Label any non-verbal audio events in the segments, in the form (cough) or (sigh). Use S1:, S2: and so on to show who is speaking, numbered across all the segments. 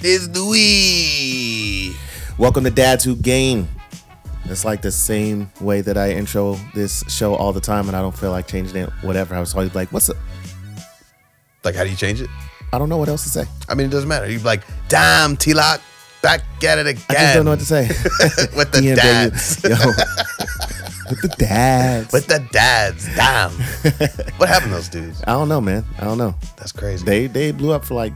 S1: It's the weed.
S2: Welcome to Dads Who Game. It's like the same way that I intro this show all the time, and I don't feel like changing it. Whatever. I was always like, "What's up?"
S1: Like, how do you change it?
S2: I don't know what else to say.
S1: I mean, it doesn't matter. You're like, damn, T-Lock, back at it again.
S2: I just don't know what to
S1: (laughs)
S2: say. (laughs) E
S1: With the
S2: DMW,
S1: dads.
S2: yo. with the dads.
S1: With the dads, damn.
S2: (laughs)
S1: what happened to those dudes?
S2: I don't know, man. I don't know.
S1: That's crazy.
S2: They they blew up for like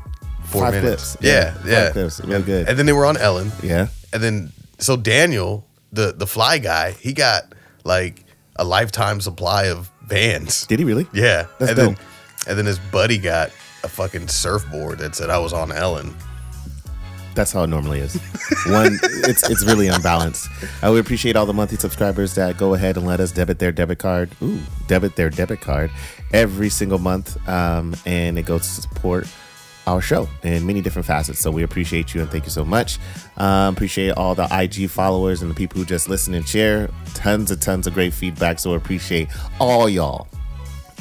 S1: Four
S2: five
S1: minutes.
S2: clips.
S1: Yeah, yeah.
S2: Five clips. Really good.
S1: and then they were on Ellen.
S2: yeah.
S1: And then, so Daniel, the, the fly guy, he got like a lifetime supply of bands.
S2: Did he really?
S1: Yeah.
S2: That's
S1: and
S2: dope.
S1: then and then his buddy got a fucking surfboard that said I was on Ellen. (laughs)
S2: That's how it normally is. One, it's it's really unbalanced. I would appreciate all the monthly subscribers that go ahead and let us debit their debit card. Ooh, debit their debit card every single month, um, and it goes to support our show in many different facets. So we appreciate you and thank you so much. Um, appreciate all the IG followers and the people who just listen and share. Tons and tons of great feedback. So we appreciate all y'all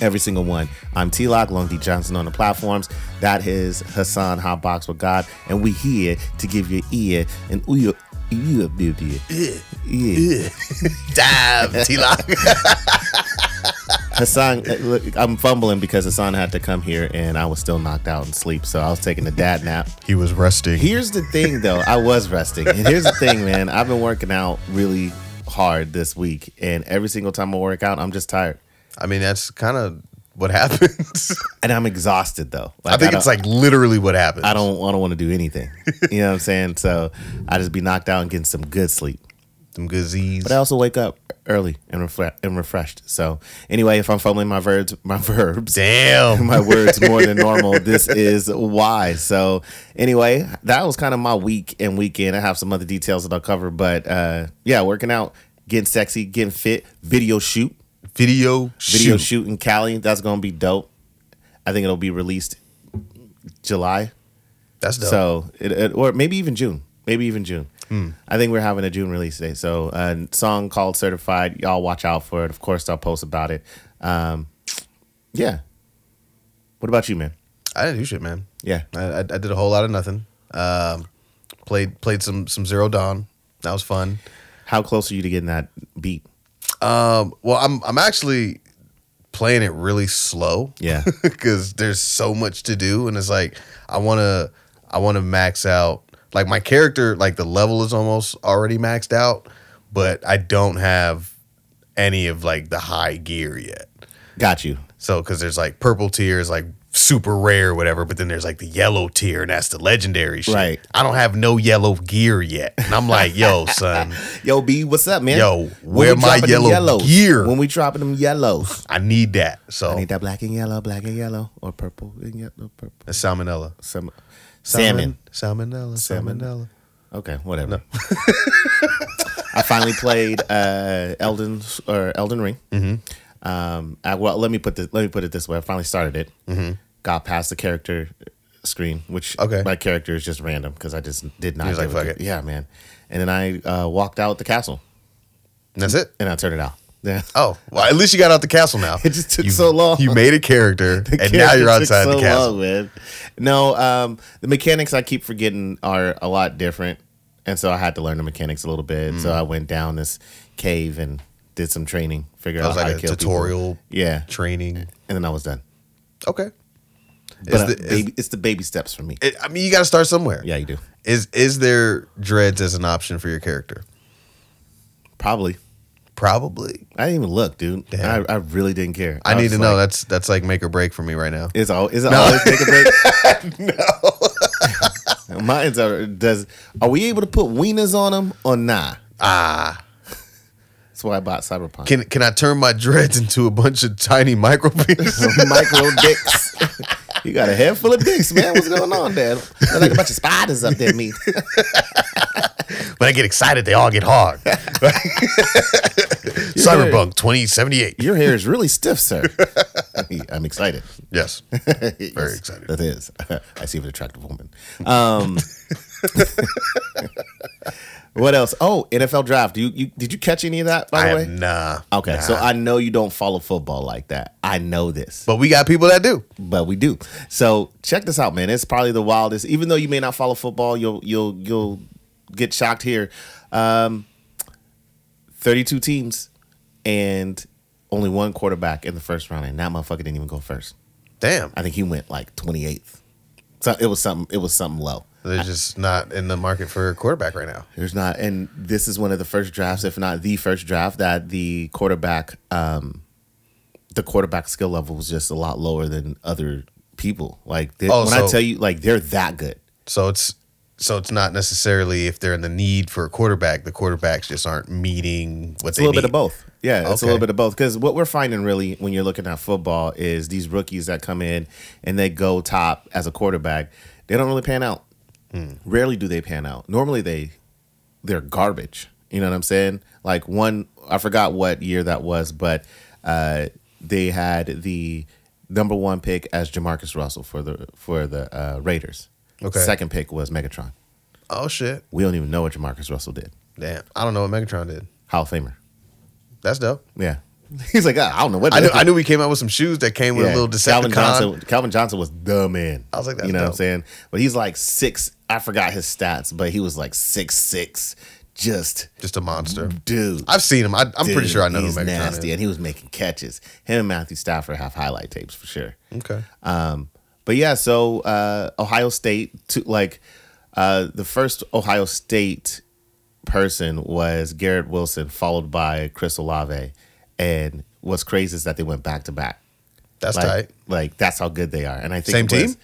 S2: every single one. I'm T Lock, Long D Johnson on the platforms. That is Hassan Hotbox with God, and we here to give your ear and ear, ear, baby. Yeah.
S1: Dive, T Lock.
S2: Hassan, uh, look, I'm fumbling because Hassan had to come here, and I was still knocked out and sleep, so I was taking a dad nap.
S1: he was resting.
S2: Here's the thing, though. I was resting. And here's the thing, man. I've been working out really hard this week, and every single time I work out, I'm just tired.
S1: I mean, that's kind of what happens. (laughs)
S2: And I'm exhausted, though.
S1: I think
S2: don't-
S1: it's like literally what happens.
S2: I don't I don't want to do anything. You know what I'm saying? So I just be knocked out and getting some good sleep.
S1: Them good Z's.
S2: But I also wake up early and refre- and refreshed. So anyway, if I'm fumbling my verbs, my (laughs) verbs,
S1: Damn.
S2: my words more than normal, this is why. So anyway, that was kind of my week and weekend. I have some other details that I'll cover, but uh, yeah, working out, getting sexy, getting fit, video shoot,
S1: Video,
S2: video
S1: shoot.
S2: shoot in Cali. That's gonna be dope. I think it'll be released July.
S1: That's dope.
S2: So, it, it, or maybe even June. Maybe even June.
S1: Hmm.
S2: I think we're having a June release day. So, a song called Certified. Y'all watch out for it. Of course, I'll post about it. Um, yeah. What about you, man?
S1: I didn't do shit, man.
S2: Yeah.
S1: I, I, I did a whole lot of nothing. Um, played played some some Zero Dawn. That was fun.
S2: How close are you to getting that beat?
S1: Um, well, I'm I'm actually playing it really slow.
S2: Yeah.
S1: (laughs) because there's so much to do, and it's like I want to I want to max out. Like my character, like the level is almost already maxed out, but I don't have any of like the high gear yet.
S2: Got you.
S1: So because there's like purple tier is like super rare, or whatever. But then there's like the yellow tier, and that's the legendary shit.
S2: Right.
S1: I don't have no yellow gear yet, and I'm like,
S2: (laughs)
S1: yo, son,
S2: Yo, B, what's up, man?
S1: Yo,
S2: When
S1: where
S2: we
S1: my
S2: dropping them
S1: yellow
S2: yellows?
S1: gear?
S2: When we dropping them yellows,
S1: I need that. So
S2: I need that black and yellow, black and yellow, or purple and yellow, purple.
S1: That's salmonella.
S2: Some salmon.
S1: Salmon- Salmonella.
S2: Salmon.
S1: Salmonella.
S2: Okay, whatever. (laughs) I finally played uh, Elden or Elden Ring. Mm-hmm. Um, I, well, let me put this. Let me put it this way. I finally started it. Mm-hmm. Got past the character screen, which
S1: Okay.
S2: my character is just random because I just did not.
S1: He was like,
S2: give a
S1: "Fuck
S2: good-
S1: it."
S2: Yeah, man. And then I uh, walked out the castle
S1: And that's it.
S2: and I turned it off. (laughs) Yeah.
S1: Oh, well, at least you got out the castle now.
S2: (laughs) It just took
S1: You-
S2: so long.
S1: You made a
S2: (laughs)
S1: character, and now you're
S2: It took
S1: outside
S2: so
S1: the castle.
S2: long, man. No, um, the mechanics I keep forgetting are a lot different, and so I had to learn the mechanics a little bit.
S1: Mm.
S2: So I went down this cave and did some training, figure
S1: That
S2: out
S1: was
S2: how
S1: like
S2: to
S1: a
S2: kill people.
S1: tutorial
S2: Yeah,
S1: training.
S2: and then I was done.
S1: Okay.
S2: But uh,
S1: Is the- is-
S2: baby, it's the baby steps for me.
S1: It, I mean, you got to start somewhere.
S2: yeah, you do
S1: Is is there dreads as an option for your character?
S2: probably.
S1: Probably.
S2: I didn't even look, dude. I,
S1: Damn.
S2: I really didn't care.
S1: I, need
S2: was
S1: to
S2: just
S1: know.
S2: like,
S1: That's that's like make or break for me right now.
S2: Is all is it always take a break?
S1: (laughs)
S2: no. (laughs) Mine's are does are we able to put wieners on them or nah?
S1: Ah,
S2: That's why I bought Cyberpunk.
S1: can can I turn my dreads into a bunch of tiny micro
S2: (laughs)
S1: pieces?
S2: micro dicks. you got a head full of dicks, man. What's going on there? Look like a bunch of spiders up
S1: (laughs)
S2: there, me.
S1: when I get excited, they all get
S2: (laughs)
S1: hard. (laughs) Cyberpunk twenty seventy eight.
S2: Your hair is really stiff, sir. I'm excited. (laughs)
S1: Yes.
S2: Very
S1: excited.
S2: That
S1: (laughs)
S2: (laughs) is. I see an attractive woman. Um, (laughs) What else? Oh, NFL draft. Do you, you did you catch any of that? By
S1: I
S2: the
S1: have
S2: way,
S1: nah.
S2: okay.
S1: nah.
S2: So I know you don't follow football like that. I know this,
S1: but we got people that do.
S2: but we do. So check this out, man. It's probably the wildest. Even though you may not follow football, you'll you'll you'll get shocked here. Um, Thirty-two teams, and only one quarterback in the first round, and that motherfucker didn't even go first.
S1: Damn,
S2: I think he went like 28th. So it was something. It was something low.
S1: they're just not in the market for a quarterback right now.
S2: There's not, and this is one of the first drafts, if not the first draft, that the quarterback, um, the quarterback skill level was just a lot lower than other people. Like they,
S1: Oh,
S2: when I
S1: so-
S2: tell you, like they're that good.
S1: So it's so it's not necessarily if they're in the need for a quarterback. The quarterbacks just aren't meeting what
S2: It's
S1: they
S2: a
S1: need.
S2: little bit of both. Yeah, it's a
S1: Okay.
S2: little bit of both. Because what we're finding really when you're looking at football is these rookies that come in and they go top as a quarterback, they don't really pan out.
S1: Hmm.
S2: Rarely do they pan out. Normally they they're garbage. You know what I'm saying? Like one, I forgot what year that was, but uh, they had the number one pick as Jamarcus Russell for the for the uh, Raiders.
S1: Okay.
S2: Second pick was Megatron.
S1: Oh shit!
S2: We don't even know what Jamarcus Russell did.
S1: Damn, I don't know what Megatron did.
S2: Hall of Famer.
S1: That's dope.
S2: Yeah. (laughs) He's like, "Ah, I don't know what.
S1: I knew, I knew we came out with some shoes that came with a little
S2: Calvin
S1: Decepticon.
S2: Johnson. Calvin Johnson was the man.
S1: I was like,
S2: you
S1: that's
S2: know what I'm
S1: dope.
S2: saying? But he's like six. I forgot his stats, but he was like six six. Just
S1: Just a monster.
S2: dude.
S1: I've seen him. I, I'm pretty
S2: dude,
S1: sure I know who
S2: he's
S1: Megatron
S2: nasty,
S1: is.
S2: and he was making catches. Him and Matthew Stafford have highlight tapes for sure.
S1: Okay.
S2: Um, but yeah, so uh, Ohio State, to, like uh, the first Ohio State person was Garrett Wilson, followed by Chris Olave. And what's crazy is that they went back to back.
S1: That's
S2: Like,
S1: tight.
S2: like that's how good they are. And I think
S1: Same
S2: it was-
S1: team?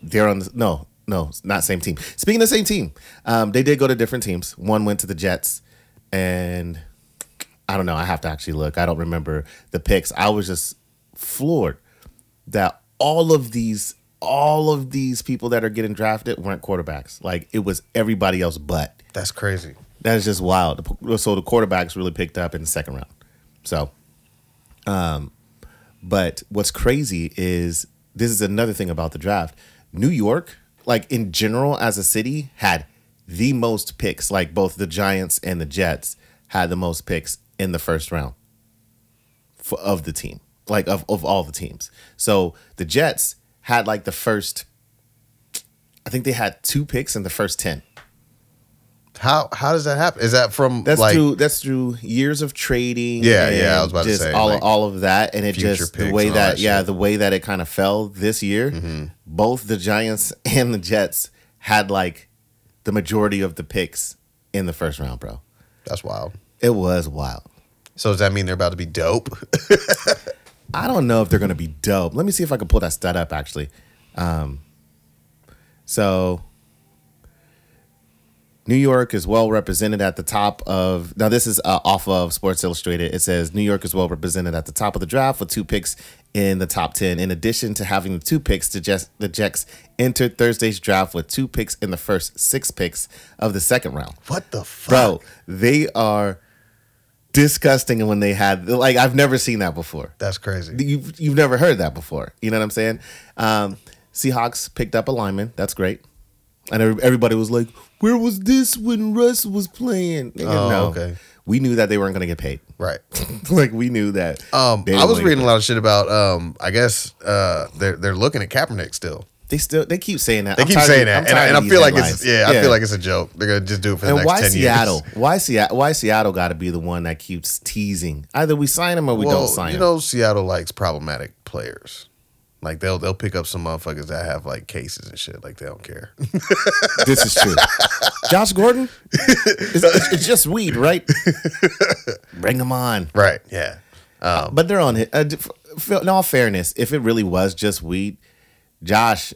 S2: They're on the, no, no, it's not same team. Speaking of same team, um, they did go to different teams. One went to the Jets, and I don't know. I have to actually look. I don't remember the picks. I was just floored that all of these, all of these people that are getting drafted weren't quarterbacks. Like it was everybody else but.
S1: That's crazy.
S2: That is just wild. So the quarterbacks really picked up in the second round. So, um, but what's crazy is this is another thing about the draft. New York, like in general as a city, had the most picks. Like both the Giants and the Jets had the most picks in the first round for, of the team, like of, of all the teams. So the Jets had like the first, I think they had two picks in the first 10.
S1: How how does that happen? Is that from
S2: That's
S1: like
S2: through that's through years of trading.
S1: Yeah, yeah, I
S2: and
S1: was about to
S2: just
S1: say,
S2: all
S1: like,
S2: all of that, and it
S1: future
S2: just the
S1: picks
S2: way
S1: and all
S2: that,
S1: that
S2: yeah
S1: shit. Mm-hmm.
S2: the way that it kind of fell this year. Both the Giants (laughs) and the Jets had like the majority of the picks in the first round, bro.
S1: that's wild.
S2: It was wild.
S1: So does that mean they're about to be dope? (laughs)
S2: I don't know if they're gonna be dope. Let me see if I can pull that stat up actually. Um, so New York is well represented at the top of now. This is uh, off of Sports Illustrated. It says New York is well represented at the top of the draft with two picks in the top ten. In addition to having the two picks, the Jets, the Jets entered Thursday's draft with two picks in the first six picks of the second round
S1: what the fuck?
S2: bro they are disgusting when they had like i've never seen that before
S1: That's crazy.
S2: you've, you've never heard that before you know what i'm saying um, seahawks picked up a lineman that's great and every- everybody was like where was this when russ was playing Nigga,
S1: Oh,
S2: no.
S1: okay.
S2: we knew that they weren't going to get paid (laughs)
S1: Right.
S2: like we knew that
S1: Um,
S2: they
S1: I was
S2: weren't-
S1: reading a lot of shit about. Um, I guess uh, they're they're looking at Kaepernick still.
S2: they still they keep saying that
S1: They keep saying that, and, I, and I feel like it's yeah, I feel
S2: like.
S1: like it's a joke. They're gonna just do it for the
S2: And
S1: next
S2: why
S1: ten
S2: Seattle?
S1: years.
S2: Why Seattle? Why Seattle got to be the one that keeps teasing? Either we sign him or we
S1: well,
S2: don't sign
S1: you
S2: him.
S1: know, Seattle likes problematic players. Like they'll they'll pick up some motherfuckers that have like cases and shit. Like they don't care. (laughs)
S2: this is true. Josh Gordon, it's, it's- it's just weed, right?
S1: (laughs)
S2: Bring him on.
S1: right? Yeah.
S2: But they're on it. Uh, d- f- in all fairness, if it really was just weed, Josh,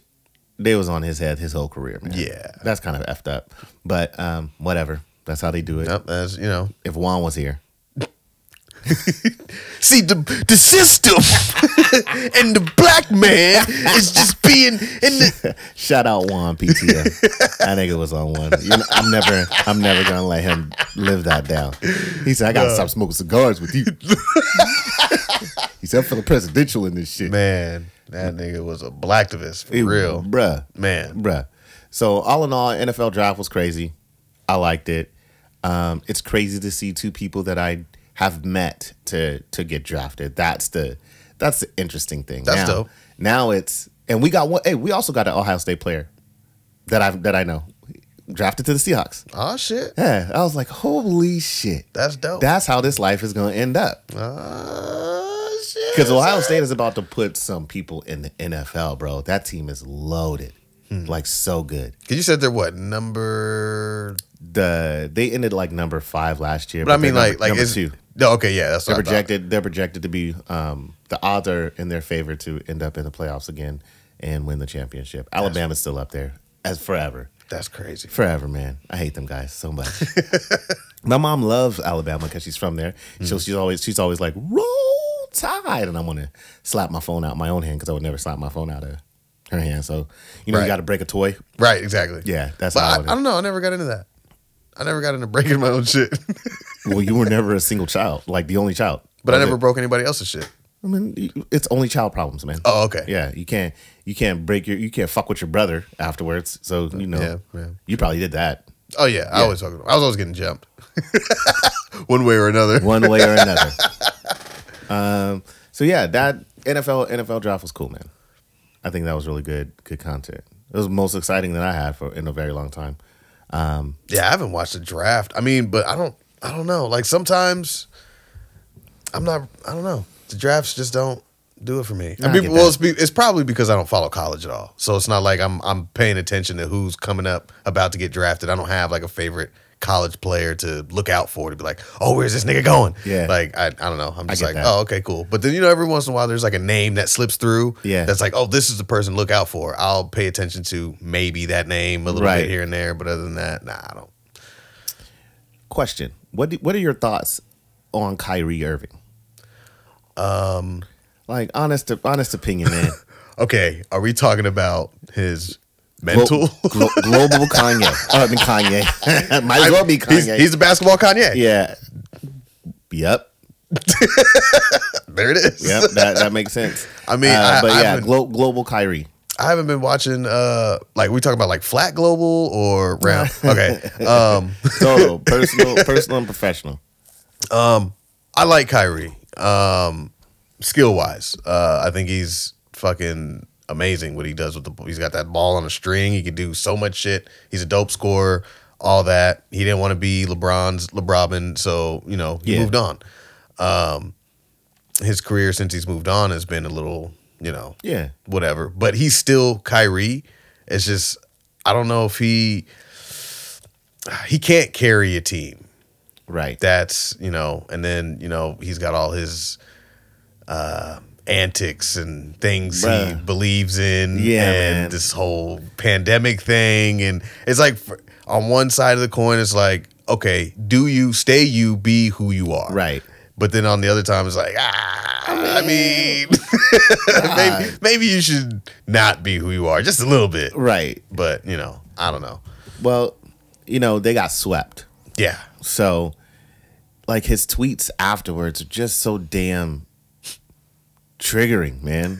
S2: they was on his head his whole career, man.
S1: Yeah.
S2: that's kind of effed up. But um, whatever. That's how they do it.
S1: Yep. That's you know.
S2: If Juan was here, (laughs)
S1: See the the system (laughs) and the black man is just being in the.
S2: Shout out
S1: (laughs)
S2: Juan PTO. that nigga was on one. You know, I'm never, I'm never gonna let him live that down. He said, "I gotta stop smoking cigars with
S1: (laughs)
S2: you." he said, "I'm feeling presidential in this shit."
S1: Man, that nigga was a blacktivist for
S2: It-
S1: real,
S2: bruh,
S1: man.
S2: bruh. So all in all, NFL draft was crazy. I liked it. Um, it's crazy to see two people that I have met to to get drafted. That's the that's the interesting thing.
S1: That's
S2: now,
S1: dope.
S2: Now it's and we got one. Hey, we also got an Ohio State player that I that I know drafted to the Seahawks.
S1: Oh shit,
S2: Yeah, I was like, holy shit.
S1: that's dope.
S2: That's how this life is going to end up.
S1: oh shit,
S2: Because Ohio State is about to put some people in the NFL, bro. That team is loaded,
S1: Hmm.
S2: like so good.
S1: Because you said they're what number?
S2: The they ended like number five last year.
S1: But I mean,
S2: they're
S1: like,
S2: number-
S1: like
S2: number
S1: is
S2: two.
S1: no, okay, yeah, that's
S2: They're
S1: what I thought.
S2: projected. They're projected to be um, the odds are in their favor to end up in the playoffs again and win the championship. Alabama's still up there as forever,
S1: That's crazy.
S2: forever, man. I hate them guys so
S1: (laughs)
S2: much. My mom loves Alabama because she's from there.
S1: Mm-hmm.
S2: So she's always she's always like roll tide, and I want to slap my phone out my own hand because I would never slap my phone out of her hand. So you know
S1: Right.
S2: you got to break a toy.
S1: Right, exactly.
S2: Yeah, that's
S1: but I,
S2: how
S1: I
S2: it
S1: don't know. I never got into that. I never got into breaking my own shit, (laughs)
S2: is. Well, you were never a single child, like the only child.
S1: but I
S2: That was
S1: never
S2: it.
S1: broke anybody else's shit.
S2: I mean, it's only child problems, man.
S1: Oh, okay.
S2: Yeah, you can't you can't break your you can't fuck with your brother afterwards. So you know,
S1: Yeah, yeah.
S2: you probably did that
S1: Oh yeah, I always talking. I was always getting jumped, (laughs) one way or another.
S2: one way or another.
S1: (laughs)
S2: um, so yeah, that NFL NFL draft was cool, man. I think that was really good good content. It was the most exciting that I had for in a very long time. Um,
S1: Yeah, I haven't watched a draft. I mean, but I don't. I don't know. Like sometimes, I'm not. I don't know. The drafts just don't do it for me.
S2: Nah,
S1: I
S2: I
S1: mean,
S2: get
S1: well,
S2: that.
S1: it's, be, it's probably because I don't follow college at all. So it's not like I'm I'm paying attention to who's coming up about to get drafted. I don't have like a favorite college player to look out for to be like, oh, where's this nigga going?
S2: Yeah.
S1: Like I, I don't know. I'm just
S2: get
S1: like,
S2: that.
S1: oh, okay, cool. But then you know, every once in a while, there's like a name that slips through.
S2: Yeah.
S1: That's like, oh, this is the person to look out for. I'll pay attention to maybe that name a little
S2: Right.
S1: bit here and there, but other than that, nah, I don't.
S2: question: What do, what are your thoughts on Kyrie Irving? Um, like honest honest
S1: (laughs)
S2: opinion, man.
S1: um, Okay, are we talking about his mental?
S2: Glo- glo- global Kanye.
S1: (laughs)
S2: Oh, I mean Kanye. (laughs) Might as well (laughs) be
S1: He's,
S2: Kanye.
S1: he's a basketball Kanye.
S2: yeah. Yep.
S1: There it is.
S2: Yep. That, that makes sense.
S1: (laughs) I mean,
S2: Uh,
S1: I-
S2: but
S1: I've
S2: yeah,
S1: been-
S2: glo- global Kyrie.
S1: I haven't been watching uh like we talking about like flat global or round. Okay.
S2: (laughs)
S1: Um (laughs)
S2: Total personal, personal and professional.
S1: I like Kyrie. Um skill wise. Uh I think he's fucking amazing what he does with the ball. He's got that ball on a string. He can do so much shit. He's a dope scorer, all that. He didn't want to be LeBron's LeBron, so, you know, he
S2: Yeah.
S1: moved on. Um his career since he's moved on has been a little, you know,
S2: Yeah.
S1: whatever. But he's still Kyrie. It's just I don't know if he he can't carry a team.
S2: Right.
S1: That's you know, and then you know he's got all his uh, antics and things he
S2: Bruh.
S1: believes in,
S2: Yeah,
S1: and
S2: man.
S1: this whole pandemic thing, and it's like for, on one side of the coin, it's like okay, do you stay you be who you are,
S2: right.
S1: but then on the other time, it's like, ah, I mean, (laughs) maybe, maybe you should not be who you are, just a little bit.
S2: Right.
S1: But, you know, I don't know.
S2: Well, you know, they got swept.
S1: Yeah. (laughs)
S2: So, like his tweets afterwards are just so damn triggering, man.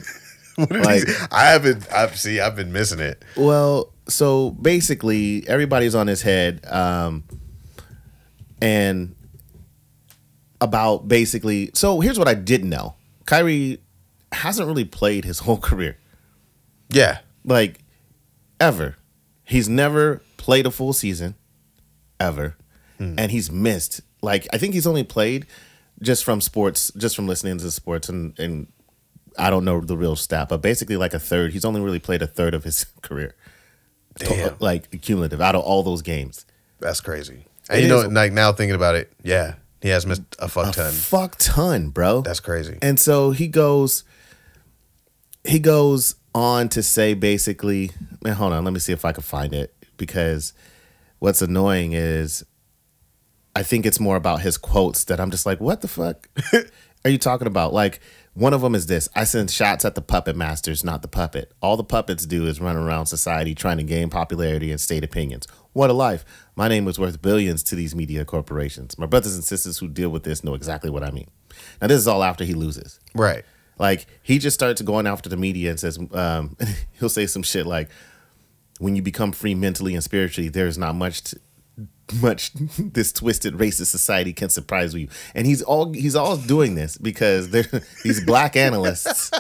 S2: like,
S1: I haven't, I've, see, I've been missing it.
S2: Well, so basically, everybody's on his head, um, and about basically. So here's what I didn't know: Kyrie hasn't really played his whole (laughs) career,
S1: Yeah.
S2: like ever. He's never played a full season, ever,
S1: Hmm.
S2: and he's missed. Like I think he's only played just from sports, just from listening to sports, and and I don't know the real stat, but basically like a third. He's only really played a third of his (laughs) career to-
S1: Damn.
S2: like cumulative out of all those games.
S1: That's crazy. And
S2: It
S1: you know,
S2: is-
S1: like now thinking about it, yeah, he has missed a fuck
S2: A
S1: ton.
S2: fuck ton, bro.
S1: That's crazy.
S2: and so he goes he goes on to say basically, man, hold on, let me see if I can find it because what's annoying is I think it's more about his quotes that I'm just like, what the fuck (laughs) are you talking about? Like, one of them is this I send shots at the puppet masters, not the puppet. All the puppets do is run around society trying to gain popularity and state opinions. What a life. My name is worth billions to these media corporations. My brothers and sisters who deal with this know exactly what I mean. Now, this is all after he loses.
S1: right.
S2: Like he just starts going after the media and says, um, (laughs) he'll say some shit like, "When you become free mentally and spiritually, there is not much t- much (laughs) this twisted racist society can surprise you. And he's all he's all doing this because they're, (laughs) these black analysts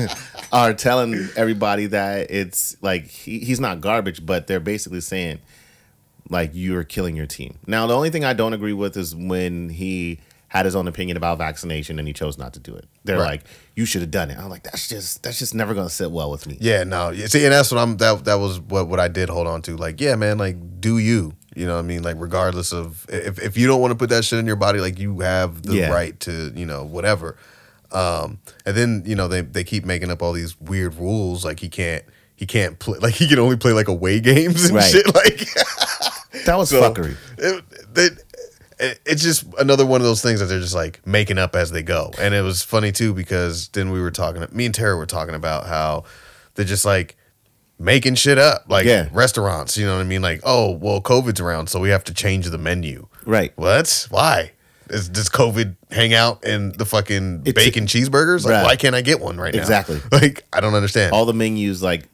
S2: (laughs) are telling everybody that it's like he, he's not garbage, but they're basically saying like you're killing your team. Now the only thing I don't agree with is when he had his own opinion about vaccination and he chose not to do it. They're
S1: Right.
S2: like, you should have done it. I'm like, that's just that's just never gonna sit well with me.
S1: Yeah, no. Yeah, See, and that's what I'm. That that was what what I did hold on to. Like, yeah, man. Like, do you? You know what I mean? Like, regardless of if if you don't want to put that shit in your body, like you have the
S2: Yeah.
S1: right to, you know, whatever. Um, and then you know they they keep making up all these weird rules. Like he can't he can't play. Like he can only play like away (laughs) games and
S2: Right.
S1: shit. Like.
S2: That was
S1: So,
S2: fuckery.
S1: It, it, it- it's just another one of those things that they're just like making up as they go. And it was funny too because then we were talking, me and Tara were talking about how they're just like making shit up, like
S2: Yeah.
S1: restaurants, you know what I mean? Like, oh, well, COVID's around, so we have to change the menu.
S2: Right.
S1: What? Why? Is, does COVID hang out in the fucking
S2: It's-
S1: bacon cheeseburgers? Like,
S2: Right.
S1: why can't I get one right now?
S2: Exactly.
S1: (laughs) Like, I don't understand.
S2: all the menus like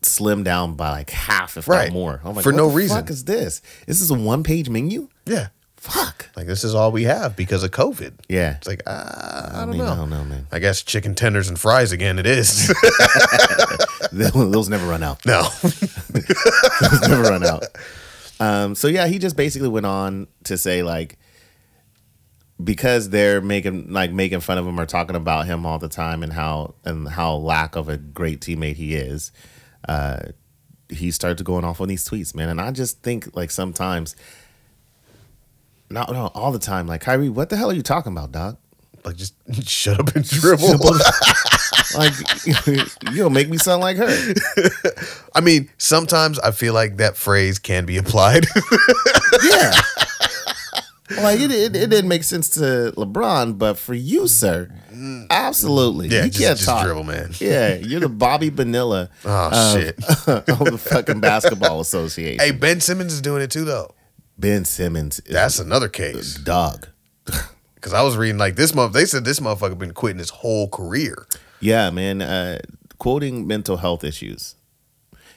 S2: slimmed down by like half, if
S1: Right.
S2: not more. I'm like,
S1: For
S2: what
S1: no
S2: the
S1: reason.
S2: Fuck is this? This is a one page menu.
S1: yeah.
S2: Fuck.
S1: Like, this is all we have because of COVID.
S2: Yeah.
S1: It's like, ah, I don't
S2: mean,
S1: know.
S2: I don't know, man. (laughs)
S1: I guess chicken tenders and fries again. It is (laughs)
S2: Those never run out.
S1: no,
S2: Those never run out. Um, so yeah, he just basically went on to say like because they're making like making fun of him or talking about him all the time and how and how lack of a great teammate he is, uh, he started going off on these tweets, man. And I just think like sometimes, no, no, all the time, like Kyrie, what the hell are you talking about, dog?
S1: like just shut up and dribble.
S2: Like (laughs) you'll make me sound like her.
S1: (laughs) I mean, sometimes I feel like that phrase can be applied. (laughs)
S2: Yeah. (laughs) Like it, it, it didn't make sense to LeBron, but for you, sir, absolutely.
S1: yeah,
S2: you
S1: just,
S2: can't
S1: just
S2: talk.
S1: dribble, (laughs) man.
S2: Yeah, you're the
S1: (laughs)
S2: Bobby Vanilla
S1: Oh shit!
S2: (laughs) of the fucking basketball association.
S1: Hey, Ben Simmons is doing it too, though.
S2: Ben Simmons is
S1: That's another case.
S2: a dog.
S1: Because I was reading like this month, they said this motherfucker been quitting his whole career.
S2: Yeah, man. Uh, quoting mental health issues.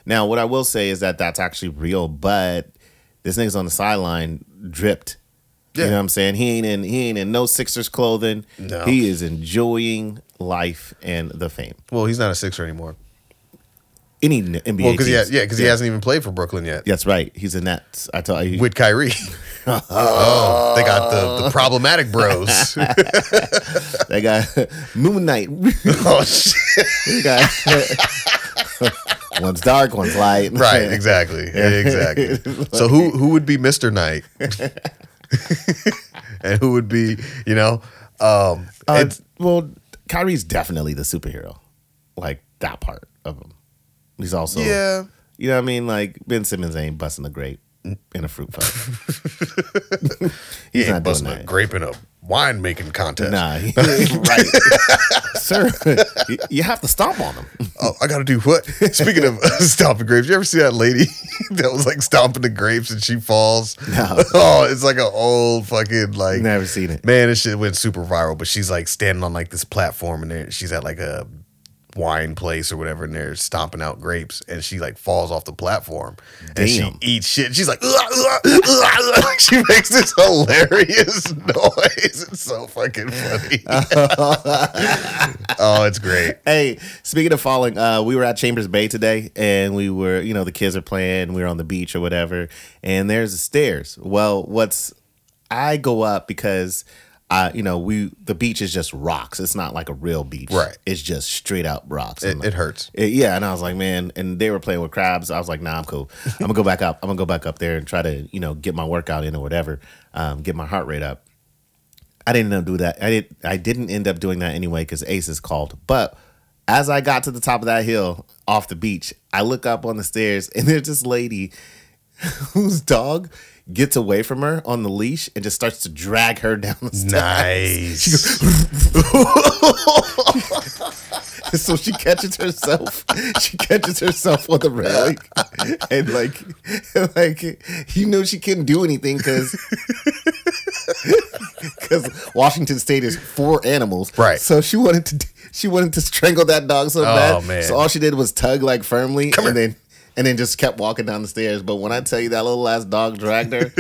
S2: Now, what I will say is that that's actually real, but this nigga's on the sideline dripped.
S1: Yeah.
S2: You know what I'm saying? He ain't in he ain't in no Sixers clothing.
S1: No.
S2: He is enjoying life and the fame.
S1: Well, he's not a Sixer anymore.
S2: Any n- NBA.
S1: Well, because
S2: teams.
S1: yeah, because he hasn't even played for Brooklyn yet.
S2: That's right. He's in that. I tell you.
S1: With Kyrie, (laughs) oh, they got the, the problematic (laughs) bros.
S2: They got (laughs) Moon Knight. (laughs)
S1: oh shit!
S2: They got-
S1: (laughs)
S2: (laughs) one's dark, one's light.
S1: Right,
S2: (laughs)
S1: exactly, exactly. So who who would be Mister Knight, (laughs) and who would be you know? Um,
S2: Uh,
S1: it's-
S2: well, Kyrie's definitely the superhero. Like that part of him. He's also
S1: yeah,
S2: You know what I mean? Like Ben Simmons ain't busting a grape in a fruit fight.
S1: he
S2: He's
S1: ain't
S2: not doing
S1: busting a
S2: that.
S1: grape in a wine making contest.
S2: Nah, he- right, (laughs) sir. you- You have to stomp on him.
S1: Oh, I gotta do
S2: (laughs)
S1: what? Speaking of (laughs) stomping grapes, you ever see that lady (laughs) that was like stomping the grapes and she falls?
S2: No.
S1: (laughs) Oh, it's like an old fucking like.
S2: Never seen it.
S1: Man, this shit went super viral. But she's like standing on like this platform and there, she's at like a wine place or whatever, and they're stomping out grapes, and she like falls off the platform and she
S2: Damn.
S1: eats shit. She's like, "Ugh, ugh, ugh, ugh." (laughs) Like, she makes this hilarious (laughs) noise. It's so fucking funny. (laughs) oh, it's great.
S2: Hey, speaking of falling, uh, we were at Chambers Bay today, and we were, you know, the kids are playing, we were on the beach or whatever, and there's the stairs. Well, what's I go up because, uh, you know, we the beach is just rocks. It's not like a real beach,
S1: Right.
S2: It's just straight out rocks. And
S1: It, it
S2: (laughs)
S1: hurts.
S2: it- yeah, and I was like, man, and they were playing with crabs. I was like, nah, I'm cool. I'm gonna go back up. I'm gonna go back up there and try to, you know, get my workout in or whatever, um, get my heart rate up. I didn't end up do that. I did. I didn't end up doing that anyway because Aces called. But as I got to the top of that hill off the beach, I look up on the stairs and (laughs) there's this lady whose dog gets away from her on the leash and just starts to drag her (laughs) down the stairs.
S1: Nice.
S2: (laughs) so she catches herself. She catches herself on the railing, and like, and, like you know, she couldn't do anything (laughs) because because Washington State is for animals,
S1: Right.
S2: So she wanted to she wanted to strangle that dog so
S1: Oh,
S2: bad.
S1: man.
S2: So all she did was tug like firmly, and then and then just kept walking down the stairs. But when I tell you that little ass dog
S1: (laughs)
S2: dragged her,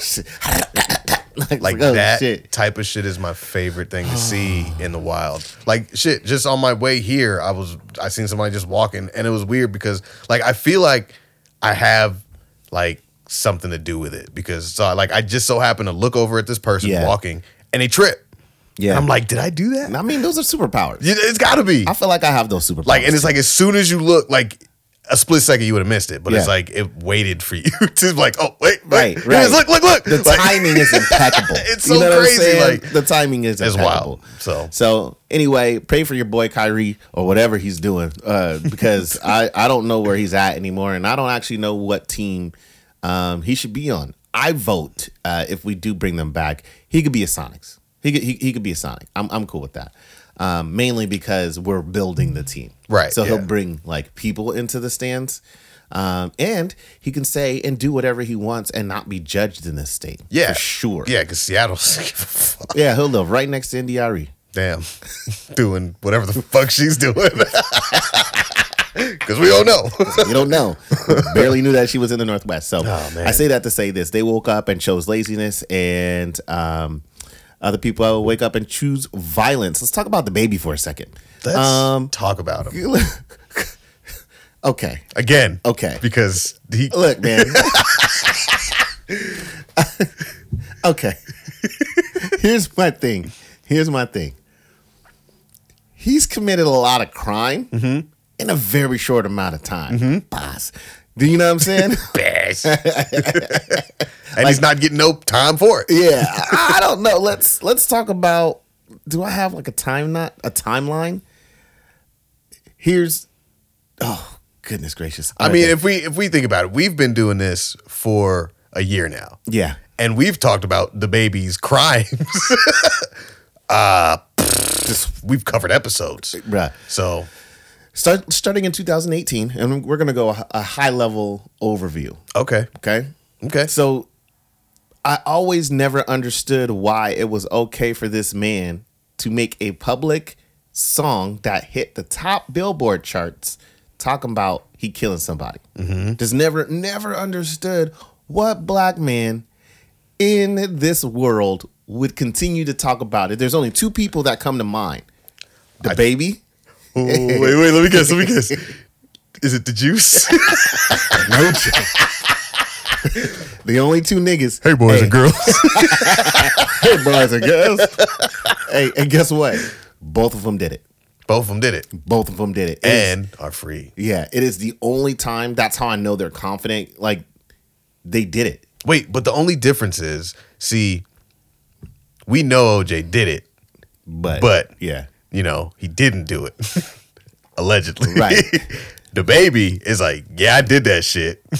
S2: she- (laughs) like,
S1: like
S2: oh,
S1: that
S2: shit.
S1: type of shit is my favorite thing to
S2: (sighs)
S1: see in the wild. Like shit, just on my way here, I was I seen somebody just walking, and it was weird because like I feel like I have like something to do with it because so like I just so happened to look over at this person
S2: Yeah.
S1: walking, and they trip.
S2: Yeah,
S1: And I'm like, did I do that?
S2: And I mean, those are superpowers.
S1: It- It's got to be
S2: I feel like I have those superpowers.
S1: like, and it's like as soon as you look, like a split second you would have missed it, but it's
S2: Yeah.
S1: like it waited for you (laughs) to like, oh wait,
S2: Right,
S1: wait, Here it
S2: right.
S1: is, look, look, look.
S2: the
S1: Like,
S2: timing
S1: (laughs)
S2: is impeccable.
S1: It's so
S2: what I'm
S1: crazy,
S2: saying?
S1: like,
S2: the timing is
S1: it's
S2: impeccable.
S1: wild. So
S2: So anyway, pray for your boy Kyrie or whatever he's doing,
S1: (laughs)
S2: uh, because I, I don't know where he's at anymore, and I don't actually know what team um, he should be on. I vote uh, if we do bring them back, he could be a Sonics. He could, he, he could be a Sonic. I'm I'm cool with that. Um, mainly because we're building the team,
S1: Right,
S2: So he'll
S1: yeah.
S2: bring like people into the stands, um, and he can say and do whatever he wants and not be judged in this state.
S1: yeah,
S2: for sure.
S1: Yeah, because Seattle's (laughs) give a fuck.
S2: yeah. He'll live right next to Ndiari.
S1: damn, (laughs) doing whatever the fuck she's doing. (laughs) Because we don't know. (laughs)
S2: you don't know. Barely knew that she was in the Northwest. So
S1: Oh, man.
S2: I say that to say this: they woke up and chose laziness, and um, other people wake up and choose violence. Let's talk about the baby for a second.
S1: Let's
S2: Um, (laughs)
S1: talk about him
S2: okay,
S1: again.
S2: Okay.
S1: because he (laughs)
S2: look, man. (laughs) okay, here's my thing. Here's my thing. He's committed a lot of crime
S1: Mm-hmm.
S2: in a very short amount of time, boss. Do you know what I'm saying?
S1: (laughs) bash, and he's not getting no time for it.
S2: Yeah, (laughs) I, I don't know. Let's let's talk about. Do I have like a time not a timeline? Here's, oh goodness gracious.
S1: I mean,
S2: Okay.
S1: if we if we think about it, we've been doing this for a year now.
S2: yeah,
S1: and we've talked about the baby's crimes. uh, just (laughs) we've covered episodes,
S2: right.
S1: so
S2: Start starting in 2018, and we're gonna go a, a high level overview.
S1: okay,
S2: Okay,
S1: okay,
S2: So I always never understood why it was okay for this man to make a public song that hit the top Billboard charts talking about he killing somebody.
S1: Mm-hmm.
S2: Just never never understood what black man in this world would continue to talk about it. There's only two people that come to mind. The baby
S1: Ooh, wait, wait, let me guess, let me guess. (laughs) Is it the juice? no,
S2: the only two niggas.
S1: hey, boys and girls.
S2: (laughs) hey, boys and girls. hey, and guess what? Both of them did it.
S1: Both of them did it
S2: Both of them did it. It is-
S1: and are free.
S2: Yeah, it is the only time. That's how I know they're confident. Like they did it.
S1: Wait, but the only difference is, see, we know OJ did it,
S2: But
S1: But-
S2: yeah,
S1: you know, he didn't do it. (laughs) Allegedly.
S2: Right.
S1: (laughs) the baby is like, yeah, I did that shit. (laughs)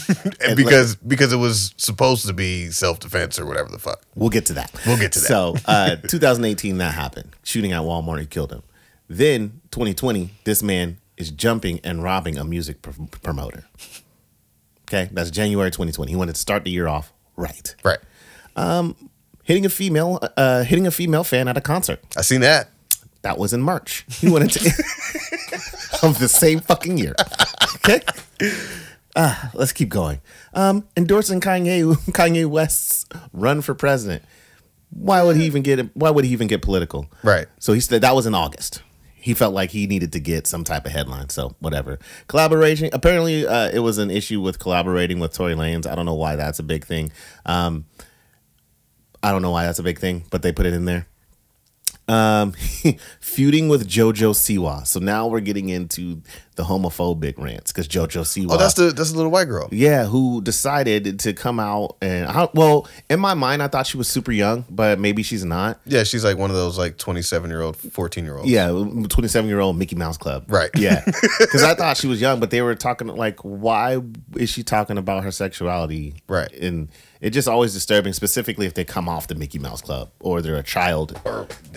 S1: and because because it was supposed to be self defense or whatever the fuck.
S2: we'll get to that.
S1: We'll get to that.
S2: So, uh, (laughs) 2018, that happened. Shooting at Walmart, he killed him. Then 2020, this man is jumping and robbing a music pr- promoter. Okay, that's January 2020. He wanted to start the year off right,
S1: Right.
S2: hitting a female, uh, hitting a female fan at a concert.
S1: I seen that.
S2: That was in March. He wanted to (laughs) of the same fucking year. Okay. Ah, let's keep going. Um, endorsing Kanye Kanye West's run for president. Why would he even get why would he even get political?
S1: Right.
S2: So he said that was in August. He felt like he needed to get some type of headline. So whatever. Collaboration. Apparently, uh, it was an issue with collaborating with Tory Lanez. I don't know why that's a big thing. Um, I don't know why that's a big thing, but they put it in there. Um, (laughs) feuding with JoJo Siwa. So now we're getting into the homophobic rants because JoJo Siwa.
S1: Oh, that's the that's the little white girl.
S2: Yeah, who decided to come out and I, well, in my mind, I thought she was super young, but maybe she's not.
S1: Yeah, she's like one of those like twenty seven year old, fourteen year old.
S2: Yeah, twenty seven year old Mickey Mouse Club.
S1: Right. (laughs)
S2: Yeah, because I thought she was young, but they were talking like, why is she talking about her sexuality?
S1: Right.
S2: And it just always disturbing, specifically if they come off the Mickey Mouse Club or they're a child,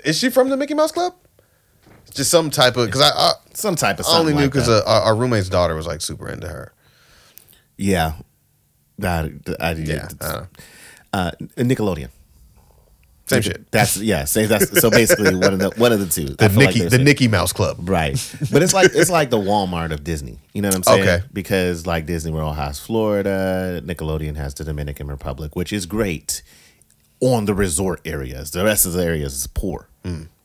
S1: Is she from the Mickey Mouse Club? Just some type of because I, I
S2: some type of.
S1: I only
S2: something
S1: knew
S2: like
S1: because
S2: that.
S1: our, our roommate's daughter was like super into her.
S2: yeah, that
S1: Yeah,
S2: I,
S1: I don't know.
S2: uh, Nickelodeon.
S1: Same shit.
S2: That's yeah. Same, that's so basically one of the one of the two. I
S1: The
S2: feel like
S1: Nicky
S2: they're
S1: the
S2: same.
S1: Nicky Mouse Club. (laughs)
S2: Right. But it's like it's like the Walmart of Disney. You know what I'm saying?
S1: Okay.
S2: Because like Disney World has Florida, Nickelodeon has the Dominican Republic, which is great on the resort areas. The rest of the areas is poor.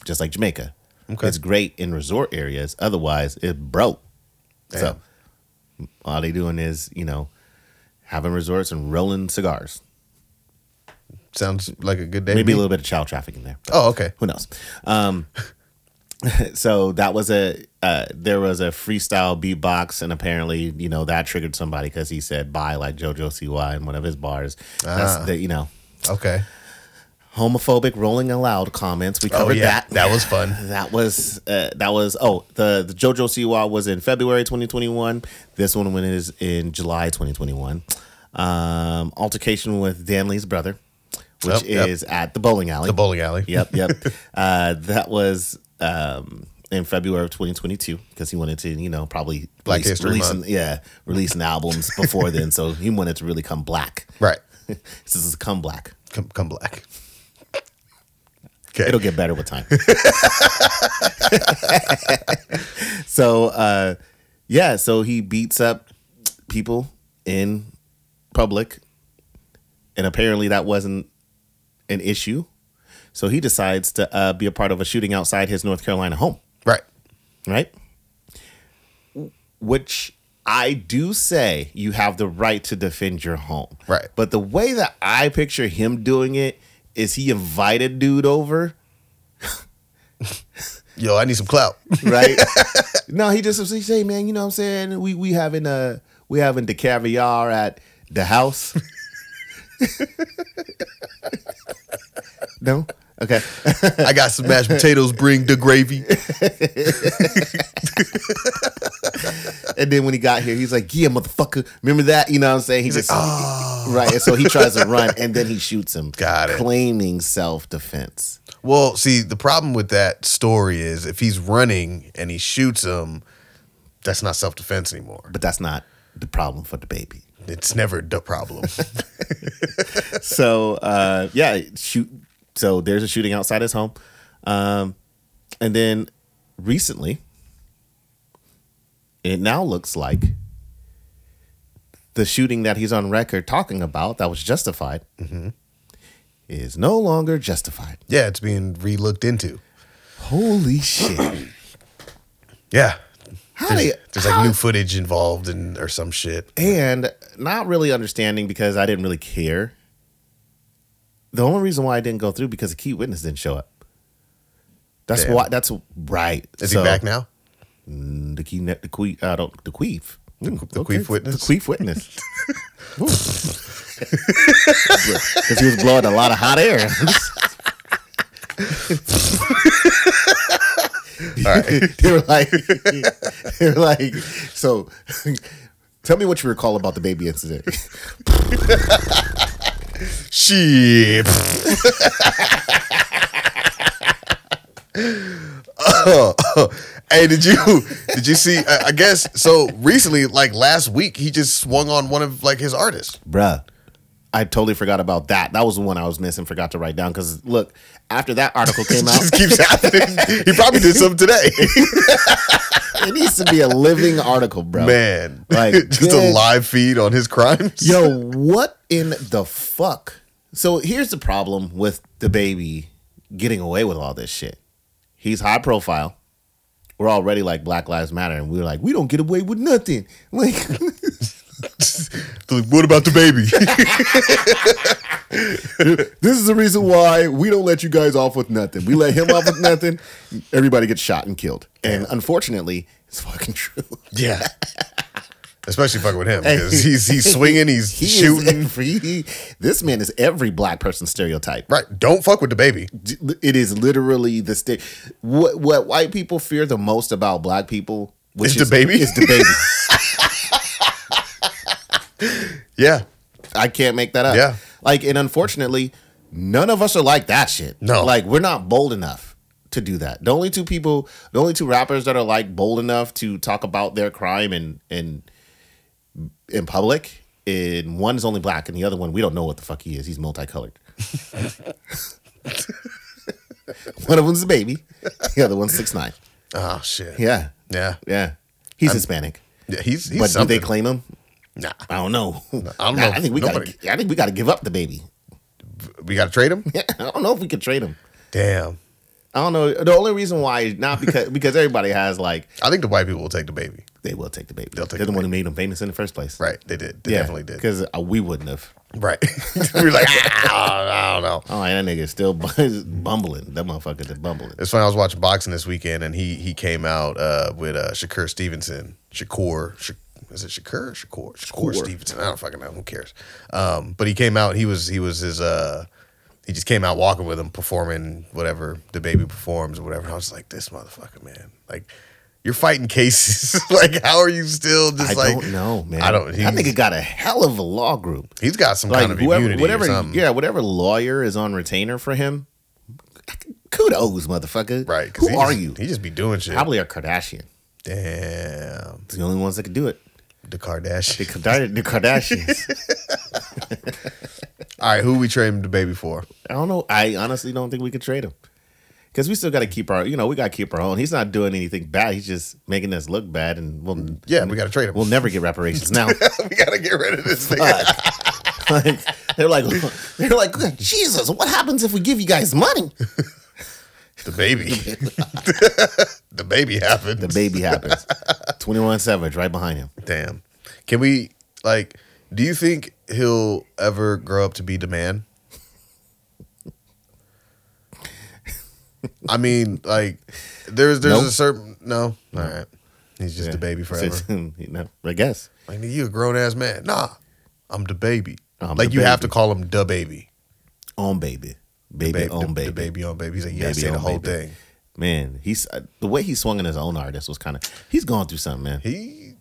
S2: Just like Jamaica.
S1: Mm. Okay.
S2: It's great in resort areas. Otherwise it's broke. So all they doing is, you know, having resorts and rolling cigars.
S1: Sounds like a good day. to
S2: Maybe
S1: me.
S2: a little bit of child trafficking there.
S1: Oh, okay.
S2: who knows um (laughs) so that was a uh, there was a freestyle beatbox and apparently you know that triggered somebody because he said bye like jojo siwa in one of his bars
S1: Ah.
S2: that's the you know
S1: Okay.
S2: homophobic rolling aloud comments we (laughs) covered
S1: Oh, yeah.
S2: that
S1: That was fun.
S2: (laughs) that was uh, that was oh the, the jojo siwa was in february 2021 this one when is in july 2021 um altercation with dan lee's brother which
S1: Yep, yep.
S2: is at the bowling alley
S1: The bowling alley.
S2: Yep, yep. (laughs) uh, that was um, in February of 2022 because he wanted to, you know, probably
S1: Black
S2: release,
S1: History
S2: release
S1: Month.
S2: an- yeah, releasing albums before then. So he wanted to really come black. (laughs)
S1: Right.
S2: this is come black.
S1: Come come black. Okay.
S2: It'll get better with time. (laughs) so uh, yeah, so he beats up people in public, and apparently that wasn't an issue. So he decides to uh, be a part of a shooting outside his North Carolina home,
S1: right.
S2: right? Which I do say you have the right to defend your home,
S1: Right.
S2: But the way that I picture him doing it is he invited dude over
S1: Yo, I need some
S2: (laughs)
S1: clout.
S2: right? no, he just was like, "Hey, man, you know what I'm saying? We we having uh we having the caviar at the house." no, okay.
S1: I got some mashed potatoes. Bring the gravy.
S2: And then when he got here, he's like, "Yeah, motherfucker, remember that?" You know what I'm saying? He just right, and so he tries to run, and then he shoots him,
S1: "Oh." Got it.
S2: claiming self defense.
S1: Well, see, the problem with that story is if he's running and he shoots him, that's not self defense anymore.
S2: But that's not the problem for
S1: (laughs)
S2: the baby.
S1: It's never the
S2: (laughs)
S1: problem.
S2: so uh, yeah, shoot. So there's a shooting outside his home, um, and then recently, it now looks like the shooting that he's on record talking about that was justified
S1: Mm-hmm.
S2: is no longer justified.
S1: yeah, it's being re looked into.
S2: Holy
S1: (clears throat)
S2: shit!
S1: Yeah.
S2: How do
S1: There's,
S2: you,
S1: there's like
S2: how-
S1: new footage involved and or some shit.
S2: and not really understanding because I didn't really care. The only reason why I didn't go through because a key witness didn't show up. That's
S1: Damn.
S2: why. That's right.
S1: Is
S2: So,
S1: he back now?
S2: mm, The key. ne- The queef. I don't. The queef. The,
S1: the queef witness?
S2: The
S1: (laughs)
S2: queef witness. (laughs) Because he was blowing a lot of hot air.
S1: (laughs)
S2: (laughs) they were like, they were like, so (laughs) tell me what you recall about the baby incident. (laughs)
S1: (laughs) Shit. hey, did you did you see? I, I guess so. Recently, like last week, he just swung on one of like his artists. (laughs)
S2: bruh i totally forgot about that that was the one i was missing forgot to write down because look after that article
S1: (laughs)
S2: came out
S1: Just keeps happening. He probably did something (laughs) today,
S2: it needs to be a living article bro
S1: man.
S2: Like,
S1: (laughs) just a
S2: good-
S1: live feed on his crimes.
S2: yo what in the fuck so here's the problem with the baby getting away with all this shit he's high profile we're already like black lives matter and we're like we don't get away with nothing (laughs) like
S1: (laughs) Like, what about the baby?
S2: this is the reason why we don't let you guys off with nothing we let him off with nothing everybody gets shot and killed and unfortunately it's fucking true (laughs)
S1: yeah. (laughs) Especially fucking with him because he's (laughs) he's swinging, he's
S2: He
S1: shooting.
S2: Is every, this man is every black person stereotype.
S1: right. Don't fuck with the baby.
S2: D- It is literally the st- what what white people fear the most about black people, which
S1: Is the baby?
S2: is the baby.
S1: (laughs) Yeah.
S2: I can't make that up.
S1: Yeah.
S2: like and unfortunately, none of us are like that shit.
S1: No.
S2: like we're not bold enough to do that. The only two people, the only two rappers that are like bold enough to talk about their crime and and in public,
S1: (laughs)
S2: and one is only black, and the other one we don't know what the fuck he is. He's multicolored. (laughs) One of them's a baby. The other one's six nine.
S1: Oh shit.
S2: Yeah,
S1: Yeah.
S2: yeah. He's Hispanic,
S1: Yeah, he's he's
S2: but
S1: something.
S2: do they claim him?
S1: nah,
S2: I don't know.
S1: I don't know.
S2: (laughs) I think we
S1: Nobody-
S2: got. I think we got to give up the baby. (laughs)
S1: we gotta trade him.
S2: I don't know if we could trade him.
S1: Damn,
S2: I don't know. The only reason why not because (laughs) because everybody has like
S1: I think the white people will take the baby.
S2: they will take the baby.
S1: They'll take
S2: They're the
S1: the
S2: one who made him famous in the first place.
S1: Right, they did. They definitely did.
S2: Because uh, we wouldn't have.
S1: Right, (laughs) we were like, ah, I don't know.
S2: Oh, and that nigga's still (laughs) bumbling. That motherfucker's just bumbling.
S1: It's funny. I was watching boxing this weekend, and he he came out uh, with uh, Shakur Stevenson. Shakur, Sha- is it Shakur? Shakur, Shakur
S2: Shakur.
S1: Stevenson. I don't fucking know. Who cares? Um, but he came out. He was he was his. Uh, he just came out walking with him, performing whatever the baby performs or whatever. And I was like, this motherfucker, man. Like, you're fighting cases. (laughs) like, how are you still just
S2: I
S1: like?
S2: don't know, man.
S1: I don't.
S2: That nigga
S1: He's,
S2: got a hell of a law group.
S1: he's got some
S2: Like
S1: kind of
S2: whoever,
S1: immunity
S2: whatever,
S1: or something.
S2: yeah, whatever lawyer is on retainer for him. Kudos, motherfucker.
S1: Right. 'cause
S2: Who
S1: he
S2: are
S1: just-
S2: you?
S1: He just be doing shit.
S2: Probably a Kardashian.
S1: Damn.
S2: It's the only ones that could do it.
S1: The Kardashians.
S2: The, Kardashian, the Kardashians.
S1: (laughs) All right, who we trading the baby for?
S2: I don't know. I honestly don't think we could trade him because we still got to keep our. You know, we got to keep our own. He's not doing anything bad. He's just making us look bad, and we'll
S1: Yeah, we got to trade him.
S2: we'll never get reparations
S1: (laughs)
S2: now. (laughs)
S1: we got to get rid of this thing.
S2: like, they're like they're like Jesus. What happens if we give you guys money?
S1: The baby. (laughs) the baby happened.
S2: The
S1: (laughs)
S2: baby happens. Twenty one Savage right behind him.
S1: Damn. Can we like? Do you think he'll ever grow up to be the man? I mean, like, there's there's a
S2: Nope.
S1: certain no. All right, he's just the baby
S2: So
S1: forever.
S2: it's- you know, I guess.
S1: Like, you a grown ass man? Nah, I'm the baby.
S2: I'm
S1: like,
S2: the
S1: you have to
S2: baby.
S1: call him the baby.
S2: On baby, baby,
S1: Babe,
S2: on
S1: the,
S2: baby.
S1: the baby on baby. He's like, you gotta
S2: Baby
S1: say the
S2: on
S1: whole
S2: baby.
S1: thing.
S2: Man, he's uh, the way he swung in his own artist was kind of. He's going through something, man.
S1: He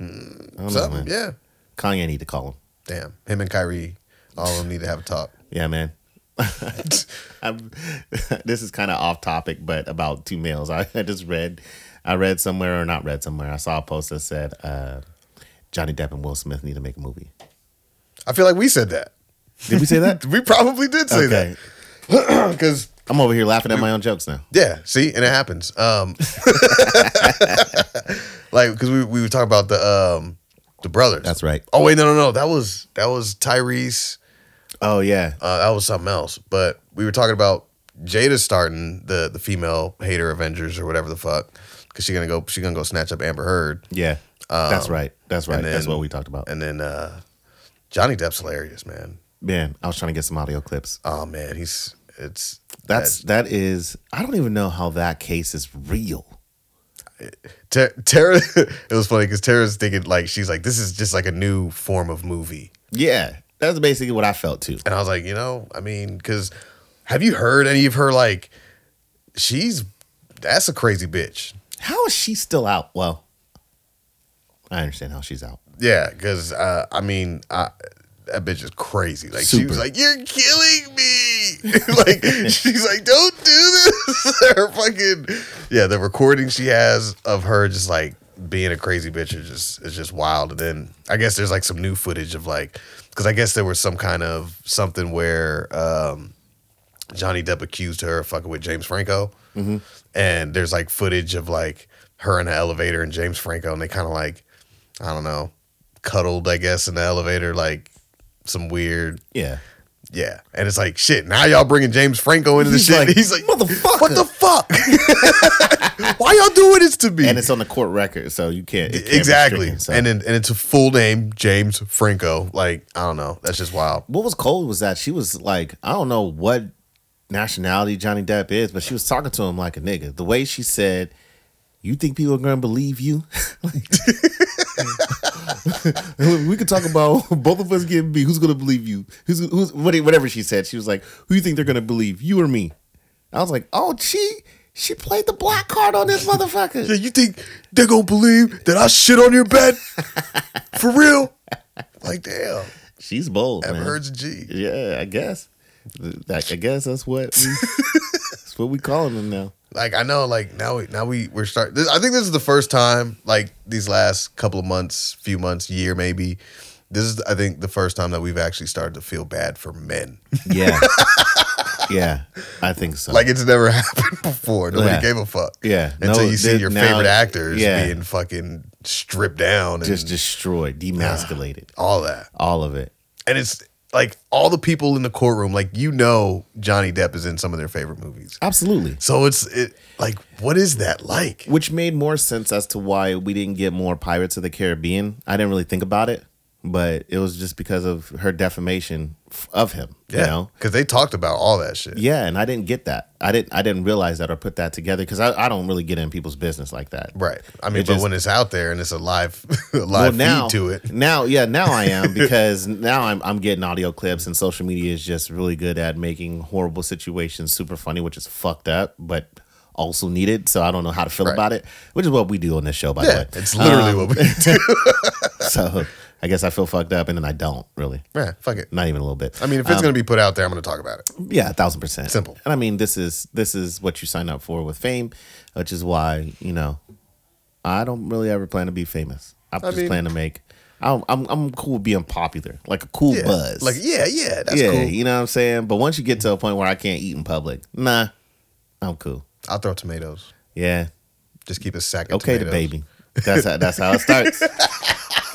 S2: I don't know,
S1: something,
S2: man.
S1: yeah.
S2: Kanye need to call him.
S1: Damn, him and Kyrie, all of them need to have a talk. (laughs)
S2: Yeah, man. I'm, (laughs) this is kind of off topic, but about two males. I, I just read, I read somewhere or not read somewhere. I saw a post that said uh, Johnny Depp and Will Smith need to make a movie.
S1: I feel like we said that.
S2: Did we say that?
S1: We probably did (laughs) say
S2: okay,
S1: that (clears throat) because
S2: I'm over here laughing at my own jokes now.
S1: yeah, see, and it happens. Um, (laughs) like because we we were talking about the um the brothers.
S2: That's right.
S1: Oh wait, no, no, no. That was that was Tyrese.
S2: Oh yeah,
S1: Uh, that was something else. But we were talking about Jada starting the the female hater Avengers or whatever the fuck because she's gonna go she's gonna go snatch up Amber Heard.
S2: yeah. that's right. That's right.
S1: Um, and
S2: that's
S1: then-
S2: what we talked about.
S1: And then uh, Johnny Depp's hilarious, man.
S2: Man, I was trying to get some audio clips.
S1: Oh man, he's it's
S2: That's that is. I don't even know how that case is real.
S1: Ter- (laughs) Tara. it was funny because Tara's thinking like she's like this is just like a new form of movie,
S2: Yeah, that's basically what I felt too.
S1: and I was like, you know, I mean, because have you heard any of her like she's that's a crazy bitch.
S2: How is she still out? Well, I understand how she's out.
S1: Yeah, because uh, I mean, I, that bitch is crazy. Like she
S2: Super.
S1: was like, "You're killing me!" (laughs) like she's like, "Don't do this." (laughs) her fucking yeah, the recording she has of her just like being a crazy bitch is just is just wild. And then I guess there's like some new footage of like because I guess there was some kind of something where um, Johnny Depp accused her of fucking with James Franco, and there's like footage of like her in the elevator and James Franco, and they kind of like I don't know cuddled I guess in the elevator like some weird
S2: Yeah.
S1: yeah and it's like shit now y'all bringing James Franco into this
S2: He's
S1: shit (laughs)
S2: like,
S1: he's like
S2: "Motherfucker."
S1: what the fuck (laughs) why y'all doing this to me
S2: And it's on the court record, so you can't. it can't be
S1: exactly
S2: stricken, so.
S1: and then and it's a full name James Franco like I don't know that's just wild
S2: what was cold was that she was like, I don't know what nationality Johnny Depp is, but she was talking to him like a nigga. The way she said, "You think people are gonna believe you?" (laughs) Like, we could talk about (laughs) both of us getting beat. Who's gonna believe you? Who's who's what- whatever she said? She was like, "Who you think they're gonna believe? You or me?" I was like, "Oh, she she played the black card on this motherfucker."
S1: Yeah, (laughs) you think they're gonna believe that I shit on your (laughs) bed? For (laughs) real? Like, damn.
S2: She's bold.
S1: Ever
S2: man.
S1: heard a G.
S2: Yeah, I guess. Like, I guess that's what we, that's what we calling them now.
S1: Like, I know, like, now we now we we're starting this, I think this is the first time, like these last couple of months, few months, year maybe.
S2: (laughs)
S1: (laughs) This is I think the first time that we've actually started to feel bad for men.
S2: Yeah. yeah, I think so.
S1: Like it's never (laughs) happened before. Nobody
S2: Yeah.
S1: gave a fuck.
S2: yeah,
S1: Until you see
S2: there-
S1: your
S2: now-
S1: favorite actors
S2: yeah,
S1: being fucking stripped down and
S2: just
S1: (sighs)
S2: destroyed, demasculated,
S1: all that.
S2: all of it.
S1: And it's like all the people in the courtroom, like you know Johnny Depp is in some of their favorite movies.
S2: Absolutely.
S1: So it's it like what is that like?
S2: Which made more sense as to why we didn't get more Pirates of the Caribbean. I didn't really think about it, but it was just because of her defamation f- of him. You know,
S1: Cuz they talked about all that shit.
S2: Yeah, and I didn't get that. I didn't. I didn't realize that or put that together because I, I don't really get in people's business like that.
S1: Right. I mean,
S2: It
S1: but
S2: just-
S1: when it's out there and it's a live (laughs) a live
S2: now,
S1: feed to it.
S2: Now, yeah, now
S1: (laughs)
S2: I am because now I'm I'm getting audio clips and social media is just really good at making horrible situations super funny, which is fucked up, but also needed. So I don't know how to feel
S1: Right.
S2: about it, which is what we do on this show, by
S1: Yeah,
S2: the way.
S1: it's literally
S2: (laughs)
S1: what we do.
S2: So I guess I feel fucked up, and then I don't really,
S1: Man, fuck it.
S2: not even a little bit.
S1: I mean, if it's going to be put out there, I'm going to talk about it.
S2: Yeah, a thousand percent.
S1: Simple.
S2: And I mean, this is this is what you sign up for with fame, which is why you know, I don't really ever plan to be famous. I, just
S1: mean-
S2: plan to make. I'm I'm I'm cool with being popular, like a cool
S1: Yeah.
S2: buzz.
S1: Like, yeah, yeah, that's
S2: yeah,
S1: cool.
S2: you know what I'm saying. But once you get to a point where I can't eat in public, nah, I'm cool.
S1: I'll throw tomatoes.
S2: Yeah,
S1: Just keep a sack of
S2: okay, the
S1: tomatoes.
S2: baby. That's how that's how it
S1: (laughs)
S2: starts.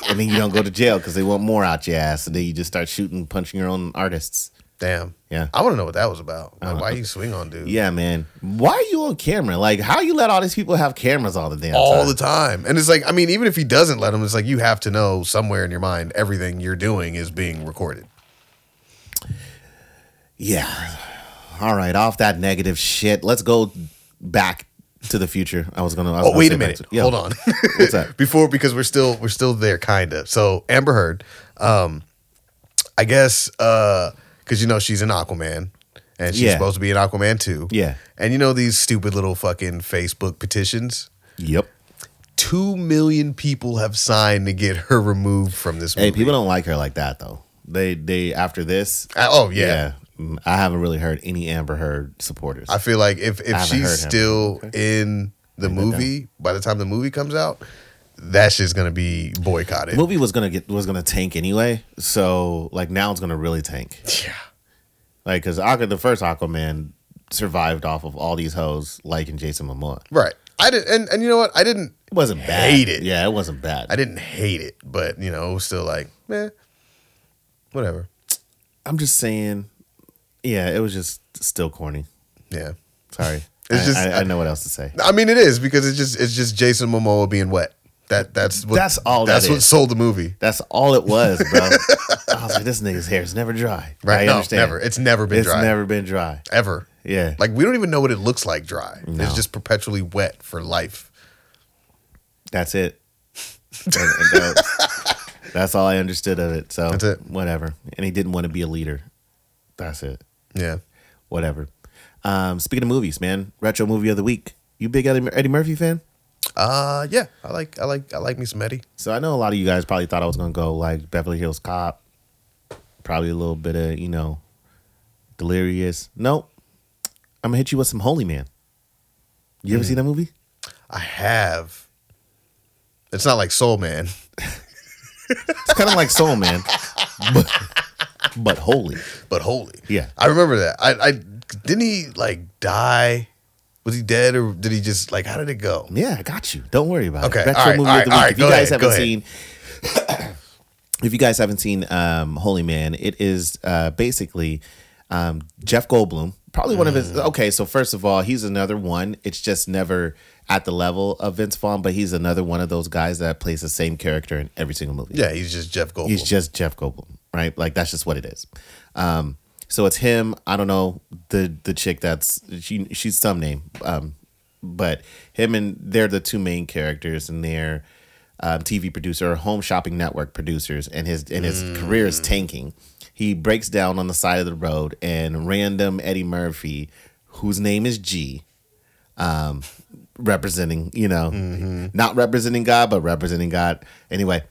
S2: and then you don't go to jail because they want more out your ass, and then you just start shooting, punching your own artists.
S1: Damn.
S2: Yeah. Uh,
S1: I want to know what that was about. Like, why you swing on dude?
S2: Yeah, man. Why are you on camera? Like, how you let all these people have cameras all the damn
S1: All
S2: time?
S1: the time. And it's like, I mean, even if he doesn't let him, it's like you have to know somewhere in your mind everything you're doing is being recorded.
S2: yeah. All right, off that negative shit. Let's go back to the future. I was gonna. I was
S1: Oh,
S2: gonna
S1: wait
S2: say
S1: a
S2: back
S1: minute.
S2: to- yeah.
S1: Hold on.
S2: (laughs)
S1: (laughs)
S2: What's that?
S1: Before because we're still we're still there kinda. So Amber Heard, um I guess uh cuz you know she's in Aquaman and she's
S2: Yeah.
S1: supposed to be in Aquaman too.
S2: Yeah.
S1: And you know these stupid little fucking Facebook petitions?
S2: Yep.
S1: 2 million people have signed to get her removed from this movie.
S2: Hey, people don't like her like that though. They they after this.
S1: I- oh yeah.
S2: mm, I haven't really heard any Amber Heard supporters.
S1: I feel like if if
S2: haven't
S1: she's
S2: heard him.
S1: still in the movie by the time the movie comes out, that shit's going to be boycotted.
S2: movie was gonna get was gonna tank anyway. So like now it's gonna really tank.
S1: yeah.
S2: Like because Aqua the first Aquaman survived off of all these hoes liking Jason Momoa.
S1: Right. I didn't and, and you know what? I didn't
S2: It wasn't bad.
S1: Hate it.
S2: Yeah, it wasn't bad.
S1: I didn't hate it, but you know, it was still like, eh, whatever.
S2: I'm just saying, yeah, it was just still corny.
S1: Yeah.
S2: Sorry.
S1: (laughs) It's
S2: I,
S1: just-
S2: I, I know what else to say.
S1: I mean, it is because it's just it's just Jason Momoa being wet. That that's what
S2: That's all that
S1: That's what
S2: is.
S1: sold the movie.
S2: That's all it was,
S1: (laughs)
S2: bro. I was like, this nigga's hair is never dry.
S1: Right?
S2: I
S1: no,
S2: understand.
S1: never. It's never been
S2: It's
S1: dry.
S2: never been dry.
S1: ever.
S2: Yeah.
S1: Like we don't even know what it looks like dry.
S2: No.
S1: It's just perpetually wet for life. (laughs)
S2: that's it. And- and that- that's all I understood of it. So
S1: That's it.
S2: Whatever. And he didn't want to be a leader. That's it.
S1: Yeah.
S2: Whatever. Um, speaking of movies, man, retro movie of the week. You big Eddie, Eddie Murphy fan?
S1: Uh yeah. I like I like I like me some Eddie.
S2: So I know a lot of you guys probably thought I was gonna go like Beverly Hills Cop, probably a little bit of you know, Delirious. Nope, I'm gonna hit you with some Holy Man. You ever seen that movie?
S1: I have. It's not like Soul Man.
S2: It's kind of like Soul Man, but but holy.
S1: but holy.
S2: Yeah.
S1: I remember that. I, I didn't he like die? Was he dead or did he just like how did it go?
S2: Yeah, I got you. Don't worry about
S1: Okay,
S2: it.
S1: all right, all right, all right,
S2: If you
S1: go
S2: guys
S1: ahead, go
S2: haven't
S1: ahead.
S2: seen, if you guys haven't seen (coughs) um, Holy Man, it is uh, basically um, Jeff Goldblum. Probably one of his.
S1: Mm.
S2: Okay, so first of all, he's another one. It's just never at the level of Vince Vaughn, but he's another one of those guys that plays the same character in every single movie.
S1: Yeah, he's just Jeff Goldblum.
S2: He's just Jeff Goldblum, right? Like that's just what it is. Um, so it's him. I don't know the the chick that's she she's some name, um, but him and they're the two main characters, and they're um, TV producer or home shopping network producers, and his and his
S1: Mm.
S2: career is tanking. He breaks down on the side of the road, and random Eddie Murphy, whose name is G, um, representing you know, not representing God, but representing God anyway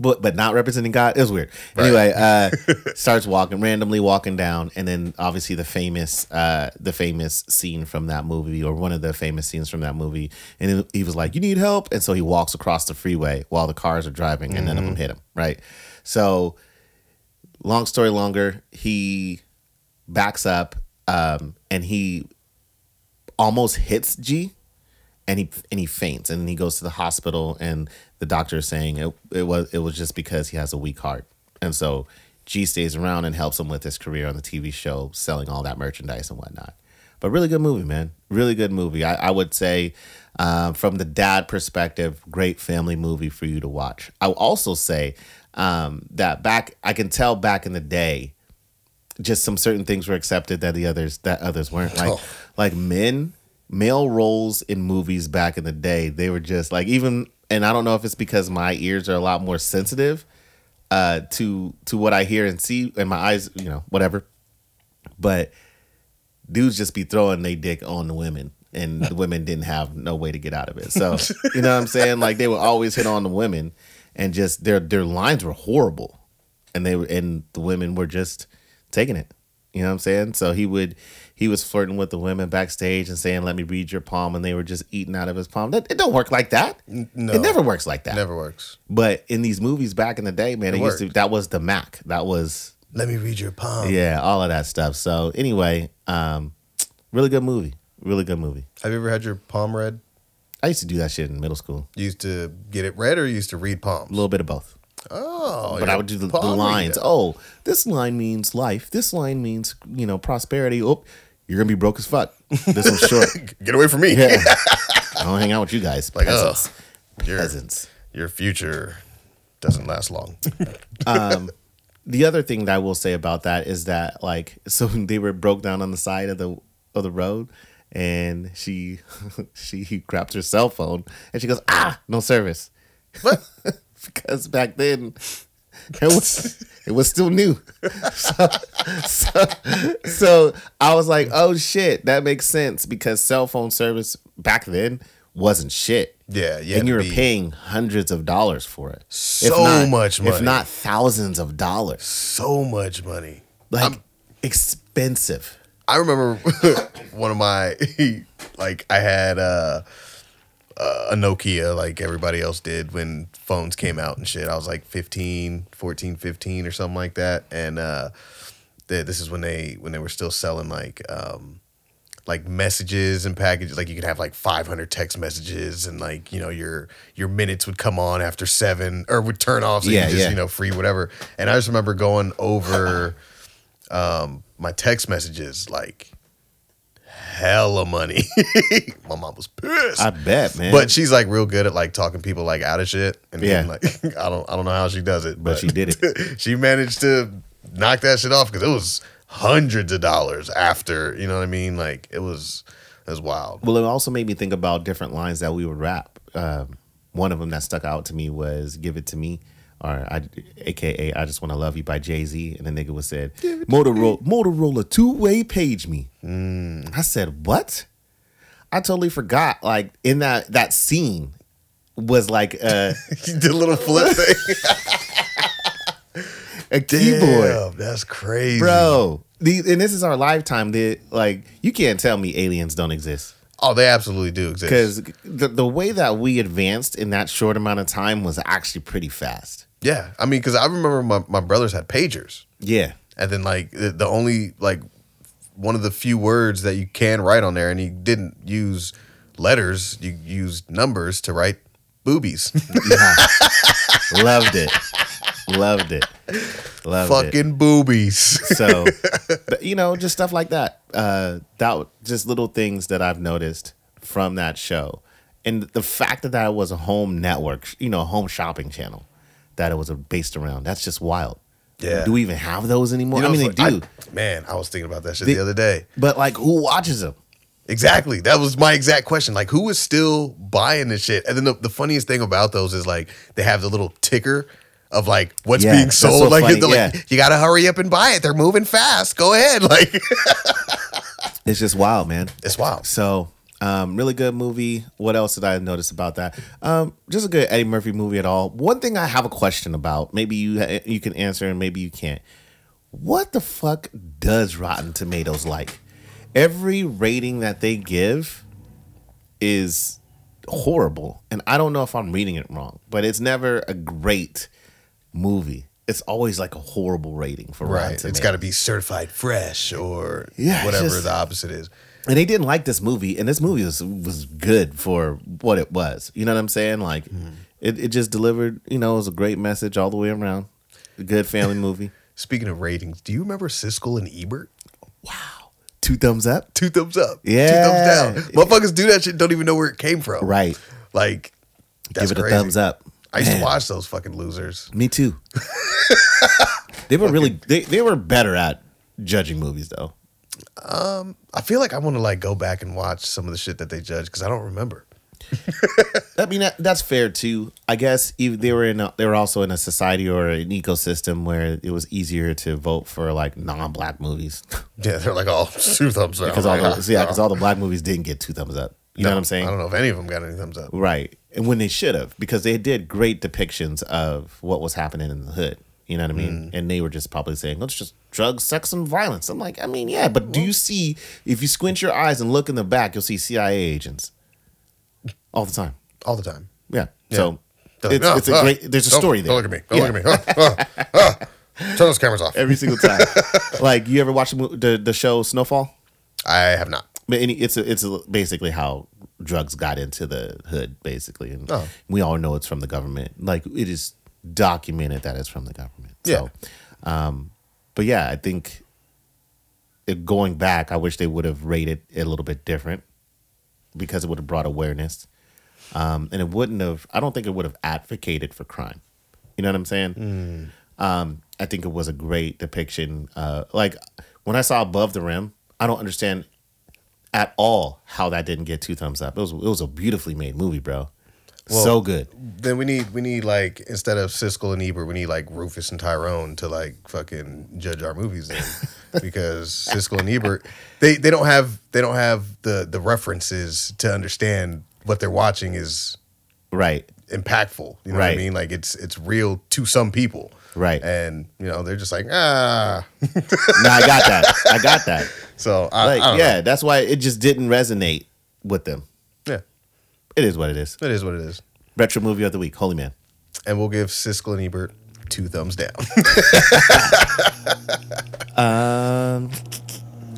S2: but but not representing God. It was weird. Anyway, uh, starts walking randomly, walking down, and then obviously the famous uh, the famous scene from that movie, or one of the famous scenes from that movie. And then he was like, "You need help," and so he walks across the freeway while the cars are driving, and none of them hit him. Right. So, long story longer, he backs up, um, and he almost hits G, and he and he faints, and he goes to the hospital, and the doctor is saying it, it was it was just because he has a weak heart, and so G stays around and helps him with his career on the TV show, selling all that merchandise and whatnot. But really good movie, man. Really good movie. I, I would say, uh, from the dad perspective, great family movie for you to watch. I will also say um, that back, I can tell back in the day, just some certain things were accepted that the others that others weren't. Like
S1: Oh.
S2: like men, male roles in movies back in the day, they were just like even. And I don't know if it's because my ears are a lot more sensitive uh, to to what I hear and see, and my eyes, you know, whatever. But dudes just be throwing they dick on the women
S1: (laughs)
S2: and the women didn't have no way to get out of it. So you know what I'm saying? Like they would always hit on the women and just their their lines were horrible. And they were and the women were just taking it. You know what I'm saying? So he would he was flirting with the women backstage and saying, Let me read your palm and they were just eating out of his palm. That it don't work like that.
S1: no.
S2: It never works like that.
S1: Never works.
S2: But in these movies back in the day, man, it, used to
S1: worked. Um,
S2: that was the Mac. That was
S1: Let me read your palm.
S2: yeah, all of that stuff. So anyway, um, really good movie. Really good movie.
S1: Have you ever had your palm read?
S2: I used to do that shit in middle school.
S1: You used to get it read, or you used to read
S2: A
S1: palms?
S2: little bit of both.
S1: Oh,
S2: But
S1: you're
S2: I would do the, the
S1: palm reader.
S2: lines. Oh, this line means life. This line means, you know, prosperity. Oh, you're gonna be broke as fuck. This one's
S1: (laughs)
S2: short.
S1: (laughs) Get away from me!
S2: Yeah. I don't hang out with you guys.
S1: Like, ugh.
S2: peasants.
S1: You're-
S2: Peasants.
S1: Your future doesn't last long. (laughs)
S2: the other thing that I will say about that is that like (laughs) so they were broke down on the side of the of the road and she (laughs) she grabs her cell phone and she goes ah no service (laughs)
S1: What?
S2: because back then it was it was still new (laughs) so, so so I was like oh shit that makes sense because cell phone service back then wasn't shit
S1: Yeah, yeah.
S2: and you were paying hundreds of dollars for it
S1: So much
S2: if
S1: money.
S2: not thousands of dollars
S1: so much money.
S2: like expensive.
S1: I remember (laughs) one of my (laughs) like I had uh, uh, a Nokia like everybody else did when phones came out and shit. I was like 15, 14, 15 or something like that and uh th- this is when they when they were still selling like um like messages and packages like you could have like 500 text messages and like you know your your minutes would come on after 7 or would turn off so
S2: Yeah,
S1: you could just
S2: yeah.
S1: you know free whatever. And I just remember going over my text messages like hella money. (laughs) my mom was pissed.
S2: I bet, man.
S1: but she's like real good at like talking people like out of shit. And
S2: Yeah.
S1: yeah. like (laughs) I don't I don't know how she does it. But,
S2: she did (laughs)
S1: it. (laughs) she managed to knock that shit off because it was hundreds of dollars after, you know what I mean? Like it was it was wild. (laughs)
S2: well, it also made me think about different lines that we would rap. Um, one of them that stuck out to me was "Give It to Me," or I, AKA "I Just Want to Love You" by Jay Z, and the nigga was said Motorola Motorola two way page me. I said what? I totally forgot. Like in that that scene was like uh, (laughs) a,
S1: She did a little flip thing.
S2: (laughs) a keyboard.
S1: Damn, that's crazy.
S2: Bro, the, and this is our lifetime. That like you can't tell me aliens don't exist.
S1: Oh, they absolutely do exist.
S2: because the, the way that we advanced in that short amount of time was actually pretty fast
S1: Yeah. I mean, because I remember my, my brothers had pagers.
S2: yeah
S1: and then like the, the only like one of the few words that you can write on there and he didn't use letters you used numbers to write
S2: (laughs)
S1: boobies
S2: (laughs) loved it loved it loved it
S1: fucking
S2: (laughs)
S1: boobies
S2: so but, you know just stuff like that uh that w- just little things that i've noticed from that show and the fact that that was a home network sh- you know a home shopping channel that it was uh, based around that's just wild
S1: Yeah.
S2: do we even have those anymore i mean
S1: it's
S2: they do
S1: like- I- man i was thinking about that shit
S2: The-
S1: the other day
S2: but like who watches them
S1: Exactly. That was my exact question. Like, who is still buying this shit? And then the, the funniest thing about those is like they have the little ticker of like what's
S2: Yeah,
S1: being
S2: that's so
S1: sold. like,
S2: funny,
S1: they're like,
S2: yeah.
S1: you gotta hurry up and buy it. They're moving fast. Go ahead. (laughs) Like,
S2: it's just wild man
S1: it's wild.
S2: So, um, really good movie. What else did I notice about that? Um, just a good Eddie Murphy movie at all. One thing I have a question about. Maybe you you can answer and maybe you can't. What the fuck does Rotten Tomatoes like? Every rating that they give is horrible, and I don't know if I'm reading it wrong, but it's never a great movie. it's always like a horrible rating for Rotten
S1: Right. It's
S2: Tomatoes.
S1: got to be certified fresh or
S2: Yeah, it's
S1: whatever
S2: just-
S1: the opposite is.
S2: and they didn't like this movie, and this movie was was good for what it was. You know what I'm saying? Like,
S1: Mm-hmm.
S2: it, it just delivered. You know, it was a great message all the way around. A good
S1: (laughs)
S2: family movie.
S1: Speaking of ratings, do you remember Siskel and Ebert?
S2: Two thumbs up.
S1: Two thumbs up.
S2: Yeah.
S1: Two thumbs down. Motherfuckers do that shit, don't even know where it came from.
S2: Right.
S1: Like, that's
S2: Give it
S1: crazy.
S2: a thumbs up.
S1: I used to
S2: Man.
S1: watch those fucking losers.
S2: Me
S1: (laughs)
S2: too. they were really they, they were better at judging movies though.
S1: I feel like I want to like go back and watch some of the shit that they judge because I don't remember.
S2: I mean that, that's fair too. I guess if they were in a, they were also in a society or an ecosystem where it was easier to vote for like non-black movies (laughs)
S1: Yeah, they're like all (laughs) two thumbs up.
S2: because all the yeah because all the black movies didn't get two thumbs up. You know
S1: Oh. I
S2: what I'm
S1: don't
S2: saying?
S1: know if any of them got any thumbs up.
S2: Right, and when they should have because they did great depictions of what was happening in the hood. You know what I
S1: Mm.
S2: mean? And they were just probably saying, "Let's just drugs, sex, and violence." I'm like, I mean, yeah, but do you see if you squint your eyes and look in the back, you'll see CIA agents all the time.
S1: All the time.
S2: Yeah.
S1: Yeah.
S2: So
S1: They're like,
S2: it's, it's a
S1: "Ah,
S2: great. There's a
S1: don't-
S2: story there.
S1: Don't look at me. Don't look at me. Ah, ah, ah. Turn those cameras off.
S2: Every single
S1: (laughs)
S2: time. like you ever watch the, mo- the the show Snowfall?
S1: I have not.
S2: But any, it's a, it's a, basically how drugs got into the hood, basically, and
S1: Oh.
S2: we all know it's from the government. Like it is documented that it's from the government. So, um, but yeah, I think it, going back, I wish they would have rated it a little bit different because it would have brought awareness, um, and it wouldn't have. I don't think it would have advocated for crime. You know what I'm saying? Um, I think it was a great depiction. Uh, like when I saw Above the Rim, I don't understand at all how that didn't get two thumbs up. It was it was a beautifully made movie, bro. so good.
S1: Then we need we need like instead of Siskel and Ebert, we need like Rufus and Tyrone to like fucking judge our movies then.
S2: (laughs)
S1: because Siskel and Ebert they, they don't have they don't have the the references to understand what they're watching is
S2: Right.
S1: impactful. You know what I
S2: Right.
S1: mean? Like it's it's real to some people.
S2: Right.
S1: And you know, they're just like, ah
S2: No, I got that. I got that.
S1: so (laughs) I,
S2: Like,
S1: I don't
S2: yeah, that's why it just didn't resonate with them.
S1: know. Yeah.
S2: It is what it is.
S1: It is what it is.
S2: Retro movie of the week. Holy man.
S1: And we'll give Siskel and Ebert two thumbs
S2: (laughs)
S1: down.
S2: Um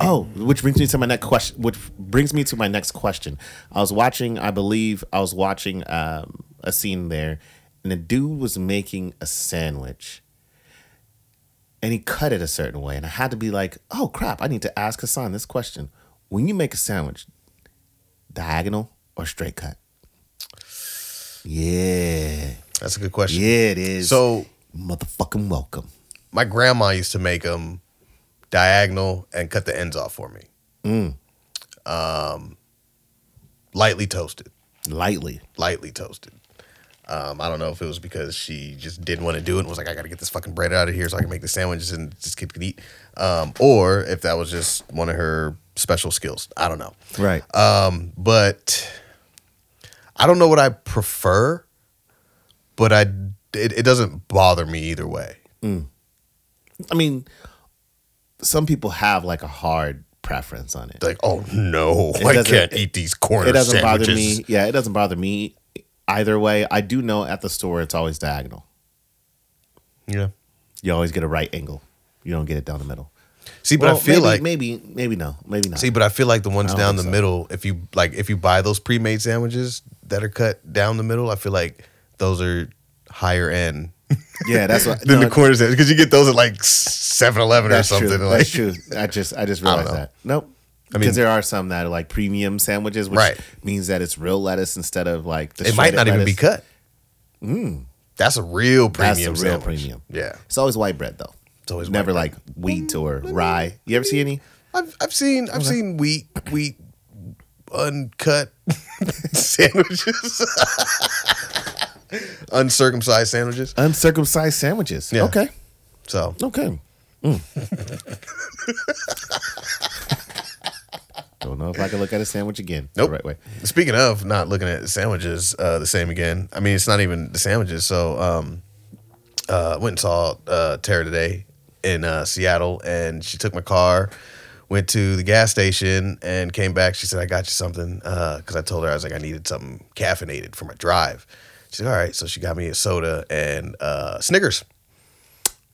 S2: Oh, which brings me to my next question. Which brings me to my next question. I was watching, I believe, I was watching um, a scene there, and the dude was making a sandwich, and he cut it a certain way, and I had to be like, "Oh crap! I need to ask Hassan this question. When you make a sandwich, diagonal or straight cut?" Yeah,
S1: That's a good question.
S2: yeah, it is.
S1: So
S2: motherfucking welcome.
S1: my grandma used to make them diagonal and cut the ends off for me. Um, lightly toasted,
S2: Lightly,
S1: lightly toasted. Um, I don't know if it was because she just didn't want to do it and was like, I got to get this fucking bread out of here so I can make the sandwiches and this kid can eat. Um, or if that was just one of her special skills. I don't know.
S2: right?
S1: Um, but I don't know what I prefer, but I it, it doesn't bother me either way.
S2: I mean, some people have like a hard preference on it.
S1: like, oh no,
S2: It
S1: I
S2: doesn't-
S1: can't eat these corner
S2: It doesn't
S1: sandwiches.
S2: bother me. Yeah, it doesn't bother me either way. I do know at the store it's always diagonal.
S1: Yeah.
S2: You always get a right angle. You don't get it down the middle.
S1: See, but
S2: Well,
S1: I feel
S2: maybe,
S1: like
S2: maybe maybe no, maybe not.
S1: see, but I feel like the ones
S2: don't
S1: down the
S2: think so.
S1: middle, if you like if you buy those pre-made sandwiches that are cut down the middle, I feel like those are higher end (laughs)
S2: yeah, that's what.
S1: than
S2: no,
S1: the corner sandwiches because you get those at like 7-Eleven or
S2: that's
S1: something.
S2: True.
S1: Like,
S2: that's true. I just
S1: (laughs)
S2: I just realized
S1: know.
S2: that. Nope.
S1: I mean-
S2: because there are some that are like premium sandwiches, which
S1: Right.
S2: means that it's real lettuce instead of like the
S1: it might
S2: shredded
S1: not even be
S2: lettuce.
S1: cut. That's a real
S2: Mm. That's
S1: premium.
S2: the real
S1: sandwich.
S2: premium.
S1: Yeah,
S2: It's always white bread though. It's
S1: always white
S2: never like wheat or rye. You ever see any?
S1: I've I've seen I've seen wheat wheat uncut (laughs) sandwiches, (laughs) uncircumcised sandwiches.
S2: Uncircumcised sandwiches.
S1: Yeah.
S2: Okay.
S1: So
S2: Okay. Mm. (laughs) Don't know if I can look at a sandwich again. the
S1: Nope.
S2: right way.
S1: speaking of not looking at sandwiches uh, the same again, I mean it's not even the sandwiches. So um, uh, went and saw uh, Tara today in uh, Seattle, and she took my car. Went to the gas station and came back. She said, "I got you something," because I told her I was like, "I needed something caffeinated for my drive." She said, "All right," so she got me a soda and uh, Snickers.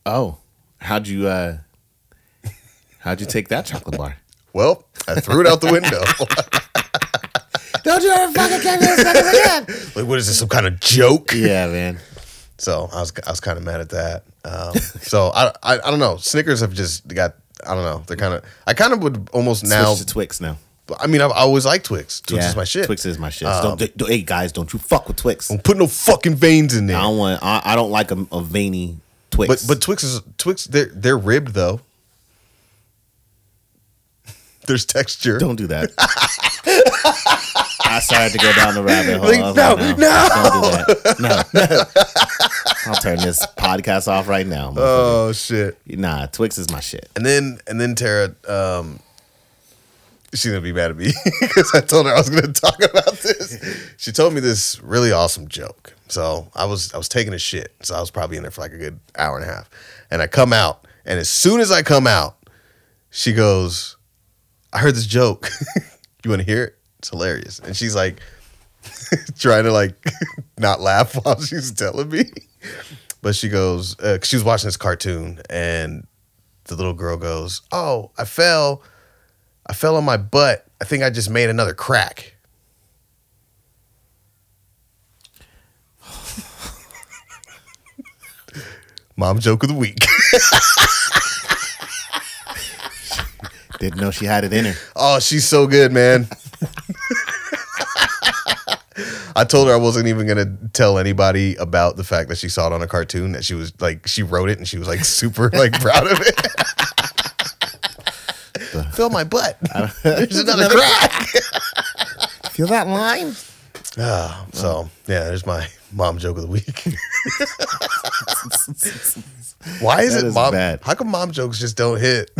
S2: Oh, how'd you uh how'd you take that chocolate bar?
S1: Well, I threw it out the window. (laughs)
S2: Don't you ever fucking give me a second again?
S1: like, what is this? Some kind of joke?
S2: (laughs) Yeah, man.
S1: So I was I was kind of mad at that. Um, (laughs) so I, I I don't know. Snickers have just got I don't know. They're kind of I kind of would almost now.
S2: Now to Twix now.
S1: I mean I've, I always liked Twix. Twix
S2: Yeah,
S1: is my shit.
S2: Twix is my shit. Um, So don't, don't- hey guys, don't you fuck with Twix. I
S1: Put no fucking veins in there.
S2: don't want. I, I don't like a, a veiny
S1: But
S2: Twix.
S1: but Twix is Twix. They're they're ribbed though. (laughs) There's texture.
S2: don't do that. I started to go down the rabbit hole.
S1: Like,
S2: I was
S1: no,
S2: like, don't do that. No, no. I'll turn this podcast off right now.
S1: oh shit.
S2: nah, Twix is my shit.
S1: And then and then Tara, um, she's gonna be mad at me (laughs) because I told her I was gonna talk about this. She told me this really awesome joke. So I was I was taking a shit. So I was probably in there for like a good hour and a half. And I come out, and as soon as I come out, she goes, I heard this joke. (laughs) you wanna hear it? It's hilarious. And she's like (laughs) trying to like (laughs) not laugh while she's telling me. But she goes, uh, 'cause she was watching this cartoon and the little girl goes, "Oh, I fell. I fell on my butt. I think I just made another crack." Mom joke of the week. (laughs)
S2: Didn't know she had it in her.
S1: oh, she's so good, man. (laughs) I told her I wasn't even gonna tell anybody about the fact that she saw it on a cartoon. That she was like, she wrote it and she was like super like proud of it. Fell my butt. There's another crack.
S2: Feel that line?
S1: Ah, so yeah, there's my (laughs) mom joke of the week. (laughs) Why is
S2: That
S1: it
S2: is
S1: mom?
S2: bad.
S1: How come mom jokes just don't hit?
S2: (laughs)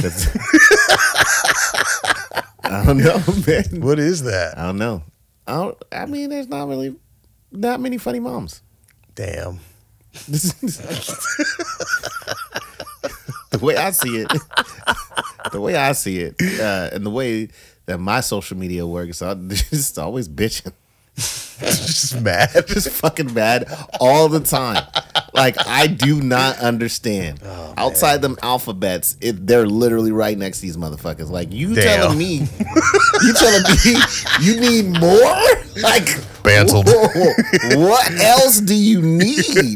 S2: I don't know, man.
S1: What is that?
S2: I don't know. I don't. I mean, there's not really not many funny moms.
S1: Damn. (laughs)
S2: the way I see it, (laughs) the way I see it, uh, and the way that my social media works, I'm just always bitching, (laughs)
S1: just mad. (laughs)
S2: just fucking mad all the time. Like I do not understand. Outside them alphabets, it, they're literally right next to these motherfuckers. Like you
S1: Damn.
S2: telling me, you telling me you need more? (laughs) Like
S1: Bantled.
S2: Whoa, what else do you need?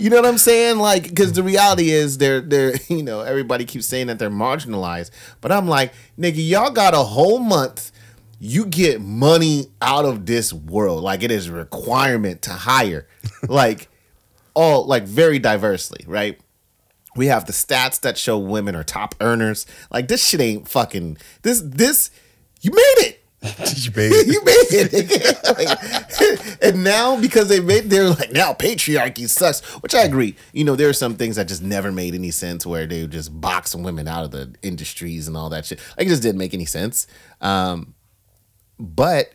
S2: You know what I'm saying? Like, because the reality is, they're they're (laughs) you know everybody keeps saying that they're marginalized, but I'm like, nigga, y'all got a whole month. You get money out of this world. Like it is a requirement to hire. Like all like very diversely, right? We have the stats that show women are top earners. Like this shit ain't fucking this this you made it (laughs)
S1: you baby.
S2: you made it. (laughs) Like, and now because they made they're like now patriarchy sucks, which I agree. You know, there are some things that just never made any sense where they were just boxing women out of the industries and all that shit. Like it just didn't make any sense. Um, but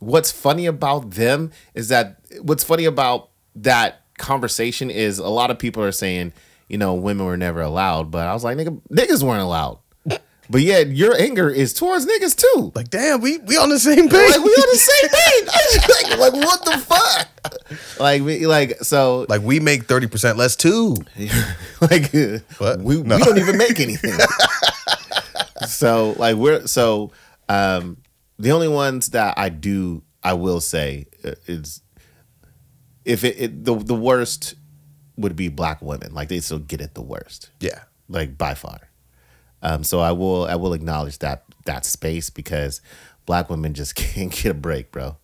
S2: what's funny about them is that what's funny about that conversation is a lot of people are saying, you know, women were never allowed, but I was like, nigga, niggas weren't allowed. But yet your anger is towards niggas too.
S1: Like damn, we we on the same page.
S2: Like we (laughs) on the same page. I just, like, like what the fuck? Like we like so (laughs)
S1: (laughs) Like we make thirty percent less too.
S2: like uh,
S1: What?
S2: we
S1: No.
S2: we don't even make anything. so like we're so um the only ones that I do I will say uh, is if it, it the the worst would be black women like they still get it the worst
S1: Yeah.
S2: like by far. Um, so I will I will acknowledge that that space because black women just (laughs) can't get a break, bro.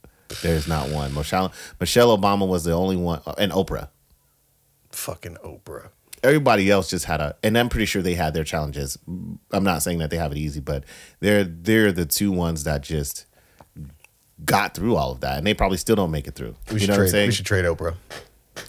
S2: There's not one. Michelle Michelle Obama was the only one, uh, and Oprah.
S1: Fucking Oprah.
S2: Everybody else just had a, and I'm pretty sure they had their challenges. I'm not saying that they have it easy, but they're they're the two ones that just got through all of that, and they probably still don't make it through.
S1: We
S2: you
S1: should
S2: know what I'm
S1: trade.
S2: saying?
S1: we should trade Oprah.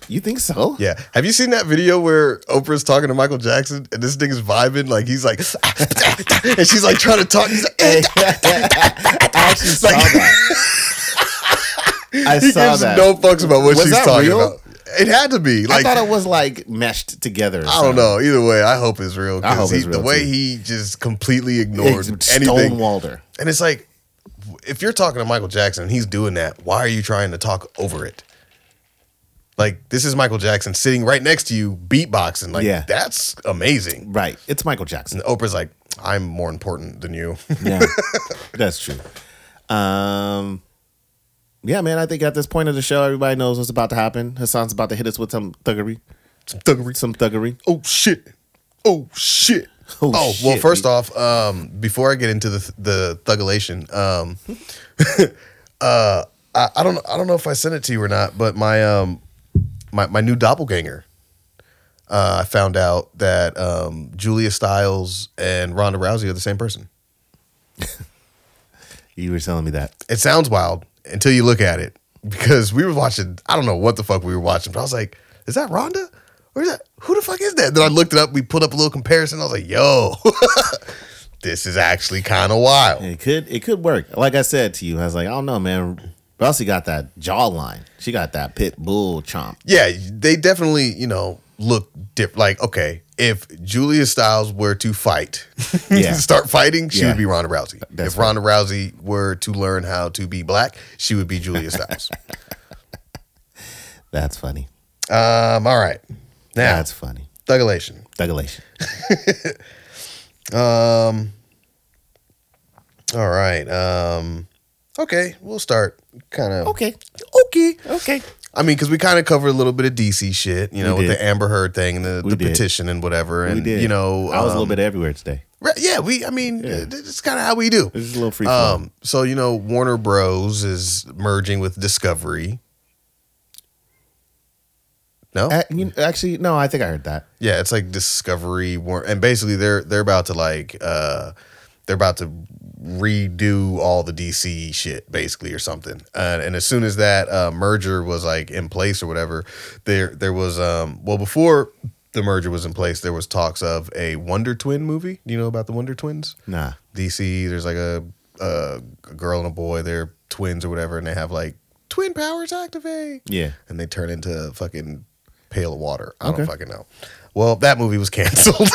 S2: you think so?
S1: Yeah. Have you seen that video where Oprah's talking to Michael Jackson and this nigga's vibing? Like he's like, (laughs) and she's like trying to
S2: (laughs)
S1: talk. He's like, eh,
S2: (laughs) I actually saw
S1: (laughs) Like- (laughs)
S2: that. I
S1: he
S2: saw
S1: gives
S2: that.
S1: no fucks about what
S2: Was
S1: she's
S2: that
S1: talking
S2: real?
S1: about. It had to be. Like
S2: I thought it was like meshed together. or
S1: I don't
S2: something.
S1: know. Either way, I hope it's real. 'cause
S2: I hope
S1: he-
S2: it's real,
S1: The way
S2: too.
S1: he just completely ignored
S2: Ex-
S1: anything,
S2: stonewalled her.
S1: and it's like, if you're talking to Michael Jackson and he's doing that, why are you trying to talk over it? Like this is Michael Jackson sitting right next to you beatboxing. Like
S2: Yeah.
S1: that's amazing.
S2: Right. It's Michael Jackson.
S1: And Oprah's like, I'm more important than you.
S2: (laughs)
S1: (laughs)
S2: Yeah. (laughs) That's true. Um yeah, man, I think at this point of the show, everybody knows what's about to happen. Hassan's about to hit us with some thuggery.
S1: Some thuggery.
S2: Some thuggery.
S1: oh shit. Oh shit.
S2: Oh,
S1: Oh, well,
S2: shit.
S1: first off, um, before I get into the the thugulation, um, (laughs) uh, I, I don't I don't know if I sent it to you or not, but my um my my new doppelganger. Uh, I found out that um, Julia Stiles and Ronda Rousey are the same person.
S2: You were telling me that.
S1: it sounds wild until you look at it because we were watching i don't know what the fuck we were watching but i was like is that rhonda or is that who the fuck is that then i looked it up we put up a little comparison i was like yo (laughs) this is actually kind of wild
S2: It could it could work. Like I said to you, I was like, I don't know, man. Rossi got that jawline. She got that pit bull chomp.
S1: yeah they definitely you know look diff- like okay if julia styles were to fight (laughs)
S2: Yeah.
S1: start fighting she
S2: Yeah.
S1: would be ronda rousey
S2: That's
S1: if ronda rousey were to learn how to be black she would be julia styles
S2: That's funny.
S1: (laughs) um all right now
S2: That's funny.
S1: thugulation
S2: Thugulation.
S1: Um. All right. Um. Okay, we'll start kind of.
S2: Okay.
S1: Okay.
S2: Okay.
S1: I mean, because we kind of covered a little bit of DC shit, you know,
S2: We
S1: with
S2: did.
S1: the Amber Heard thing and the,
S2: We
S1: the
S2: did.
S1: petition and whatever, and you know,
S2: I was a
S1: um,
S2: little bit everywhere today.
S1: re- Yeah, we. I mean,
S2: Yeah.
S1: it- it's kind of how we do.
S2: This is a little free flow.
S1: Um. So you know, Warner Bros is merging with Discovery. No.
S2: A- Uh, you- actually, no, I think I heard that.
S1: Yeah, it's like Discovery War, and basically they're they're about to like uh they're about to redo all the DC shit basically or something. Uh, and as soon as that uh, merger was like in place or whatever, there there was um well before the merger was in place, there was talks of a Wonder Twin movie. Do you know about the Wonder Twins?
S2: Nah.
S1: DC. There's like a, a a girl and a boy. They're twins or whatever, and they have like twin powers activate
S2: Yeah.
S1: and they turn into fucking pail of water. I
S2: Okay.
S1: don't fucking know. Well, that movie was (laughs)
S2: (laughs)
S1: canceled.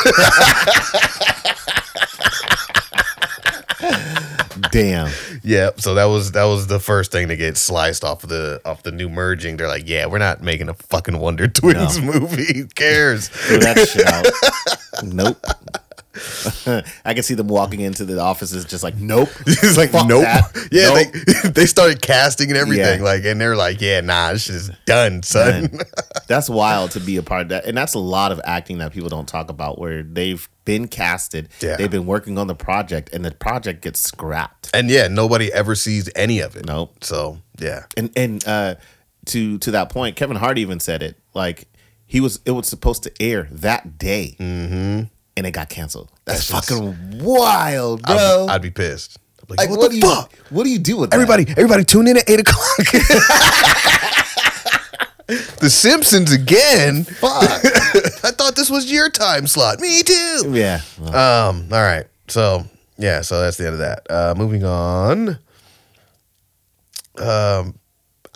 S2: (laughs) Damn.
S1: yeah, so that was that was the first thing to get sliced off the off the new merging. They're like, yeah, we're not making a fucking Wonder Twins (laughs) movie. Who
S2: (laughs)
S1: cares?
S2: Throw that shit out. Nope. (laughs) I can see them walking into the offices just like, nope.
S1: It's (laughs) like
S2: Fuck
S1: nope.
S2: that.
S1: Yeah,
S2: Nope.
S1: they (laughs) they started casting and everything.
S2: Yeah.
S1: Like, and they're like, yeah, nah, this shit is done, son.
S2: Man, that's wild to be a part of that. And that's a lot of acting that people don't talk about where they've been casted,
S1: Yeah.
S2: they've been working on the project, and the project gets scrapped.
S1: (laughs) And yeah, nobody ever sees any of it.
S2: Nope.
S1: So yeah,
S2: And and uh to to that point, Kevin Hart even said it. Like he was it was supposed to air that day. Mm-hmm. And it got canceled. That's,
S1: That's just-
S2: fucking wild,
S1: I'd,
S2: bro.
S1: I'd be pissed. Like,
S2: like,
S1: what,
S2: what,
S1: the
S2: do you
S1: fuck?
S2: what do you do with that?
S1: Everybody, everybody, tune in at eight o'clock. (laughs) the Simpsons again.
S2: Fuck.
S1: (laughs) I thought this was your time slot. Me too.
S2: yeah. Well,
S1: Um. All right. So yeah. So that's the end of that. Uh, moving on. Um.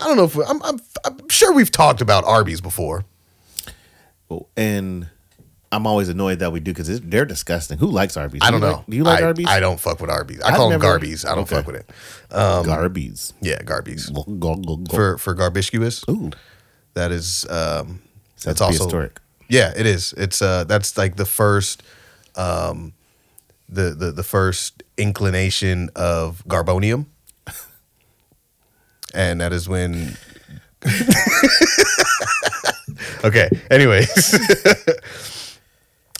S1: I don't know if we- I'm, I'm. I'm sure we've talked about Arby's before.
S2: and I'm always annoyed that we do because they're disgusting. Who likes Arby's?
S1: I don't
S2: Do you
S1: know.
S2: Like, do you like
S1: I,
S2: Arby's?
S1: I don't fuck with Arby's. I
S2: I've
S1: call them
S2: never-
S1: Garbies. I don't
S2: Okay.
S1: fuck with it.
S2: Garbies.
S1: Yeah, Garbies.
S2: Go, go, go, go.
S1: um, For for garbiscuous.
S2: Ooh,
S1: That is um
S2: Sounds
S1: it's also
S2: prehistoric. (laughs)
S1: Yeah, it is. It's uh that's like the first um the the, the first inclination of Garbonium. (laughs) and that is when (laughs) Okay, anyways. (laughs)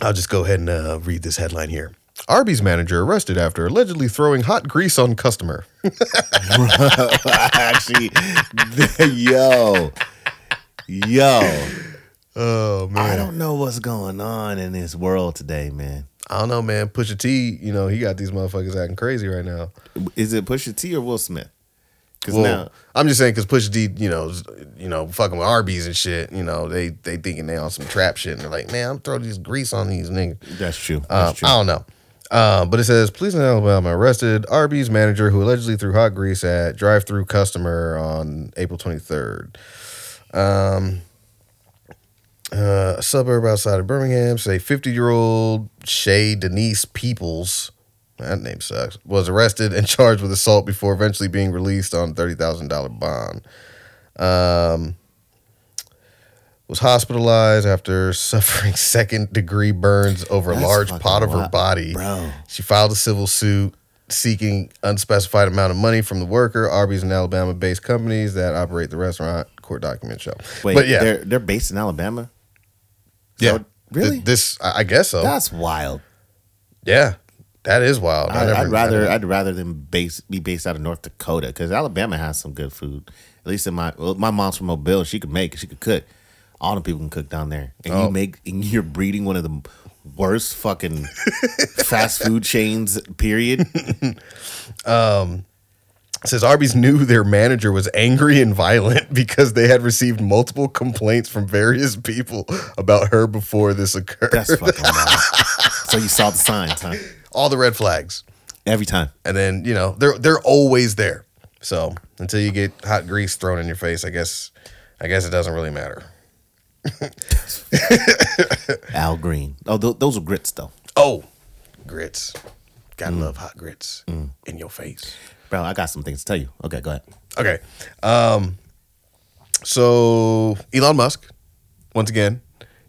S1: I'll just go ahead and uh, read this headline here. Arby's manager arrested after allegedly throwing hot grease on customer.
S2: actually, (laughs) yo, yo,
S1: Oh man.
S2: I don't know what's going on in this world today, man.
S1: I don't know, man. Pusha T, you know, he got these motherfuckers acting crazy right now.
S2: Is it Pusha T or Will Smith? Because
S1: Well,
S2: now,
S1: I'm just saying because Pusha D, you know, is, you know, fucking with Arby's and shit. You know, they they thinking they on some trap shit, and they're like, man, I'm throwing these grease on these niggas.
S2: that's true.
S1: Uh,
S2: That's
S1: I don't know. Uh, but it says, police in Alabama arrested Arby's manager who allegedly threw hot grease at drive-through customer on April 23rd. Um, uh, a suburb outside of Birmingham, say 50-year-old Shay Denise Peoples, that name sucks, was arrested and (laughs) charged with assault before eventually being released on $30,000 bond. Um, was hospitalized after (laughs) suffering second degree burns over a
S2: That's
S1: large
S2: fucking
S1: part of her
S2: wild,
S1: body.
S2: bro.
S1: She filed a civil suit seeking unspecified amount of money from the worker. Arby's and Alabama based companies that operate the restaurant. Court documents show.
S2: Wait,
S1: but yeah,
S2: they're they're based in Alabama.
S1: yeah,
S2: so- really?
S1: Th- this I I guess so.
S2: That's wild.
S1: yeah, that is wild. I
S2: I,
S1: never-
S2: I'd rather
S1: I
S2: I'd rather them base be based out of North Dakota because Alabama has some good food. At least in my well, my mom's from Mobile, she could make, she could cook. All the people can cook down there, and
S1: Oh.
S2: you make and you're breeding one of the worst fucking fast food chains. Period.
S1: says Arby's knew their manager was angry and violent (laughs) because they had received multiple complaints from various people about her before this occurred.
S2: That's fucking wild. so you saw the signs, (laughs) huh?
S1: All the red flags.
S2: Every time.
S1: and then you know they're they're always there. So until you get hot grease thrown in your face, I guess I guess it doesn't really matter.
S2: Al Green. Oh, th- those are grits though,
S1: Oh, grits. Gotta love hot grits in your face.
S2: bro. I got some things to tell you. Okay, go ahead.
S1: Okay. Um so Elon Musk, once again,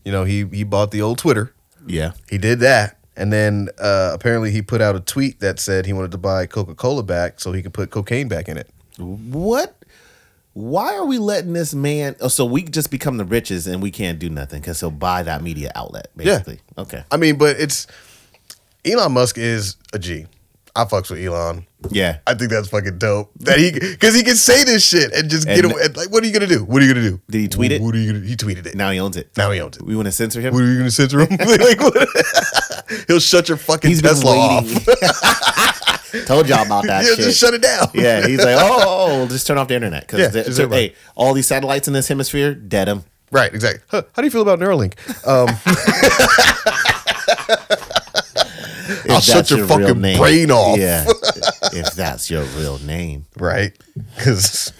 S1: you know, he he bought the old Twitter.
S2: Yeah.
S1: He did that. And then uh, apparently he put out a tweet that said he wanted to buy Coca Cola back so he could put cocaine back in it.
S2: What? Why are we letting this man? Oh, so we just become the richest and we can't do nothing because he'll buy that media outlet, basically. Okay.
S1: I mean, but it's Elon Musk is a G. I fucks with Elon.
S2: Yeah.
S1: I think that's fucking dope that he because he can say this shit and just get
S2: And-
S1: away. Like, what are you gonna do? What are you gonna do?
S2: Did he tweet it?
S1: What are you gonna? He tweeted it. Now,
S2: Now he owns it.
S1: he owns it.
S2: We want to censor him.
S1: What are you gonna censor him? (laughs) like, what? He'll shut your fucking Tesla (laughs) off.
S2: (laughs) Told y'all about that
S1: He'll
S2: shit.
S1: just shut it down.
S2: yeah, he's like, oh, oh, oh, just turn off the internet because
S1: Yeah, just everybody.
S2: hey, all these satellites in this hemisphere, dead him.
S1: (laughs) Right. Exactly. Huh, how do you feel about Neuralink? Um, (laughs) I'll shut your, fucking brain off.
S2: Yeah,
S1: (laughs)
S2: if that's your real name.
S1: Right. Because.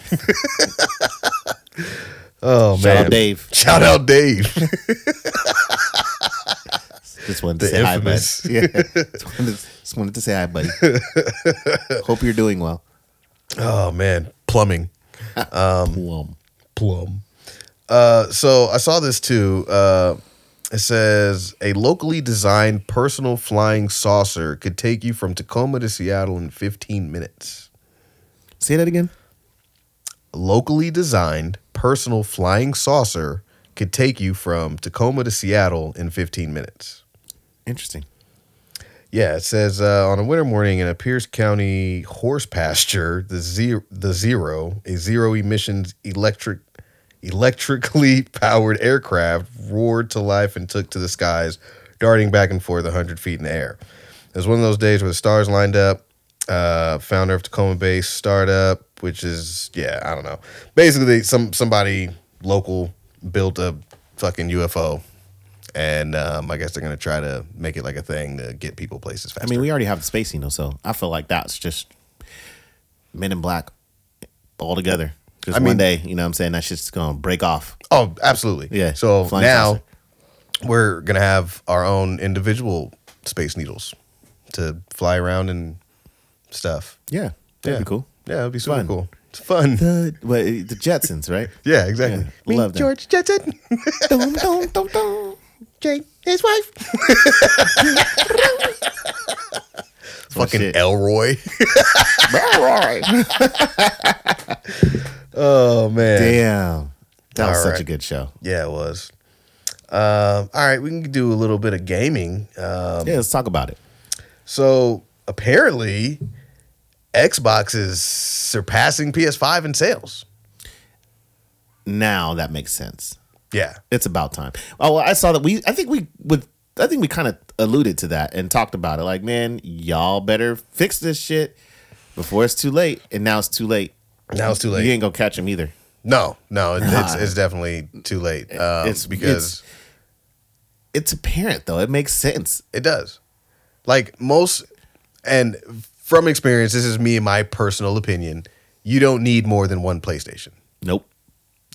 S1: oh
S2: Shout
S1: man.
S2: out Dave.
S1: Shout out Dave.
S2: Just wanted to
S1: The
S2: say
S1: infamous.
S2: hi, buddy. (laughs) Yeah. just, wanted to, just wanted to say
S1: (laughs)
S2: hi, buddy. Hope you're doing well.
S1: (laughs) Oh man, plumbing. Um,
S2: Plum.
S1: Plum. Uh, so I saw this too. Uh, it says a locally designed personal flying saucer could take you from Tacoma to Seattle in 15 minutes.
S2: Say that again.
S1: Locally designed personal flying saucer could take you from Tacoma to Seattle in 15 minutes.
S2: Interesting.
S1: Yeah, it says uh, on a winter morning in a Pierce County horse pasture, the zero, the zero, a zero emissions electric, electrically (laughs) powered aircraft roared to life and took to the skies, darting back and forth hundred feet in the air. It was one of those days where the stars lined up. Uh, founder of Tacoma-based startup, which is yeah, I don't know. Basically, some somebody local built a fucking UFO and um, I guess they're gonna try to make it like a thing to get people places
S2: I
S1: faster.
S2: mean, we already have the space needle, so I feel like that's just Men in Black all together. Just
S1: I
S2: one
S1: mean-
S2: day, you know what I'm saying? That shit's going to break off.
S1: oh, absolutely.
S2: Yeah,
S1: So
S2: flying
S1: now
S2: saucer.
S1: we're gonna have our own individual space needles to fly around and stuff.
S2: Yeah. That'd
S1: yeah.
S2: be cool.
S1: Yeah, it'd be super
S2: Fun.
S1: cool. It's
S2: (laughs)
S1: fun.
S2: The, what, the Jetsons, right?
S1: Yeah, exactly.
S2: Yeah, love that.
S1: George Jetson, (laughs)
S2: Dum, dum, dum, (laughs) dum.
S1: Jane, his
S2: (laughs)
S1: wife. Fucking
S2: shit. (laughs)
S1: Elroy.
S2: Damn.
S1: Oh man.
S2: That was
S1: All
S2: such
S1: right.
S2: a good show.
S1: Yeah, it was. Um, all right, we can do a little bit of gaming. Um,
S2: yeah, let's talk about it.
S1: So apparently, Xbox is surpassing PS5 in sales.
S2: Now that makes sense.
S1: Yeah.
S2: It's about time. Oh, well, I saw that we. I think we would. I think we kind of alluded to that and talked about it. Like, man, y'all better fix this shit before it's too late. And now it's too late.
S1: Now it's too late.
S2: You ain't gonna catch him either.
S1: No, no, it, it's, it's definitely too late. Um,
S2: It's-
S1: because
S2: It's apparent though. It makes sense.
S1: it does. Like most, and from experience, this is me and my personal opinion. You don't need more than one PlayStation.
S2: Nope.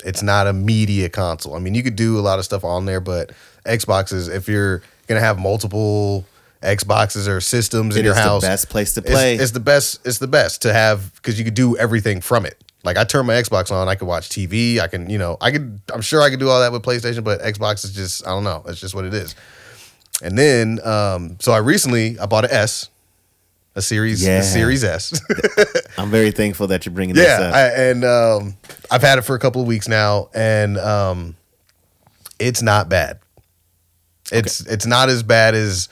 S1: It's not a media console. I mean, you could do a lot of stuff on there, but Xboxes, if you're gonna have multiple Xboxes or systems in
S2: It
S1: your
S2: is
S1: house,
S2: the best place to
S1: It's-
S2: play.
S1: It's, the best. It's the best to have because you could do everything from it. Like I turn my Xbox on, I could watch TV. I can, you know, I could. I'm sure I could do all that with PlayStation, but Xbox is just, I don't know. It's just what it is. And then, um, so I recently I bought a S, a series,
S2: Yeah.
S1: a Series S. (laughs)
S2: I'm very thankful that you're bringing
S1: yeah,
S2: this uh, up.
S1: I, and um, I've had it for a couple of weeks now, and um, it's not bad. It's it's not as bad as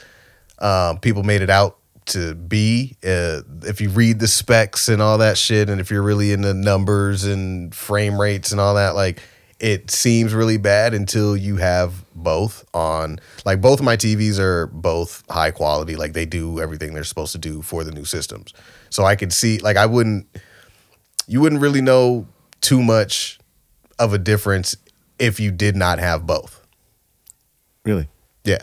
S1: um, people made it out to be. Uh, if you read the specs and all that shit, and if you're really into numbers and frame rates and all that, like it seems really bad until you have both on. Like both of my TVs are both high quality. Like they do everything they're supposed to do for the new systems. So I could see like I wouldn't you wouldn't really know too much of a difference if you did not have both.
S2: really.
S1: Yeah.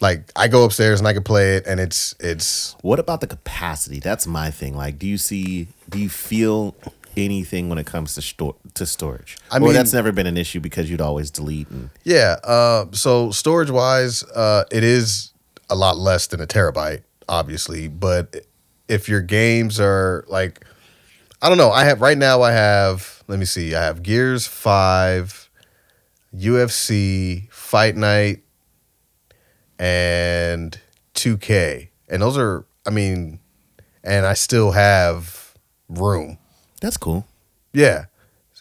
S1: Like I go upstairs and I can play it and it's it's
S2: What about the capacity? That's my thing. Like, do you see? Do you feel anything when it comes to store to storage?
S1: I
S2: well,
S1: mean-
S2: that's never been an issue because you'd always delete and
S1: yeah, uh so storage wise, uh it is a lot less than a terabyte, obviously, but if your games are like I don't know, I have right now I have let me see, I have Gears 5, UFC, Fight Night, and 2K. And those are, I mean, and I still have room.
S2: that's cool.
S1: Yeah.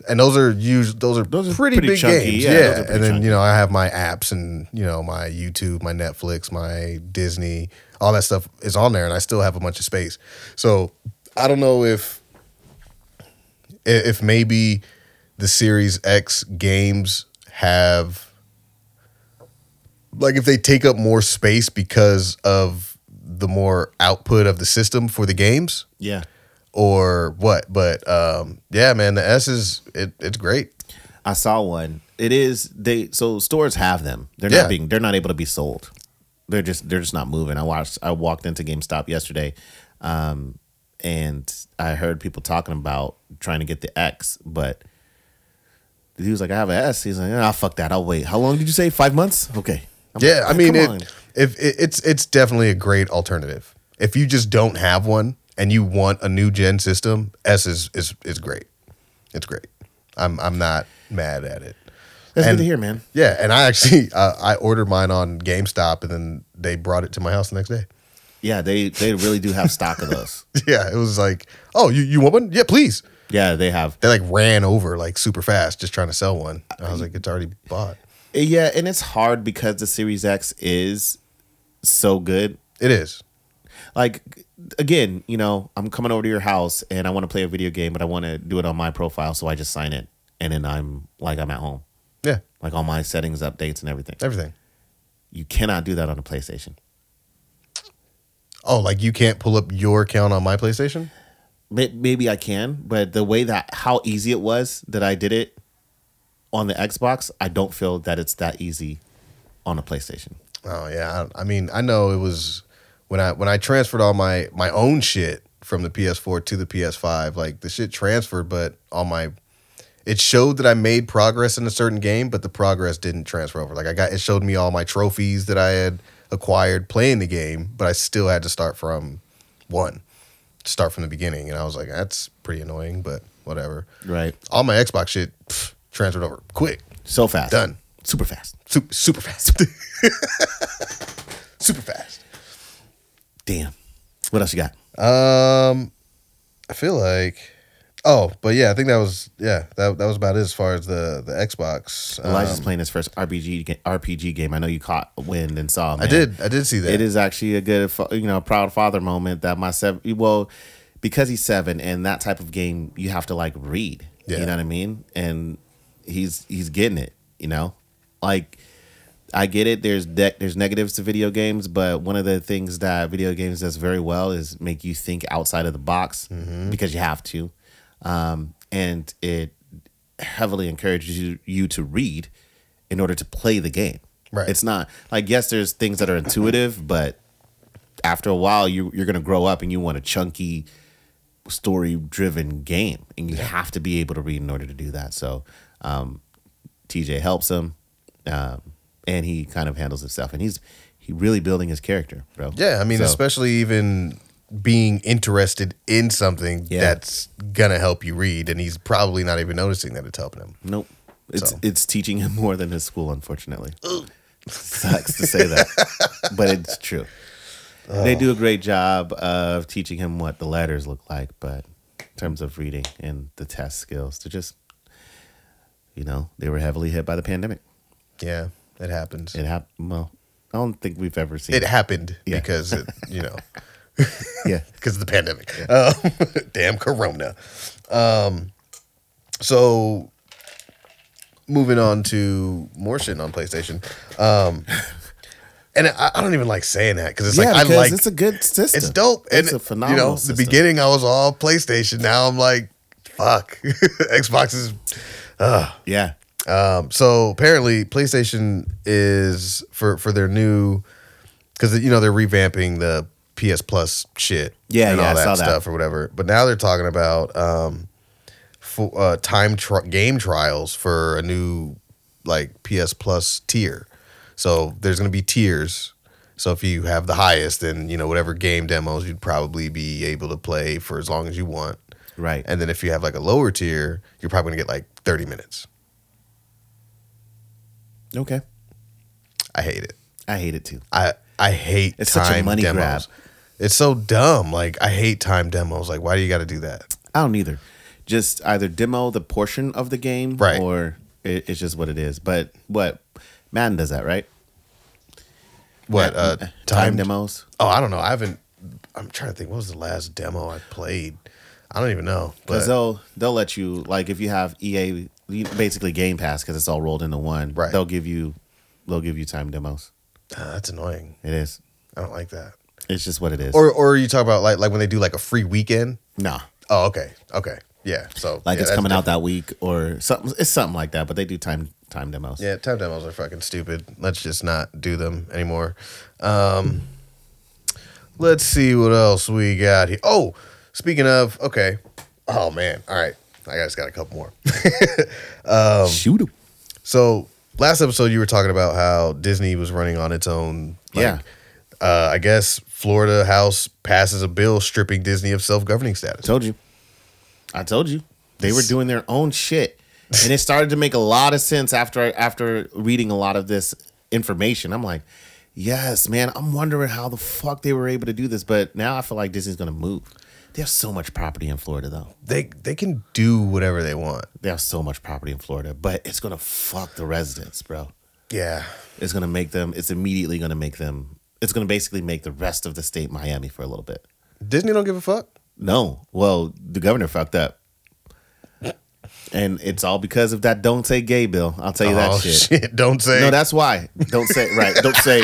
S1: And those are usually those are
S2: Those are
S1: pretty,
S2: pretty
S1: big
S2: chunky,
S1: games.
S2: yeah,
S1: Yeah.
S2: those are pretty
S1: and then,
S2: chunky.
S1: you know, I have my apps and, you know, my YouTube, my Netflix, my Disney, all that stuff is on there and I still have a bunch of space. So I don't know if i- if maybe the Series X games have like if they take up more space because of the more output of the system for the games
S2: Yeah,
S1: or what. But um, yeah, man, the S is it, it's great.
S2: I saw one. It is they so stores have them. They're
S1: Yeah.
S2: not being they're not able to be sold. They're just they're just not moving. I watched I walked into GameStop yesterday, um, and I heard people talking about trying to get the X, but he was like, I have an S. He's like, ah, fuck that. I'll wait. How long did you say? Five months? Okay. I'm
S1: Yeah,
S2: like,
S1: I mean,
S2: come on.
S1: it, if it, it's it's definitely a great alternative. If you just don't have one and you want a new gen system, S is is is great. It's great. I'm I'm not mad at it.
S2: that's good
S1: and-
S2: to hear, man.
S1: Yeah, and I actually (laughs) uh, I ordered mine on GameStop and then they brought it to my house the next day. (laughs)
S2: Yeah, they they really do have stock of (laughs) those.
S1: Yeah, it was like, oh, you you want one? Yeah, please.
S2: Yeah, they have.
S1: They like ran over like super fast just trying to sell one. I was like, it's already bought.
S2: Yeah, and it's hard because the Series X is so good.
S1: It is.
S2: like again you know i'm coming over to your house and i want to play a video game but i want to do it on my profile so i just sign in and then i'm like i'm at home
S1: Yeah,
S2: like all my settings updates and everything
S1: everything.
S2: you cannot do that on a playstation
S1: Oh, like you can't pull up your account on my PlayStation?
S2: May- maybe i can but the way that how easy it was that i did it on the xbox i don't feel that it's that easy on a playstation
S1: Oh yeah. I, I mean, I know it was when I when I transferred all my my own shit from the PS4 to the PS5. Like the shit transferred, but all my it showed that I made progress in a certain game, but the progress didn't transfer over. Like I got it showed me all my trophies that I had acquired playing the game, but I still had to start from one, start from the beginning, and I was like, that's pretty annoying, but whatever.
S2: right
S1: All my Xbox shit pff, transferred over quick.
S2: so fast
S1: Done.
S2: super fast
S1: super, super fast. (laughs) super fast.
S2: damn what else you got
S1: Um, I feel like. Oh, but yeah, I think that was yeah that that was about it as far as the the Xbox. Um,
S2: Elijah's playing his first RPG ga- RPG game. I know you caught wind and saw.
S1: I
S2: Man.
S1: did I did see that.
S2: It is actually a good, fa- you know, proud father moment that my seven. Well, because he's seven, and that type of game, you have to like read.
S1: Yeah.
S2: You know what I mean? And he's he's getting it. You know, like I get it. There's de- there's negatives to video games, but one of the things that video games does very well is make you think outside of the box
S1: Mm-hmm.
S2: because you have to, um, and it heavily encourages you you to read in order to play the game.
S1: Right.
S2: It's not like yes, there's things that are intuitive, but after a while, you you're gonna grow up and you want a chunky, story driven game, and you have to be able to read in order to do that. So, um, TJ helps him, um, and he kind of handles himself, and he's he really building his character, bro.
S1: Yeah, I mean,
S2: So,
S1: especially even being interested in something
S2: Yeah.
S1: that's gonna help you read, and he's probably not even noticing that it's helping him.
S2: Nope. It's
S1: So.
S2: it's teaching him (laughs) more than his school, unfortunately. Sucks to say (laughs) that, but it's true. They do a great job of teaching him what the letters look like, but in terms of reading and the test skills, they're just, you know, they were heavily hit by the pandemic.
S1: Yeah, it happens.
S2: It happened. Well, I don't think we've ever seen. (laughs)
S1: It happened
S2: Yeah.
S1: because it, you
S2: (laughs)
S1: know
S2: Yeah.
S1: because of the pandemic. (laughs) Um, damn Corona. Um, so moving on to more shit on PlayStation. Um, and I, I don't even like saying that because it's
S2: yeah,
S1: like I
S2: because
S1: like
S2: it's a good system.
S1: it's dope.
S2: It's
S1: and
S2: a phenomenal.
S1: You know,
S2: system.
S1: the beginning I was all PlayStation. Now I'm like, fuck, (laughs) Xbox is.
S2: Yeah.
S1: Um, so apparently, PlayStation is for for their new because you know they're revamping the PS Plus shit,
S2: Yeah,
S1: and
S2: yeah,
S1: all
S2: I
S1: that
S2: saw that.
S1: stuff or whatever. But now they're talking about um, for uh, time tri- game trials for a new like PS Plus tier. So there's gonna be tiers. So if you have the highest, then you know whatever game demos you'd probably be able to play for as long as you want.
S2: Right.
S1: And then if you have like a lower tier, you're probably gonna get like 30 minutes.
S2: Okay.
S1: I hate it.
S2: I hate it too.
S1: I I hate
S2: It's such
S1: time
S2: a money
S1: demos.
S2: grab.
S1: It's so dumb. Like I hate time demos. Like why do you got to do that?
S2: I don't either. Just either demo the portion of the game,
S1: Right.
S2: Or it, it's just what it is. But what Madden does that, right?
S1: What uh,
S2: time,
S1: time,
S2: demos.
S1: Oh, I don't know. I haven't. I'm trying to think. What was the last demo I played? I don't even know.
S2: Because
S1: But
S2: they'll they'll let you like if you have EA you- basically Game Pass because it's all rolled into one.
S1: Right.
S2: They'll give you they'll give you time demos.
S1: uh, that's annoying.
S2: It is.
S1: I don't like that.
S2: It's just what it is.
S1: Or or you talk about like like when they do like a free weekend.
S2: nah.
S1: Oh, okay, okay, yeah. So
S2: Like
S1: yeah,
S2: it's
S1: that's
S2: coming out that week or something. It's something like that. But they do time time demos.
S1: Yeah, time demos are fucking stupid. Let's just not do them anymore. Um, let's see what else we got here. Oh, speaking of, okay. Oh man, all right. I just got a couple more. (laughs)
S2: Shoot 'em.
S1: so last episode, you were talking about how Disney was running on its own.
S2: Yeah.
S1: Uh, I guess Florida House passes a bill stripping Disney of self-governing status.
S2: Told you. I told you. They were doing their own shit. And it started to make a lot of sense after after reading a lot of this information. I'm like, yes, man, I'm wondering how the fuck they were able to do this. But now I feel like Disney's gonna move. They have so much property in Florida though.
S1: They they can do whatever they want.
S2: They have so much property in Florida, but it's gonna fuck the residents, bro.
S1: Yeah.
S2: It's gonna make them it's immediately gonna make them it's gonna basically make the rest of the state Miami for a little bit.
S1: Disney don't give a fuck.
S2: No. Well, the governor fucked up. And it's all because of that don't say gay bill. I'll tell you that
S1: oh (laughs)
S2: shit.
S1: Don't say.
S2: No, that's why. Don't say right. Don't say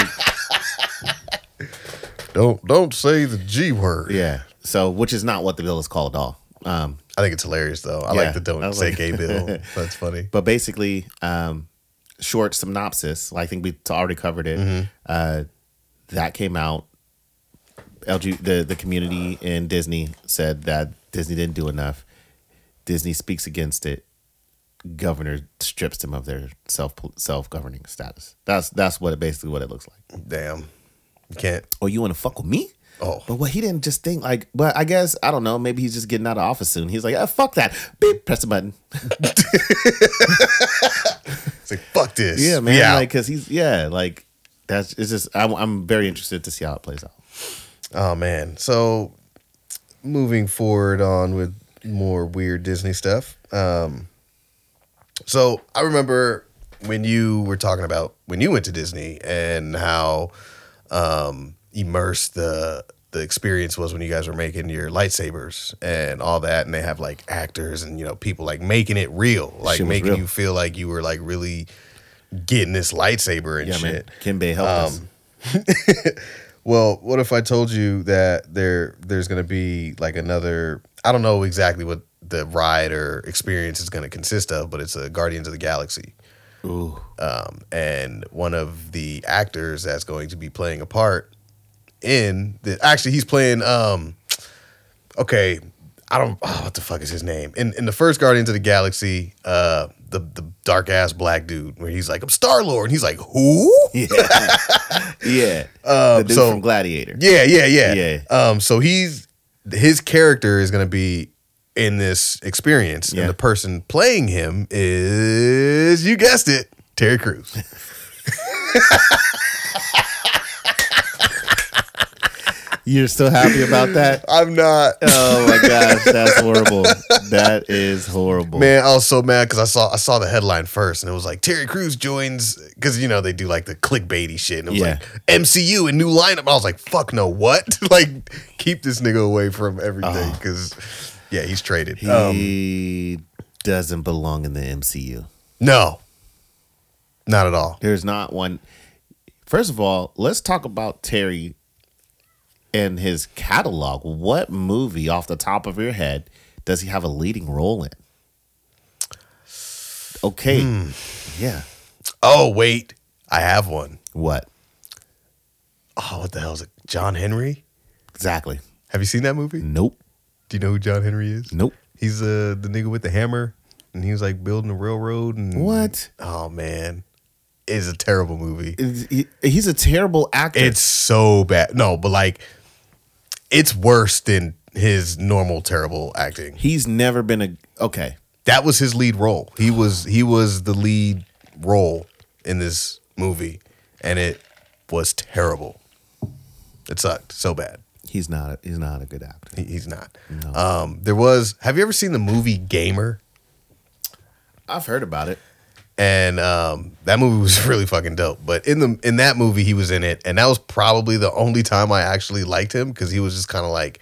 S1: don't don't say the G word.
S2: yeah. So which is not what the bill is called at all. Um,
S1: I think it's hilarious though. I
S2: Yeah,
S1: like the
S2: I
S1: don't
S2: was
S1: say
S2: like-
S1: gay
S2: (laughs)
S1: bill. That's funny.
S2: but basically, um, short synopsis. I think we already covered it. Uh, that came out. LG, the the community in Disney said that Disney didn't do enough. Disney speaks against it. Governor strips them of their self self governing status. That's that's what it, basically what it looks like.
S1: Damn. You can't.
S2: Oh, you want to fuck with me?
S1: Oh.
S2: But what he didn't just think like, but I guess I don't know. Maybe he's just getting out of office soon. He's like, ah, fuck that. Beep, press the button.
S1: It's like, fuck this.
S2: Yeah, man.
S1: We
S2: Yeah.
S1: out.
S2: Like, cause he's yeah, like that's it's just I'm I'm very interested to see how it plays out.
S1: oh, man. So moving forward on with more weird Disney stuff. Um, so I remember when you were talking about when you went to Disney and how um, immersed the the experience was when you guys were making your lightsabers and all that, and they have like actors and you know people like making it real, like
S2: shit was
S1: making
S2: real.
S1: you feel like you were like really getting this lightsaber and
S2: Yeah, man.
S1: shit.
S2: Kimbe helped us.
S1: Well, what if I told you that there there's going to be like another I don't know exactly what the ride or experience is going to consist of, but it's a Guardians of the Galaxy.
S2: Ooh.
S1: Um, and one of the actors that's going to be playing a part in the actually he's playing um okay, I don't oh, what the fuck is his name? In in the first Guardians of the Galaxy, uh the, the dark ass black dude where he's like, I'm Star Lord. And he's like, Who?
S2: Yeah. yeah. the (laughs)
S1: Um,
S2: dude
S1: so-
S2: from Gladiator.
S1: Yeah, yeah, yeah.
S2: Yeah.
S1: Um, so he's his character is gonna be in this experience,
S2: Yeah.
S1: and the person playing him is you guessed it, Terry
S2: (laughs)
S1: Crews.
S2: You're still happy about that?
S1: I'm not
S2: (laughs) Oh my gosh, that's horrible. That is horrible.
S1: man. I was so mad because I saw I saw the headline first, and it was like Terry Crews joins because you know they do like the clickbaity shit, and it was
S2: Yeah.
S1: like MCU and new lineup. I was like, fuck no, what? (laughs) like keep this nigga away from everything
S2: Uh-huh.
S1: because yeah, he's traded. Um,
S2: He doesn't belong in the MCU.
S1: no, not at all.
S2: There's not one. First of all, let's talk about Terry and his catalog. What movie, off the top of your head, does he have a leading role in? Okay.
S1: Hmm.
S2: Yeah.
S1: Oh wait, I have one.
S2: What?
S1: Oh, what the hell is it? John Henry?
S2: Exactly.
S1: Have you seen that movie?
S2: Nope.
S1: Do you know who John Henry is?
S2: Nope.
S1: He's uh, the nigga with the hammer, and he was like building a railroad. And
S2: What?
S1: Oh man, it's a terrible movie.
S2: Is- he- He's a terrible actor.
S1: It's so bad. No, but like, it's worse than his normal terrible acting.
S2: He's never been a. Okay.
S1: That was his lead role. He was he was the lead role in this movie, and it was terrible. It sucked so bad.
S2: He's not. A, he's not a good actor.
S1: He- He's not.
S2: No.
S1: Um, there was. Have you ever seen the movie Gamer?
S2: I've heard about it.
S1: And um, that movie was (laughs) really fucking dope. But in the in that movie, he was in it, and that was probably the only time I actually liked him because he was just kind of like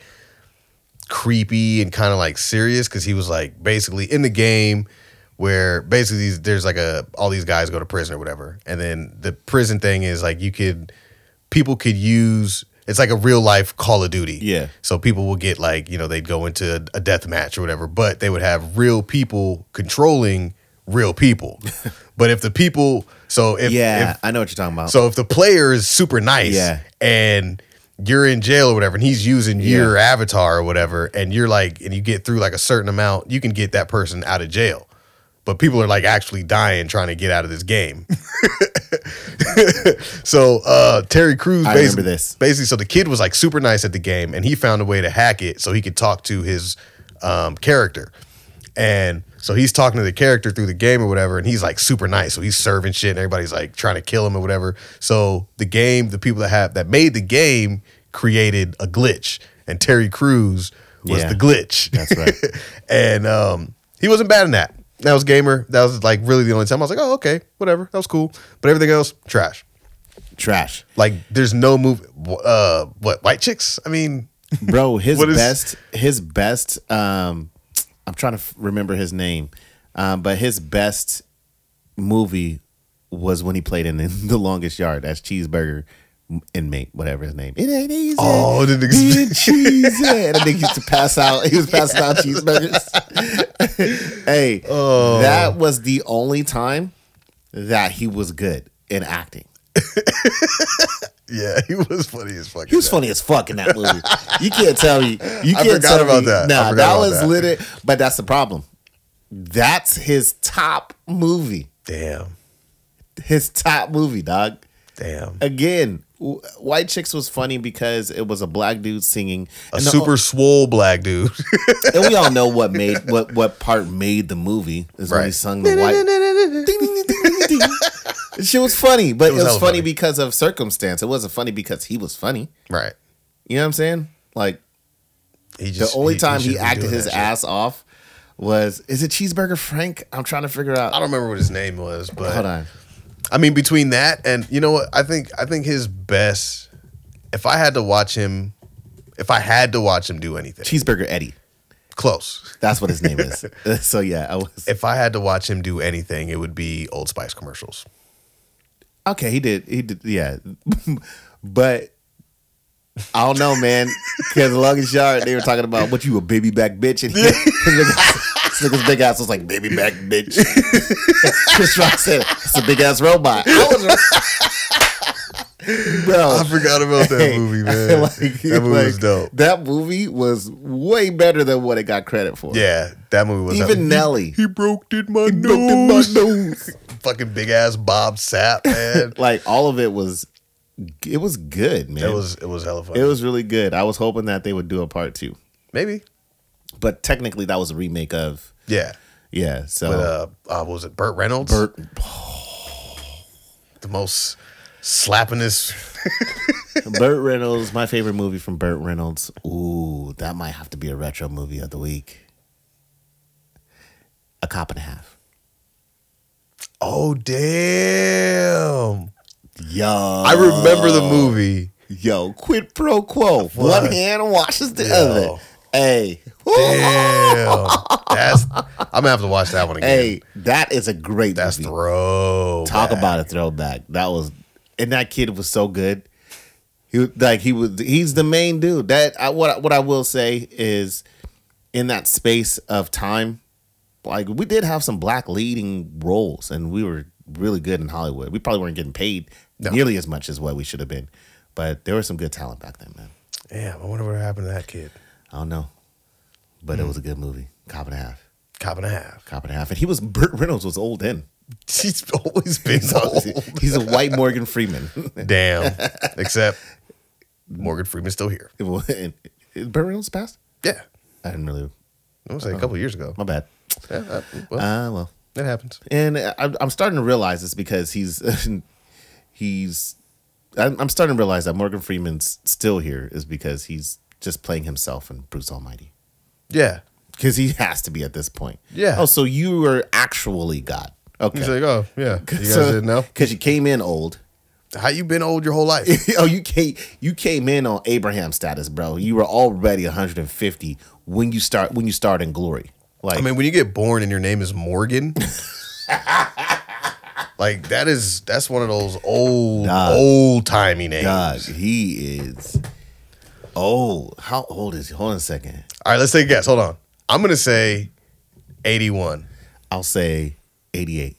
S1: creepy and kind of like serious because he was like basically in the game where basically these- there's like a all these guys go to prison or whatever and then the prison thing is like you could people could use it's like a real life call of duty
S2: Yeah.
S1: so people will get like you know they'd go into a death match or whatever but they would have real people controlling real people but if the people so if,
S2: yeah,
S1: if
S2: I know what you're talking about.
S1: so if the player is super nice
S2: Yeah.
S1: and you're in jail or whatever, and he's using your avatar or whatever, and you're like, and you get through like a certain amount, you can get that person out of jail. But people are like actually dying trying to get out of this game. (laughs) so uh, Terry Crews
S2: I
S1: basically,
S2: remember this.
S1: basically, so the kid was like super nice at the game, and he found a way to hack it so he could talk to his um, character. And so he's talking to the character through the game or whatever, and he's like super nice. So he's serving shit, and everybody's like trying to kill him or whatever. So the game, the people that have that made the game created a glitch, and Terry Crews was
S2: Yeah.
S1: the glitch.
S2: That's right.
S1: (laughs) and um, he wasn't bad in that. That was gamer. That was like really the only time I was like, oh okay, whatever, that was cool. But everything else, trash.
S2: Trash,
S1: Like there's no move. Uh, what white chicks? I mean,
S2: bro. His
S1: What is-
S2: best. His best. Um, I'm trying to f- remember his name, um, but his best movie was when he played in, (laughs) the longest yard as cheeseburger inmate, whatever his name. It ain't easy.
S1: Oh, the nigga's-
S2: Being cheesy. And I think he used to pass out. He was passing out cheeseburgers. (laughs) hey,
S1: Oh.
S2: that was the only time that he was good in acting.
S1: (laughs) yeah, he was funny as fuck.
S2: He was funny as fuck in that movie. You can't tell me. You can't
S1: forgot
S2: tell
S1: about
S2: me.
S1: that. (laughs) I
S2: Nah,
S1: forgot
S2: that
S1: about
S2: was
S1: that.
S2: lit. But that's the problem. That's his top movie.
S1: Damn,
S2: His top movie, dog.
S1: damn.
S2: Again, w- White Chicks was funny because it was a black dude singing.
S1: A
S2: and the-
S1: super swole black dude. (laughs)
S2: and we all know what made what what part made the movie is when he
S1: Right.
S2: sung the white. Ding, ding, ding, ding,
S1: (laughs)
S2: ding, ding. She was funny, but it was,
S1: was hella
S2: funny,
S1: funny.
S2: because of circumstance. It wasn't funny because he was funny.
S1: right.
S2: You know what I'm saying? Like
S1: He
S2: The
S1: just
S2: only time he,
S1: shouldn't be
S2: acted
S1: doing
S2: his
S1: that shit.
S2: ass off was is it Cheeseburger Frank? I'm trying to figure
S1: I
S2: out.
S1: don't remember what his name was, but
S2: Hold on.
S1: I mean, between that and you know what, I think I think his best. If I had to watch him, if I had to watch him do anything,
S2: Cheeseburger Eddie.
S1: close.
S2: That's what his
S1: (laughs)
S2: name is. (laughs) so yeah, I was
S1: If I had to watch him do anything, it would be Old Spice commercials.
S2: okay. He did. He did. Yeah, (laughs) but I don't know, man. Because Longest Yard, they were talking about what you a baby back bitch, and he, (laughs) his, big ass, his big ass was like baby back bitch. (laughs)
S1: (laughs)
S2: Chris Rock said it's a big ass robot. I was Bro,
S1: I forgot about (laughs) that
S2: hey, (laughs)
S1: movie, man.
S2: like-
S1: that movie was
S2: like,
S1: dope.
S2: That movie was way better than what it got credit for.
S1: Yeah, that movie was
S2: Even
S1: that,
S2: Nelly.
S1: (laughs) He broke did my
S2: looked in my
S1: nose.
S2: nose.
S1: Fucking big ass Bob Sapp,
S2: (laughs)
S1: man.
S2: like all of it was, it was good, man.
S1: it was it was hella funny.
S2: it was really good. I was hoping that they would do a part two,
S1: maybe.
S2: but technically that was a remake of
S1: Yeah.
S2: yeah. So
S1: But uh, uh what was it Burt Reynolds?
S2: Burt, (laughs)
S1: The most slappingest
S2: Burt Reynolds, my favorite movie from Burt Reynolds. Ooh, that might have to be a retro movie of the week. A cop and a half.
S1: Oh damn. Oh.
S2: Yo,
S1: I remember the movie.
S2: Yo, quid pro quo. One hand washes the
S1: Yo.
S2: other. Hey, Woo.
S1: (laughs) Damn. That's I'm gonna have to watch that one again.
S2: hey, that is a great
S1: That's
S2: movie.
S1: throw.
S2: Talk about a throwback. That was, and that kid was so good. He was- like he was. He's the main dude. That I, what what I will say is, in that space of time, like we did have some black leading roles, and we were really good in Hollywood. We probably weren't getting paid
S1: No.
S2: nearly as much as what we should have been, but there was some good talent back then, man.
S1: Damn, I wonder what happened to that kid.
S2: I don't know, but
S1: Hmm.
S2: it was a good movie. Cop and a half,
S1: Cop and a half.
S2: cop and a half, and he was (laughs) Burt Reynolds was old then.
S1: (laughs) He's always been old.
S2: He's a white
S1: (laughs)
S2: Morgan Freeman. (laughs)
S1: Damn. Except Morgan Freeman's still here.
S2: It wa- and- is Burt Reynolds passed?
S1: Yeah.
S2: I didn't really.
S1: I was like a couple years ago.
S2: My bad.
S1: Yeah, Oh. uh, well,
S2: Uh, well,
S1: that happens.
S2: and I'm, I'm starting to realize this because he's (laughs) he's. I'm, I'm starting to realize that Morgan Freeman's still here is because he's just playing himself in Bruce Almighty
S1: Yeah.
S2: because he has to be at this point.
S1: Yeah.
S2: Oh, so you were actually God. Okay. (laughs)
S1: He's like, oh yeah. You guys didn't know
S2: because you came in old.
S1: how you been old your whole life.
S2: (laughs) oh, you came you came in on Abraham status, bro. You were already 150 when you start when you start in glory. Like
S1: I mean, when you get born and your name is (laughs) Morgan, like that is that's one of those old
S2: Dog.
S1: old timey names.
S2: God, he is old. How old is he? Hold on a second.
S1: All right, let's take a guess. Hold on. I'm gonna say 81.
S2: I'll say 88.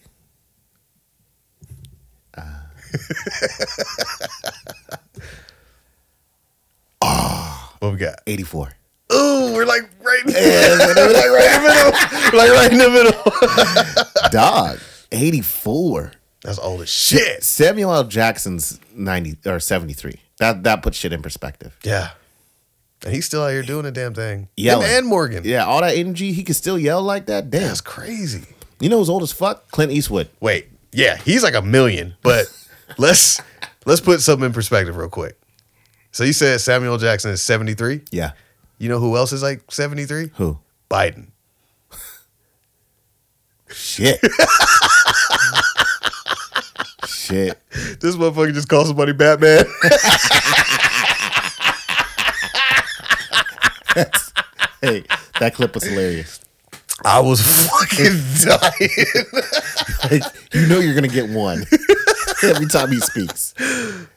S1: What we got?
S2: (laughs) 84.
S1: Ooh, we're like right, we're like right in the middle. We're, (laughs) like right in the middle. (laughs)
S2: Dog, 84.
S1: That's old as shit.
S2: Samuel L. Jackson's 90 or 73. That that puts shit in perspective.
S1: Yeah, and he's still out here doing the damn thing.
S2: Yelling.
S1: Him and Morgan.
S2: Yeah, all that energy, he could still yell like that. Damn.
S1: that's crazy.
S2: You know who's old as fuck? Clint Eastwood.
S1: Wait, yeah, he's like a million,
S2: (laughs)
S1: but let's let's put something in perspective real quick. So you said Samuel Jackson is 73.
S2: Yeah.
S1: You know who else is like 73?
S2: Who?
S1: Biden.
S2: Shit. Shit.
S1: This motherfucker just called somebody
S2: (laughs)
S1: Batman.
S2: Hey, that clip was hilarious. (laughs)
S1: I was (laughs) fucking dying.
S2: Like, you know you're gonna get one (laughs) every time he speaks.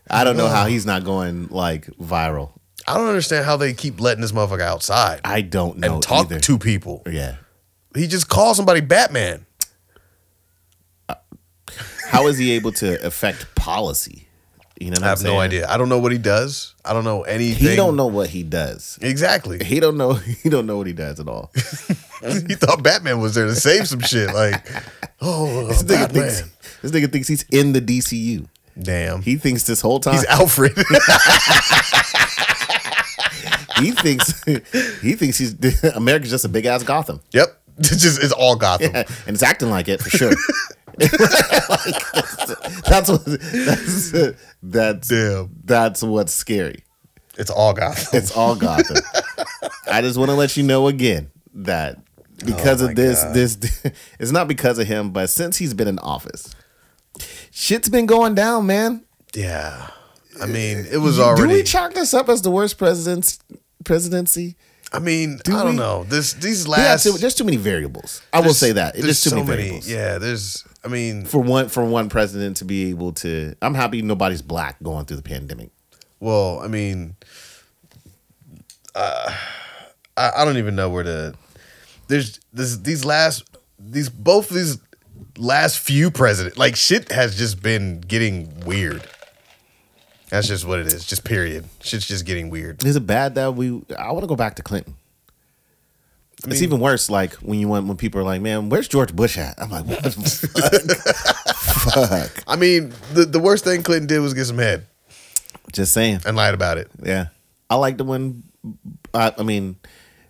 S2: I don't know how he's not going like viral.
S1: I don't understand how they keep letting this motherfucker outside
S2: I don't know
S1: and talk
S2: either.
S1: to people.
S2: yeah.
S1: He just called somebody Batman.
S2: How is he able to affect policy? You know, what
S1: I have
S2: I'm
S1: no
S2: saying?
S1: idea. I don't know what he does. I don't know anything.
S2: He don't know what he does.
S1: exactly. (laughs)
S2: (laughs) He don't know. He don't know what he does at all.
S1: he thought Batman was there to save some shit.
S2: (laughs)
S1: Like, oh,
S2: This nigga,
S1: Batman.
S2: thinks, this nigga thinks he's in the DCU.
S1: Damn.
S2: He thinks this whole time
S1: He's (laughs) Alfred.
S2: he thinks (laughs) he thinks he's (laughs) America's just a big ass Gotham,
S1: yep. It's just it's all Gotham.
S2: (laughs) and it's acting like it
S1: (laughs)
S2: for sure. Like, that's what that's that's
S1: Damn.
S2: that's what's scary.
S1: It's all Gotham.
S2: It's all Gotham. I just want to let you know again that because
S1: Oh my
S2: of this, this (laughs) it's not because of him, but since he's been in office, shit's been going down, man.
S1: (laughs) yeah. I mean, it was
S2: Do we
S1: already.
S2: chalk this up as the worst president's presidency?
S1: I mean, I don't
S2: we-
S1: know. This these
S2: We have
S1: last.
S2: too- there's too many variables. I will say that. There's, too
S1: so
S2: many variables.
S1: Yeah. There's. I mean,
S2: For one for one president to be able to I'm happy nobody's black going through the pandemic.
S1: well, I mean, uh, I I don't even know where to. There's this these last these both these last few president like shit has just been getting weird. That's just what it is. Just period. Shit's just getting weird.
S2: Is it bad that we? I want to go back to Clinton. it's
S1: mean-
S2: even worse. Like when you want when people are like, "Man, where's George Bush at?" I'm like, "What? the fuck? (laughs) fuck."
S1: I mean, the, the worst thing Clinton did was get some head
S2: Just saying.
S1: and lied about it.
S2: Yeah, I like the one. I, I mean,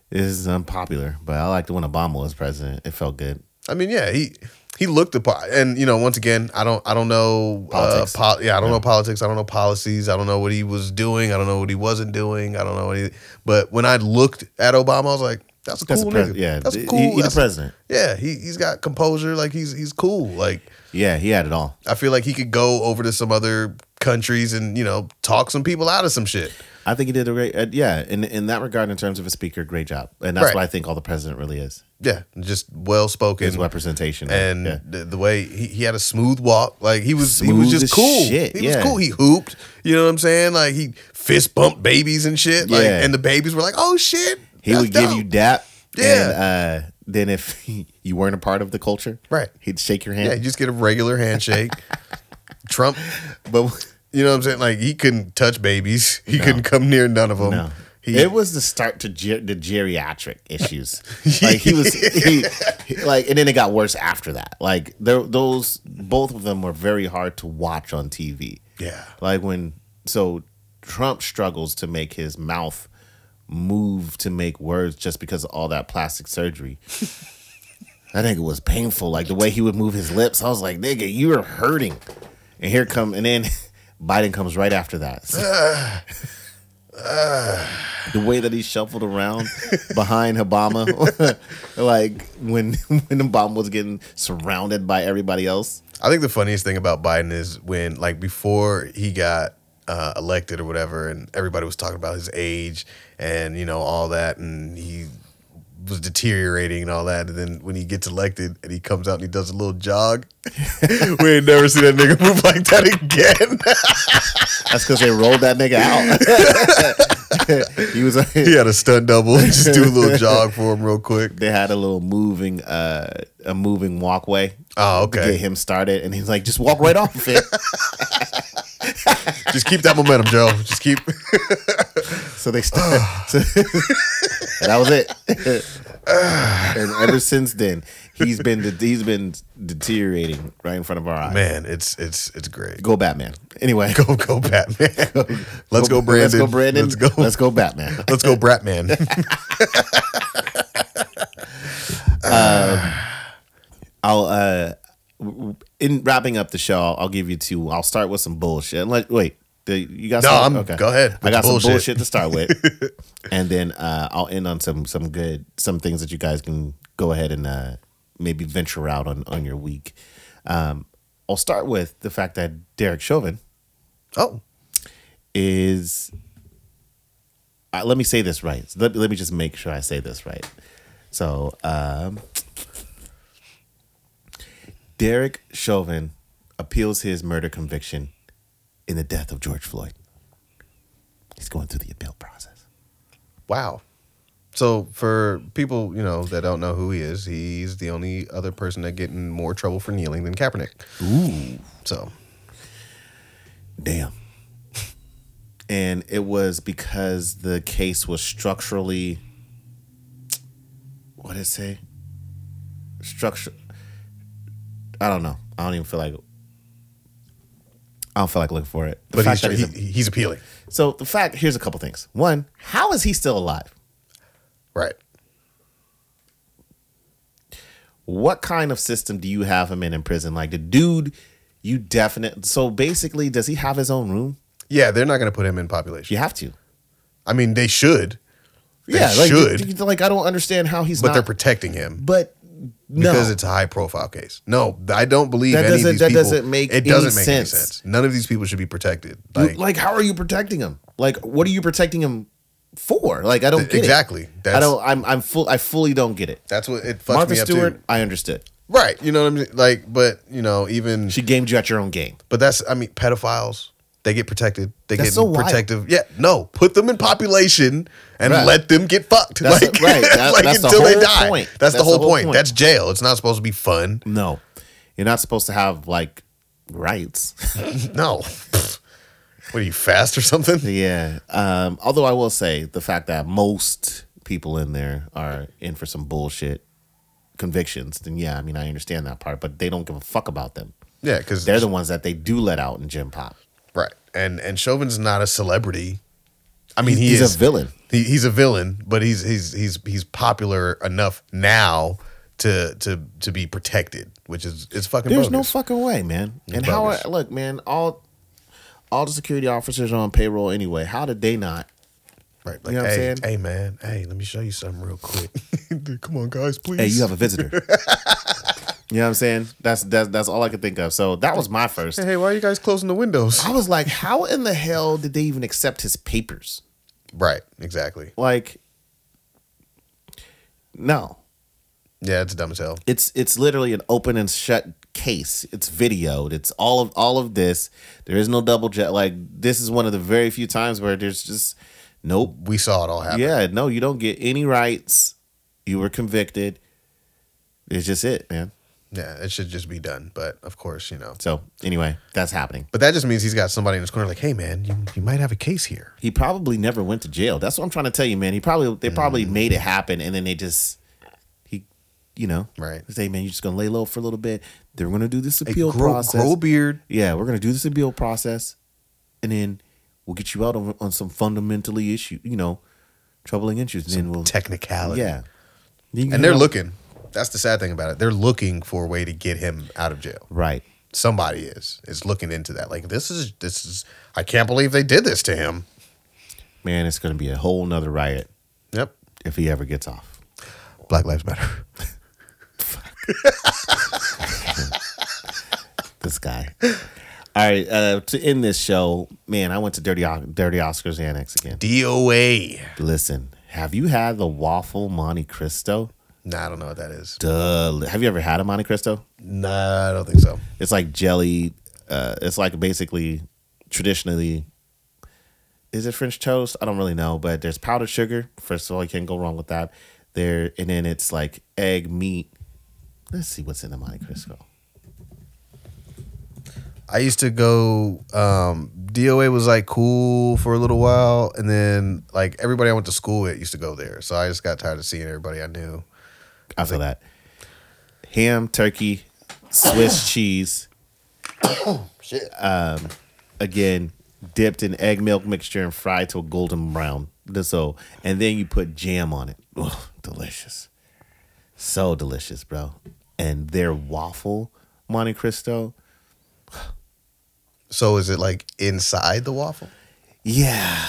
S2: this is unpopular, but I like the when Obama was president. It felt good.
S1: I mean, yeah, he he looked the part, and you know, once again, I don't I don't know
S2: Politics.
S1: Uh, pol- yeah, I don't know politics. I don't know policies. I don't know what he was doing. I don't know what he wasn't doing. I don't know anything. But when I looked at Obama, I was like, that's a
S2: That's
S1: cool
S2: a pres-
S1: nigga.
S2: yeah,
S1: that's
S2: he-
S1: a cool.
S2: he the
S1: that's-
S2: president.
S1: Yeah, he he's got composure. Like he's he's cool. Like
S2: Yeah, he had it all.
S1: I feel like he could go over to some other countries and you know talk some people out of some shit.
S2: I think he did a great. Uh, yeah, in in that regard, in terms of a speaker, great job, and that's
S1: Right.
S2: what I think all the president really is.
S1: Yeah, just well
S2: His
S1: spoken.
S2: representation right?
S1: and
S2: Yeah.
S1: the, the way he, he had a smooth walk, like he was he was
S2: Smooth as
S1: just cool.
S2: shit,
S1: he
S2: yeah.
S1: was cool. He hooped. You know what I'm saying? Like he fist bumped babies and shit. Like
S2: Yeah.
S1: and the babies were like, "Oh shit!"
S2: he
S1: that's
S2: would give
S1: dope."
S2: you dap.
S1: Yeah.
S2: And, uh, then if (laughs) you weren't a part of the culture,
S1: Right.
S2: he'd shake your
S1: yeah,
S2: hand.
S1: you just get a regular
S2: (laughs)
S1: handshake. Trump,
S2: But
S1: you know what I'm saying? Like he couldn't touch babies. He couldn't come near none of them.
S2: No.
S1: (laughs) He,
S2: it was the start to ger- the geriatric
S1: (laughs)
S2: issues. like he was he, he- like and then it got worse after that. Like there those both of them were very hard to watch on TV.
S1: yeah,
S2: Like when so Trump struggles to make his mouth move to make words just because of all that plastic surgery. that nigga was painful. Like the way he would move his lips, I was like, nigga, you are hurting. And here come and then (laughs) Biden comes right after that. the way that he shuffled around behind Obama, (laughs) like when (laughs) when Obama was getting surrounded by everybody else.
S1: I think the funniest thing about Biden is when, like, before he got uh, elected or whatever, and everybody was talking about his age and you know all that, and he was deteriorating and all that. And then when he gets elected and he comes out and he does a little jog, (laughs) we ain't never seen that nigga move like that again. (laughs)
S2: That's because they rolled that nigga out. (laughs) he was.
S1: he had a stunt double, (laughs) just do a little jog for him real quick.
S2: They had a little moving, uh, a moving walkway.
S1: Oh,
S2: To get
S1: okay.
S2: him started, and he's like, "Just walk right
S1: (laughs)
S2: off it."
S1: Just keep that momentum, Joe. Just keep. (laughs)
S2: So they started. so, (laughs) and that
S1: (sighs)
S2: was it. and ever since then, he's been he's been deteriorating right in front of our eyes.
S1: Man, it's it's it's great.
S2: Go Batman. Anyway,
S1: Go go Batman. Let's go Brandon.
S2: Let's go Brandon.
S1: Let's go.
S2: Let's go Batman.
S1: Let's go,
S2: (laughs)
S1: Bratman.
S2: I'll uh w- w- in wrapping up the show, I'll, I'll give you two. I'll start with some bullshit. Let, wait, the, you got
S1: No,
S2: some,
S1: I'm- go ahead
S2: I
S1: with
S2: got
S1: the
S2: some
S1: bullshit.
S2: bullshit to start with,
S1: (laughs)
S2: and then uh, I'll end on some some good some things that you guys can go ahead and uh, maybe venture out on on your week. Um, I'll start with the fact that Derek Chauvin
S1: oh,
S2: is uh, let me say this right. Let, let me just make sure I say this right. So, um, Derek Chauvin appeals his murder conviction in the death of George Floyd. He's going through the appeal process.
S1: wow. So for people, you know, that don't know who he is, he's the only other person that get in more trouble for kneeling than Kaepernick.
S2: Ooh,
S1: So
S2: damn. And it was because the case was structurally, what did it say? Structure. I don't know. I don't even feel like. I don't feel like looking for it. The
S1: but he's,
S2: fact that
S1: he,
S2: he's a-
S1: he's appealing.
S2: so the fact here's a couple things. One, how is he still alive?
S1: Right.
S2: What kind of system do you have him in in prison? Like the dude, you definite. So basically, does he have his own room?
S1: Yeah, they're not going to put him in population.
S2: You have to.
S1: I mean, they should, They
S2: like,
S1: should.
S2: d- d- like I don't understand how he's
S1: but
S2: not.
S1: they're protecting him
S2: but no,
S1: because it's a high profile case. No, I don't believe
S2: That
S1: any of
S2: doesn't-
S1: these
S2: that
S1: people.
S2: doesn't make
S1: it
S2: any
S1: doesn't make
S2: sense.
S1: any sense. None of these people should be protected.
S2: You-
S1: Like,
S2: like, how are you protecting him? Like what are you protecting him for? Like I don't get
S1: exactly.
S2: it.
S1: That's
S2: I don't. I'm. I'm full. I fully don't get it.
S1: that's what it fucks
S2: Martha
S1: me up
S2: Stewart,
S1: too.
S2: I understood.
S1: Right. You know what I'm like, but you know, even
S2: She gamed you at your own game.
S1: But that's I mean pedophiles. They get protected. They
S2: That's
S1: get
S2: so wild.
S1: protective. Yeah, no, put them in population and
S2: Right.
S1: let them get fucked.
S2: That's-
S1: like, (laughs)
S2: right, that-
S1: like
S2: that's the
S1: until they
S2: whole
S1: die.
S2: point.
S1: That's, the whole, point. That's jail. It's not supposed to be
S2: (laughs)
S1: fun.
S2: No,
S1: (laughs)
S2: you're not supposed to have like rights.
S1: No, What are you fast or
S2: (laughs)
S1: something?
S2: Yeah. Um, although I will say the fact that most people in there are in for some bullshit convictions, then yeah, I mean I understand that part, but they don't give a fuck about them.
S1: Yeah, because
S2: They're the ones that they do let out in Jim Pop.
S1: right. And and Chauvin's not a celebrity. I mean, he
S2: He's
S1: is
S2: a villain.
S1: He, he's a villain, but he's he's he's he's popular enough now to to to be protected, which is it's fucking.
S2: There's no
S1: bogus.
S2: fucking way, man. And how
S1: bogus.
S2: are, look, man, all all the security officers are on payroll anyway. How did they not?
S1: right. Like,
S2: know what I'm
S1: hey,
S2: saying?
S1: hey, man, hey, let me show you something real (laughs) quick. Come on, guys, please.
S2: Hey, you have a visitor. (laughs) you know what I'm saying? That's that's that's all I could think of. So that was my first.
S1: Hey, hey, why are you guys closing the windows?
S2: I was like, how in the hell did they even accept his papers?
S1: (laughs) Right. Exactly.
S2: Like, no,
S1: Yeah, it's dumb as hell.
S2: it's it's literally an open and shut case. It's videoed. It's all of all of this. There is no double jet. Like this is one of the very few times where there's just nope.
S1: We saw it all happen.
S2: Yeah, no, you don't get any rights. You were convicted. It's just it, man.
S1: Yeah, it should just be done. But of course, you know.
S2: So anyway, that's happening.
S1: But that just means he's got somebody in his corner, like, hey, man, you, you might have a case here.
S2: He probably never went to jail. That's what I'm trying to tell you, man. He probably they
S1: Mm.
S2: probably made it happen, and then they just he, you know,
S1: Right.
S2: Say, man, you're just gonna lay low for a little bit. They're gonna do this
S1: Hey,
S2: appeal
S1: grow,
S2: process.
S1: grow a beard.
S2: yeah, we're gonna do this appeal process, and then we'll get you out on, on some fundamentally issue, you know, troubling issues. And then we'll
S1: Technicality.
S2: yeah,
S1: And they're looking. That's the sad thing about it. They're looking for a way to get him out of jail.
S2: right.
S1: Somebody is is looking into that. Like this is this is. I can't believe they did this to him.
S2: Man, it's gonna be a whole nother riot
S1: Yep.
S2: if he ever gets off.
S1: Black Lives Matter. (laughs)
S2: This guy. (gasps) All right, uh, to end this show, man, I went to Dirty O- Dirty Oscars Annex again.
S1: DOA.
S2: Listen, have you had the waffle Monte Cristo?
S1: Nah, I don't know what that is.
S2: Duh. Have you ever had a Monte Cristo?
S1: Nah, I don't think so.
S2: It's like jelly. Uh, it's like basically traditionally. Is it French toast? I don't really know, but there's powdered sugar. First of all, you can't go wrong with that. There and then it's like egg, meat. Let's see what's in the Monte Cristo.
S1: I used to go. Um, DOA was like cool for a little while, and then like everybody I went to school with used to go there. So I just got tired of seeing everybody I knew.
S2: I feel that. Ham, turkey, Swiss (coughs) cheese. um,
S1: Shit.
S2: again dipped in egg milk mixture and fried to a golden brown. So, and then you put jam on it. Ugh, delicious. So delicious, bro. And their waffle Monte Cristo.
S1: So is it like inside the waffle?
S2: Yeah.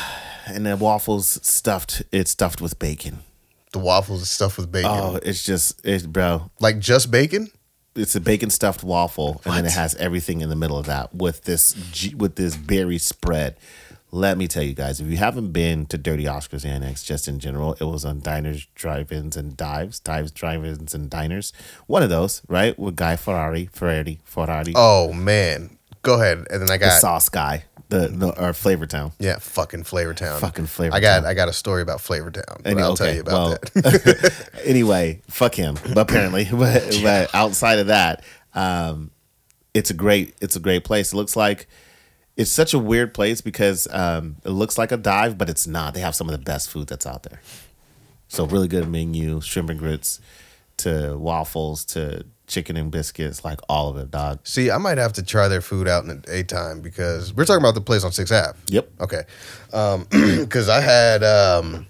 S2: And the waffles stuffed, it's stuffed with bacon.
S1: The waffles is stuffed with bacon,
S2: Oh, it's just it's bro.
S1: like just bacon.
S2: It's a bacon stuffed waffle and then it has everything in the middle of that with this g- with this berry spread. Let me tell you guys, if you haven't been to Dirty Oscars Annex just in general, it was on Diners, Drive-Ins and Dives, Dives, Drive-Ins and Diners. One of those, right? With Guy Ferrari, Ferrari, Ferrari,
S1: Oh man, go ahead. And then I
S2: the
S1: got
S2: Sauce Guy, the, the or Flavor Town.
S1: yeah, fucking Flavor Town.
S2: Fucking Flavor
S1: I got
S2: Town.
S1: I got a story about Flavor Town. But
S2: Any-
S1: I'll
S2: okay,
S1: tell you about
S2: well,
S1: that.
S2: (laughs) anyway, fuck him. (laughs) Apparently, but, but outside of that, um, it's a great it's a great place. It looks like it's such a weird place because um, it looks like a dive, but it's not. They have some of the best food that's out there. So really good menu, shrimp and grits, to waffles, to chicken and biscuits, like all of it, dog.
S1: See, I might have to try their food out in the daytime because we're talking about the place on Sixth Ave.
S2: Yep.
S1: Okay. (clears throat) Because I had, um,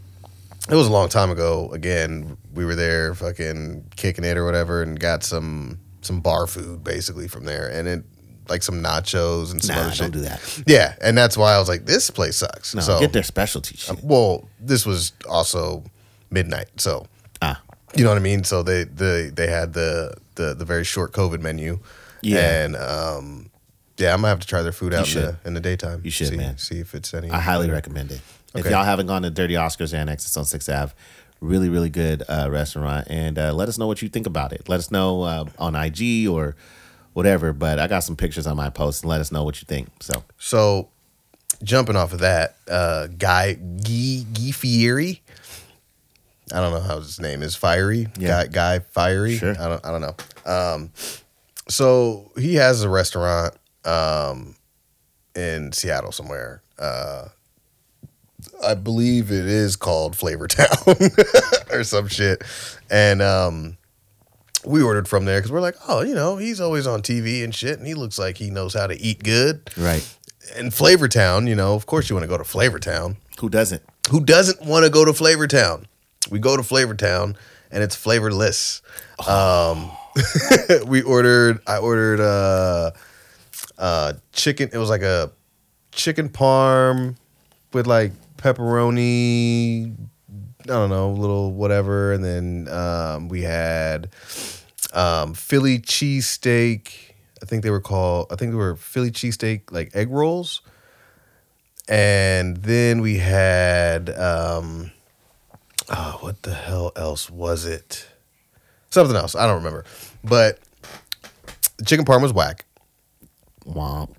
S1: it was a long time ago. Again, we were there fucking kicking it or whatever and got some some bar food basically from there. And it, like some nachos and some
S2: Nah,
S1: other
S2: don't
S1: shit.
S2: do that.
S1: Yeah. And that's why I was like, this place sucks.
S2: No,
S1: so,
S2: get their specialty shit.
S1: well, this was also midnight. So,
S2: ah,
S1: you know what I mean? So they the they had the the the very short COVID menu.
S2: Yeah.
S1: And um yeah, I'm gonna have to try their food out in the, in the daytime.
S2: You should,
S1: see,
S2: man.
S1: See if it's any.
S2: I highly recommend it. If
S1: Okay.
S2: y'all haven't gone to Dirty Oscars Annex, it's on Sixth Ave. Really, really good uh, restaurant, and uh, let us know what you think about it. Let us know uh, on IG or whatever. But I got some pictures on my post, and let us know what you think. So
S1: so jumping off of that, uh, guy Guy Guy Fieri. I don't know how his name is. Fiery
S2: Yeah.
S1: guy. Guy Fiery.
S2: Sure.
S1: I don't. I don't know. Um, so he has a restaurant. Um, in Seattle somewhere. Uh, I believe it is called Flavor Town (laughs) or some shit. And um, we ordered from there because we're like, oh, you know, he's always on TV and shit, and he looks like he knows how to eat good.
S2: Right.
S1: And Flavor Town, you know, of course you want to go to Flavor Town.
S2: Who doesn't?
S1: Who doesn't want to go to Flavor Town? We go to Flavor Town, and it's flavorless. Um, (laughs) we ordered. I ordered uh, uh, chicken. It was like a chicken parm with like pepperoni. I don't know, little whatever, and then um, we had um, Philly cheesesteak. I think they were called. I think they were Philly cheesesteak like egg rolls and then we had um oh what the hell else was it something else i don't remember but chicken parm was whack
S2: Wow.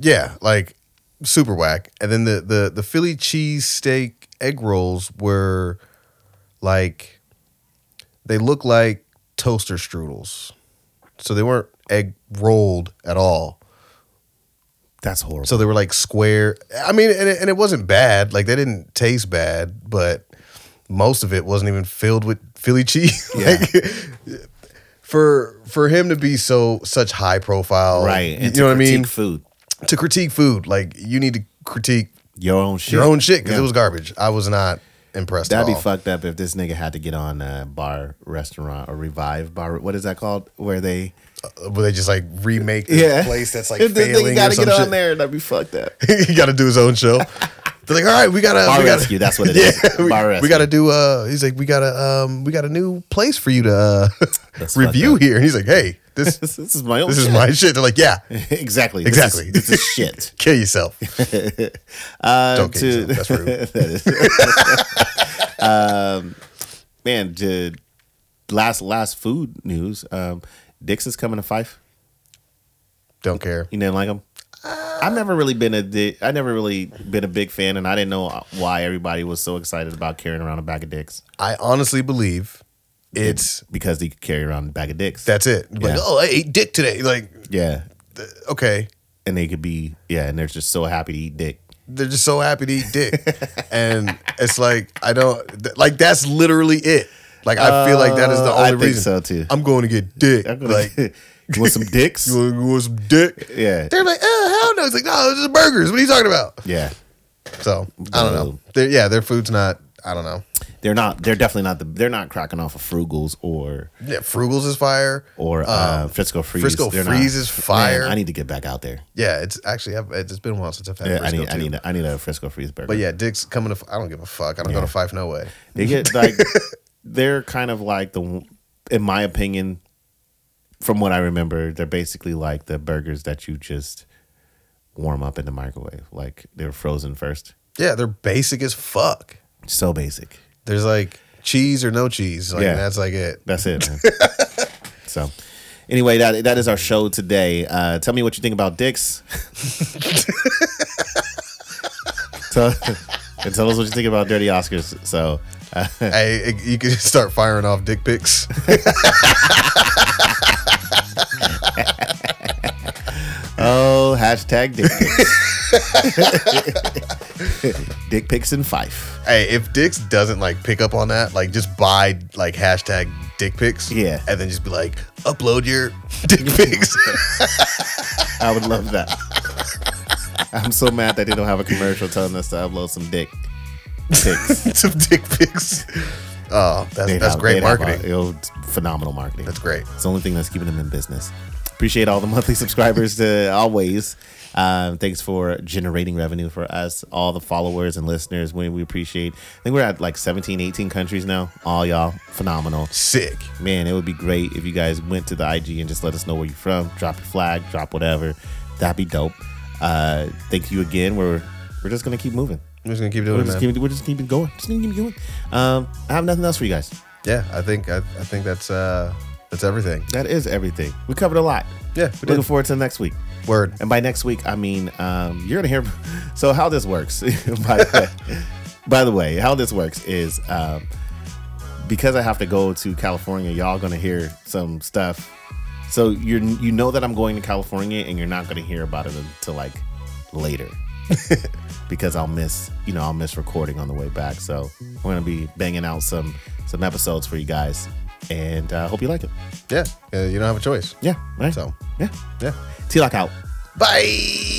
S1: yeah like super whack and then the the the philly cheese steak egg rolls were like they look like toaster strudels so they weren't egg rolled at all
S2: That's horrible.
S1: so they were like square. I mean, and it, and it wasn't bad. Like they didn't taste bad, but most of it wasn't even filled with Philly cheese. (laughs) like for for him to be so such high profile,
S2: right.
S1: You
S2: And to
S1: know what I
S2: critique
S1: mean?
S2: Food.
S1: To critique food, like you need to critique
S2: Your own shit.
S1: your own shit because
S2: Yeah.
S1: it was garbage. I was not impressed. at
S2: That'd be
S1: all.
S2: fucked up if this nigga had to get on a bar restaurant or revive bar. What is that called? Where they
S1: But they just like remake the
S2: (laughs)
S1: place that's like
S2: If this nigga
S1: failing or
S2: gotta
S1: some
S2: get on
S1: shit.
S2: there. That'd be fucked up. (laughs)
S1: (laughs) he got to do his own show. They're like, all right, we gotta
S2: Bar
S1: we gotta,
S2: rescue, that's
S1: (laughs)
S2: what it is.
S1: we,
S2: Bar rescue.
S1: we gotta do. Uh, he's like, we gotta um, we got a new place for you to uh, (laughs)
S2: That's
S1: review
S2: fucked Oh,
S1: here. And he's like, hey,
S2: (laughs)
S1: this
S2: This, this is my own.
S1: this
S2: shit.
S1: is my shit. They're like, yeah,
S2: (laughs) exactly.
S1: Exactly.
S2: This is, this is shit.
S1: kill yourself.
S2: (laughs) Uh,
S1: Don't kill
S2: to-
S1: yourself. That's
S2: (laughs)
S1: rude.
S2: that is. um, man, to last last food news. Um, Dixon's coming to Fife.
S1: Don't care.
S2: You didn't like him. I've never really been a di- I never really been a big fan, and I didn't know why everybody was so excited about carrying around a bag of dicks
S1: I honestly believe it's
S2: because they could carry around a bag of dicks.
S1: that's it. Like,
S2: Yeah.
S1: oh, I ate dick today. Like,
S2: yeah,
S1: th- okay,
S2: and they could be yeah, and they're just so happy to eat dick.
S1: they're just so happy to eat
S2: (laughs)
S1: dick, and it's like I don't th- like that's literally it. Like I feel like that is the
S2: Uh,
S1: only
S2: I think
S1: reason.
S2: so, too.
S1: I'm going to get dick.
S2: I'm gonna-
S1: like
S2: you (laughs)
S1: (laughs)
S2: want some dicks?
S1: You want, you want some dick?
S2: Yeah.
S1: They're like, oh, hell no. It's like, no, it's just burgers. What are you talking about?
S2: yeah.
S1: So, I don't know. They're, yeah, their food's not, I don't know.
S2: They're not. They're definitely not. The, they're not cracking off of Frugals or
S1: Yeah, Frugal's is fire.
S2: or uh, Frisco Freeze.
S1: Oh, Frisco
S2: They're
S1: Freeze is fire.
S2: Man, I need to get back out there.
S1: Yeah, it's actually, I've, it's been a while since I've had
S2: Yeah, I
S1: Frisco
S2: need. I
S1: too.
S2: need. A, I need a Frisco Freeze burger.
S1: But yeah, Dick's coming to, f- I don't give a fuck. I don't go to Fife no way.
S2: they
S1: (laughs)
S2: get like they're kind of like the, in my opinion, from what I remember, they're basically like the burgers that you just warm up in the microwave. Like they're frozen first.
S1: Yeah, they're basic as fuck.
S2: So basic.
S1: There's like cheese or no cheese. Like,
S2: Yeah.
S1: that's like it.
S2: That's it. man. (laughs) so, anyway, that that is our show today. Uh, tell me what you think about dicks. (laughs) tell, and tell us what you think about Dirty Oscars. So, uh,
S1: Hey, you can (laughs) start firing off dick pics.
S2: oh, hashtag dick pics. dick pics (laughs) and Fife.
S1: Hey, if Dix doesn't like pick up on that, like just buy like hashtag dick pics.
S2: Yeah.
S1: And then just be like, upload your (laughs) dick pics. (laughs)
S2: I would love that. I'm so mad that they don't have a commercial telling us to upload some dick pics.
S1: Some dick pics. Oh, that's
S2: They'd
S1: (laughs) that's
S2: have-
S1: great
S2: they'd have
S1: marketing.
S2: a- it'll- it's phenomenal marketing.
S1: That's great.
S2: It's the only thing that's keeping them in business. Appreciate all the (laughs) monthly subscribers to always. Um, thanks for generating revenue for us, all the followers and listeners. We, we appreciate. I think we're at like 17, 18 countries now. All y'all, phenomenal.
S1: Sick.
S2: Man, it would be great if you guys went to the IG and just let us know where you're from. Drop your flag, drop whatever. That'd be dope. Uh, thank you again. We're we're just gonna keep moving.
S1: I'm just gonna keep
S2: We're
S1: doing it,
S2: just
S1: man.
S2: keep, we're just keep going. Just keep going. Um, I have nothing else for you guys.
S1: yeah, I think I, I think that's uh that's everything.
S2: That is everything. We covered a lot.
S1: Yeah,
S2: We're
S1: we
S2: looking
S1: did.
S2: forward to next week.
S1: Word.
S2: And by next week, I mean um, you're gonna hear. (laughs) So how this works, (laughs) by the way, by the way, how this works is um, because I have to go to California. Y'all gonna hear some stuff. So you're you know that I'm going to California, and you're not gonna hear about it until like later (laughs) because I'll miss, you know, I'll miss recording on the way back. So we're gonna be banging out some some episodes for you guys, and uh, hope you like it.
S1: Yeah, uh, you don't have a choice.
S2: Yeah, right.
S1: So.
S2: yeah,
S1: Yeah.
S2: T-Lock out.
S1: Bye.